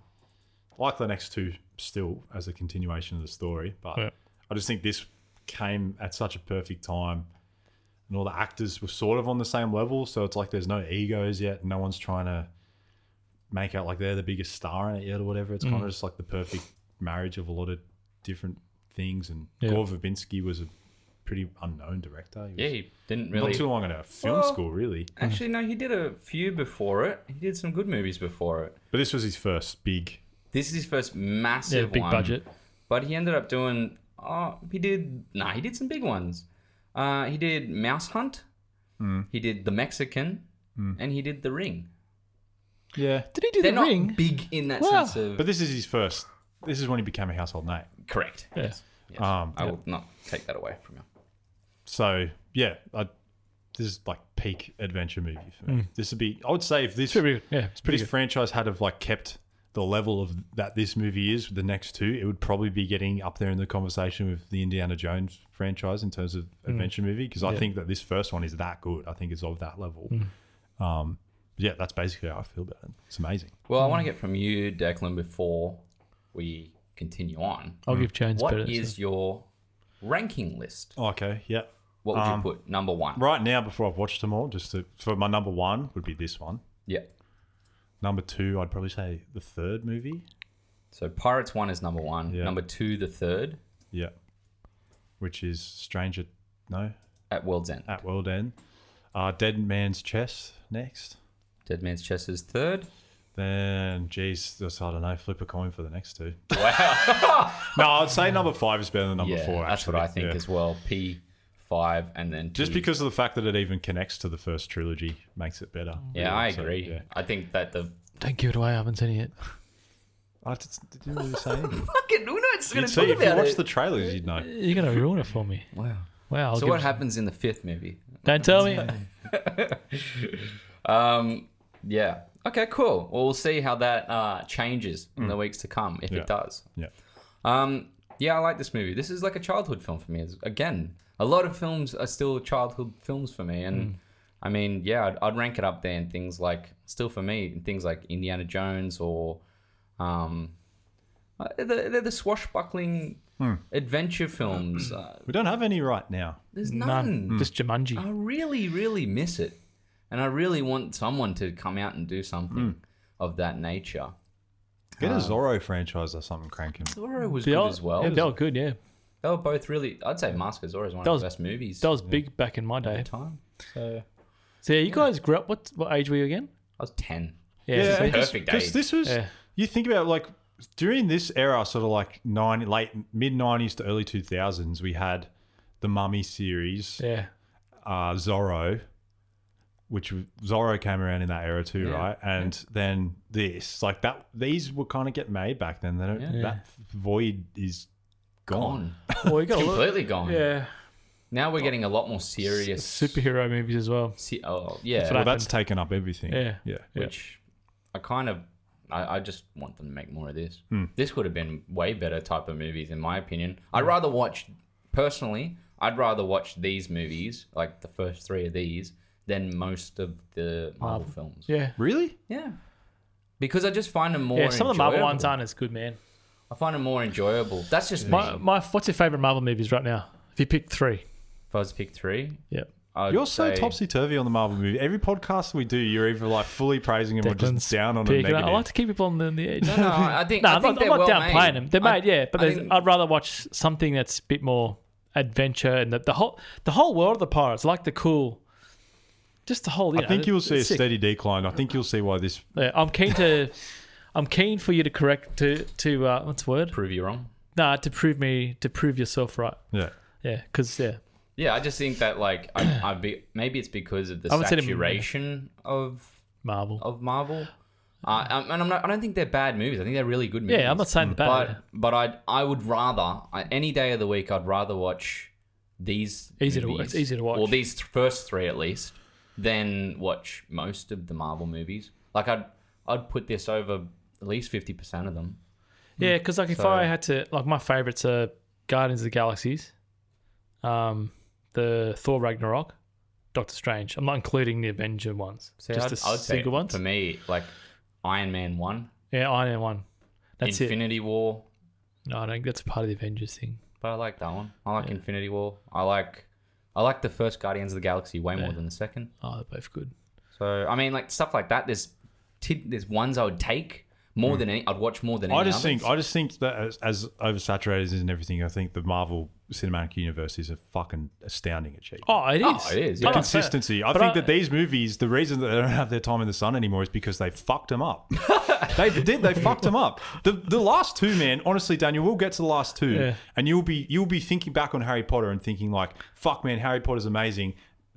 Like the next two, still as a continuation of the story, but Yeah. I just think this came at such a perfect time, and all the actors were sort of on the same level. So it's like there's no egos yet. No one's trying to make out like they're the biggest star in it yet or whatever. It's kind of just like the perfect marriage of a lot of different things. And Yeah. Gore Verbinski was a pretty unknown director. He was Yeah, he didn't not really. too long ago. Film Well- school, really. Actually, Mm-hmm. no, he did a few before it. He did some good movies before it. But this was his first big. This is his first Yeah, massive big one, budget. But he ended up doing. Oh, he did. Nah, he did some big ones. Uh, he did Mouse Hunt. Mm. He did The Mexican, and he did The Ring. Yeah. Did he do They're Mm. the not ring? big in that Wow. sense of. But this is his first. This is when he became a household name. Correct. Yeah. Uh, Yes. Yes. Um, I will not take that away from you. So yeah, I, this is like peak adventure movie for me. This would be. I would say if this Should be good. Yeah, it's If pretty this franchise had have like kept the level of that this movie is with the next two, it would probably be getting up there in the conversation with the Indiana Jones franchise in terms of adventure movie because I think that this first one is that good. I think it's of that level. Um, yeah, that's basically how I feel about it. It's amazing. Well, I want to Hmm. get from you, Declan, before we continue on. I'll give Jones What better. is your ranking list? Oh, Okay, yeah. What would Um, you put number one? Right now, before I've watched them all, just to, for my number one would be this one. Yeah. Number two, I'd probably say the third movie. So Pirates One is number one. Yeah. Number two, the third Yeah, which is Stranger. No, at World's End. at World End. Uh, Dead Man's Chest next. Dead Man's Chest is third. Then, geez, just, I don't know. Flip a coin for the next two. Wow. no, I'd say number five is better than number yeah, four. that's Actually. what I think Yeah. as well. P five, and then Just two. because of the fact that it even connects to the first trilogy makes it better. Yeah, I so, agree. yeah. I think that the Don't give it away. I haven't seen it yet. I just didn't really say anything. fucking who knows going You'd see, if you watch the trailers, you'd know. You're gonna ruin it for me. Wow. Wow. I'll So give what it- happens in the fifth movie? Don't tell me. Um, yeah. Okay, cool. Well, we'll see how that uh, changes in the weeks to come, if Mm. Yeah. it does. Yeah. Um, yeah, I like this movie. This is like a childhood film for me. It's- again, a lot of films are still childhood films for me, Mm. and I mean, yeah, I'd, I'd rank it up there in things like, still for me, in things like Indiana Jones or, um, uh, they're, they're the swashbuckling Hmm. adventure films. Uh, We don't have any right now. there's None. Hmm. Hmm. none. Just Jumanji. I really, really miss it. And I really want someone to come out and do Mm. something of that nature. Get a Zorro franchise or something cranking. Zorro was They good are- as well. Mm. Yeah, they are good. Yeah, they were both really, I'd say Mask of Zorro is one That of was- the best movies that of was big back in my the day. time. So yeah, you guys grew up. What what age were you again? I was 10. so- Yeah. because perfect age. this was Yeah. you think about like during this era, sort of like nine late mid nineties to early two thousands, we had the Mummy series, yeah. uh, Zorro, which w- Zorro came around in that era too, Yeah. right? And then this, like that, these will kind of get made back then. They don't, Yeah. That void is gone. Gone. Well, you got a lot- Completely gone. Yeah. Now we're getting a lot more serious. Superhero movies as well. se- oh, yeah. what I- Well, that's taken up everything. Yeah. yeah. Yeah. Which I kind of, I, I just want them to make more of this. Hmm. This would have been way better type of movies, in my opinion. I'd rather watch, personally, I'd rather watch these movies, like the first three of these, than most of the Marvel films. Yeah. Really? Yeah. Because I just find them more. Yeah, some of the Marvel enjoyable. ones aren't as good, man. I find them more enjoyable. That's just My, me. my, what's your favorite Marvel movies right now? If you pick three, If I was to pick three, yeah, I would You're so say- topsy turvy on the Marvel movie. Every podcast we do, you're either like fully praising him or Declan's just down on a picking negative. up- I like to keep people on the, on the edge. No, no, I think, No, I I'm think not, they're I'm well not downplaying made. them. They're I- made, yeah, but I there's- think- I'd rather watch something that's a bit more adventure and the, the whole the whole world of the pirates, like the cool, just the whole. You I know, think you'll it's see a sick. steady decline. I think you'll see why this. Yeah, I'm keen to, I'm keen for you to correct to to uh, what's the word? prove you wrong. Nah, to prove me to prove yourself right. Yeah. Yeah, because yeah, Yeah, I just think that like I, I'd be maybe it's because of the I would say the- saturation of Marvel. of Marvel. Uh, um, and I'm not, I don't think they're bad movies. I think they're really good movies. yeah, I'm not Hmm. saying the bad. But but I I would rather I, any day of the week I'd rather watch these Easy to- movies, it's easy to watch. or these th- first three at least, than watch most of the Marvel movies. Like I'd I'd put this over at least fifty percent of them. Yeah, because like if Hmm. So- I had to, like my favorites are Guardians of the Galaxies, um, the Thor Ragnarok, Doctor Strange. I'm not including the Avenger ones, So just I'd, the I'd say single ones. for me like Iron Man one, Yeah, Iron Man one. That's it. Infinity War. No, I don't. think That's part of the Avengers thing. But I like that one. I like Infinity War. I like I like the first Guardians of the Galaxy way more Yeah. than the second. Oh, they're both good. So I mean, like stuff like that. There's tid there's ones I would take more Hmm. than any. I'd watch more than. I any just think others. I just think that as, as oversaturated as in everything, I think the Marvel cinematic universe is a fucking astounding achievement. Oh, it is. Oh, it is, yeah. Oh, it's fair. Consistency. I But think that these movies, the reason that they don't have their time in the sun anymore is because they fucked them up. they did. They fucked them up. The the last two, man. Honestly, Daniel, we'll get to the last two, Yeah. and you'll be you'll be thinking back on Harry Potter and thinking like, fuck, man, Harry Potter's amazing.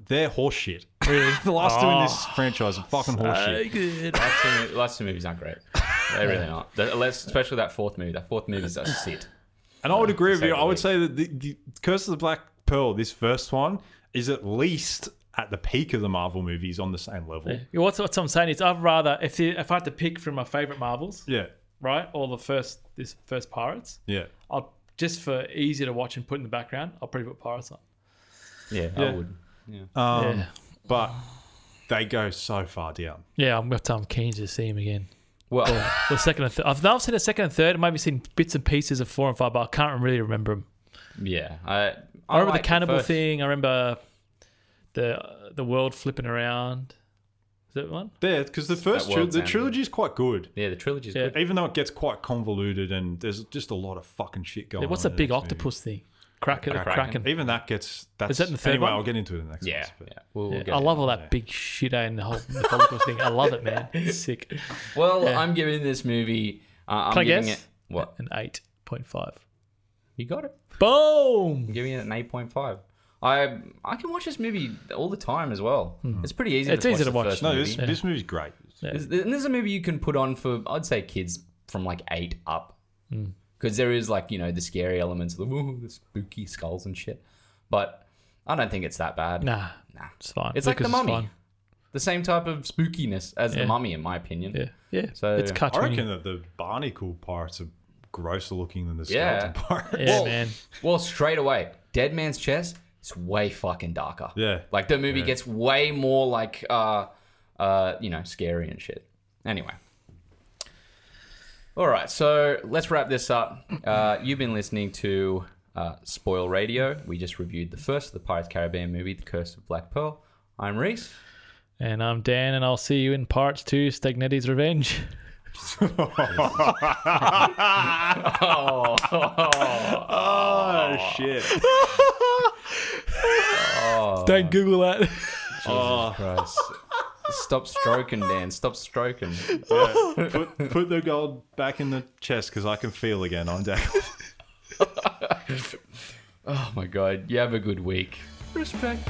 They're horseshit. the last two in this franchise are fucking Oh, So horseshit. good. last two, mo- last two movies aren't great. They really aren't. The- less- especially that fourth movie. That fourth movie is a sit. And I would agree with say you. the I would least. say that the, the Curse of the Black Pearl, this first one, is at least at the peak of the Marvel movies on the same level. Yeah. Yeah, What's what's I'm saying is I'd rather if you, if I had to pick from my favorite Marvels, right, or the first this first Pirates, Yeah. I'll just for easier to watch and put in the background, I'll probably put Pirates on. Yeah, I Yeah. would. Um, yeah. But they go so far down. Yeah, I'm, I'm keen to see him again. Well, The second and th- I've now seen a second and third. I maybe seen bits and pieces of four and five, but I can't really remember them. yeah. I, I, I, remember like the cannibal first- thing. I remember the the world flipping around. Is that one? There, because the first That tri- world the sounds trilogy is quite good, Yeah, the trilogy's Yeah. good. even though it gets quite convoluted and there's just a lot of fucking shit going Yeah, what's on. the in big next movie. octopus thing? Kraken. The Kraken. Kraken. Even that gets. That's, Is that in the third anyway, one? I'll get into it in the next Yeah, ones, but- yeah. We'll, Yeah, we'll get I love it. all that big shit eh, and the whole mythological thing. I love it, man. It's sick. Well, I'm giving this movie. Uh, I'm Can I giving guess? it. What An eight point five. you got it. Boom. I'm giving it an eight point five. I I can watch this movie all the time as well. It's pretty easy. Hmm. It's to watch easy to the watch. first No, movie. this, this movie's great. This, and this is a movie you can put on for, I'd say, kids from like eight up. Hmm. Because there is like, you know, the scary elements, the, woo, the spooky skulls and shit. But I don't think it's that bad. Nah, Nah. it's fine. It's like The Lucas is Mummy. fine. The same type of spookiness as Yeah. The Mummy, in my opinion. Yeah, yeah. So- it's I cartoony. reckon that the barnacle pirates are grosser looking than the Yeah. skeleton pirates. yeah, Well- man. Well, straight away, Dead Man's Chest is way fucking darker. Yeah. Like the movie gets way more like, uh, uh, you know, scary and shit. Anyway. All right, so let's wrap this up. Uh, you've been listening to uh, Spoil Radio. We just reviewed the first of the Pirates Caribbean movie, The Curse of Black Pearl. I'm Reese. And I'm Dan, and I'll see you in parts two, Stagnetti's Revenge. Oh, Oh, shit. Don't Google that. Oh, stop stroking, Dan. Stop stroking. yeah. put, put the gold back in the chest because I can feel again. I'm down. Oh my God. You have a good week. Respect.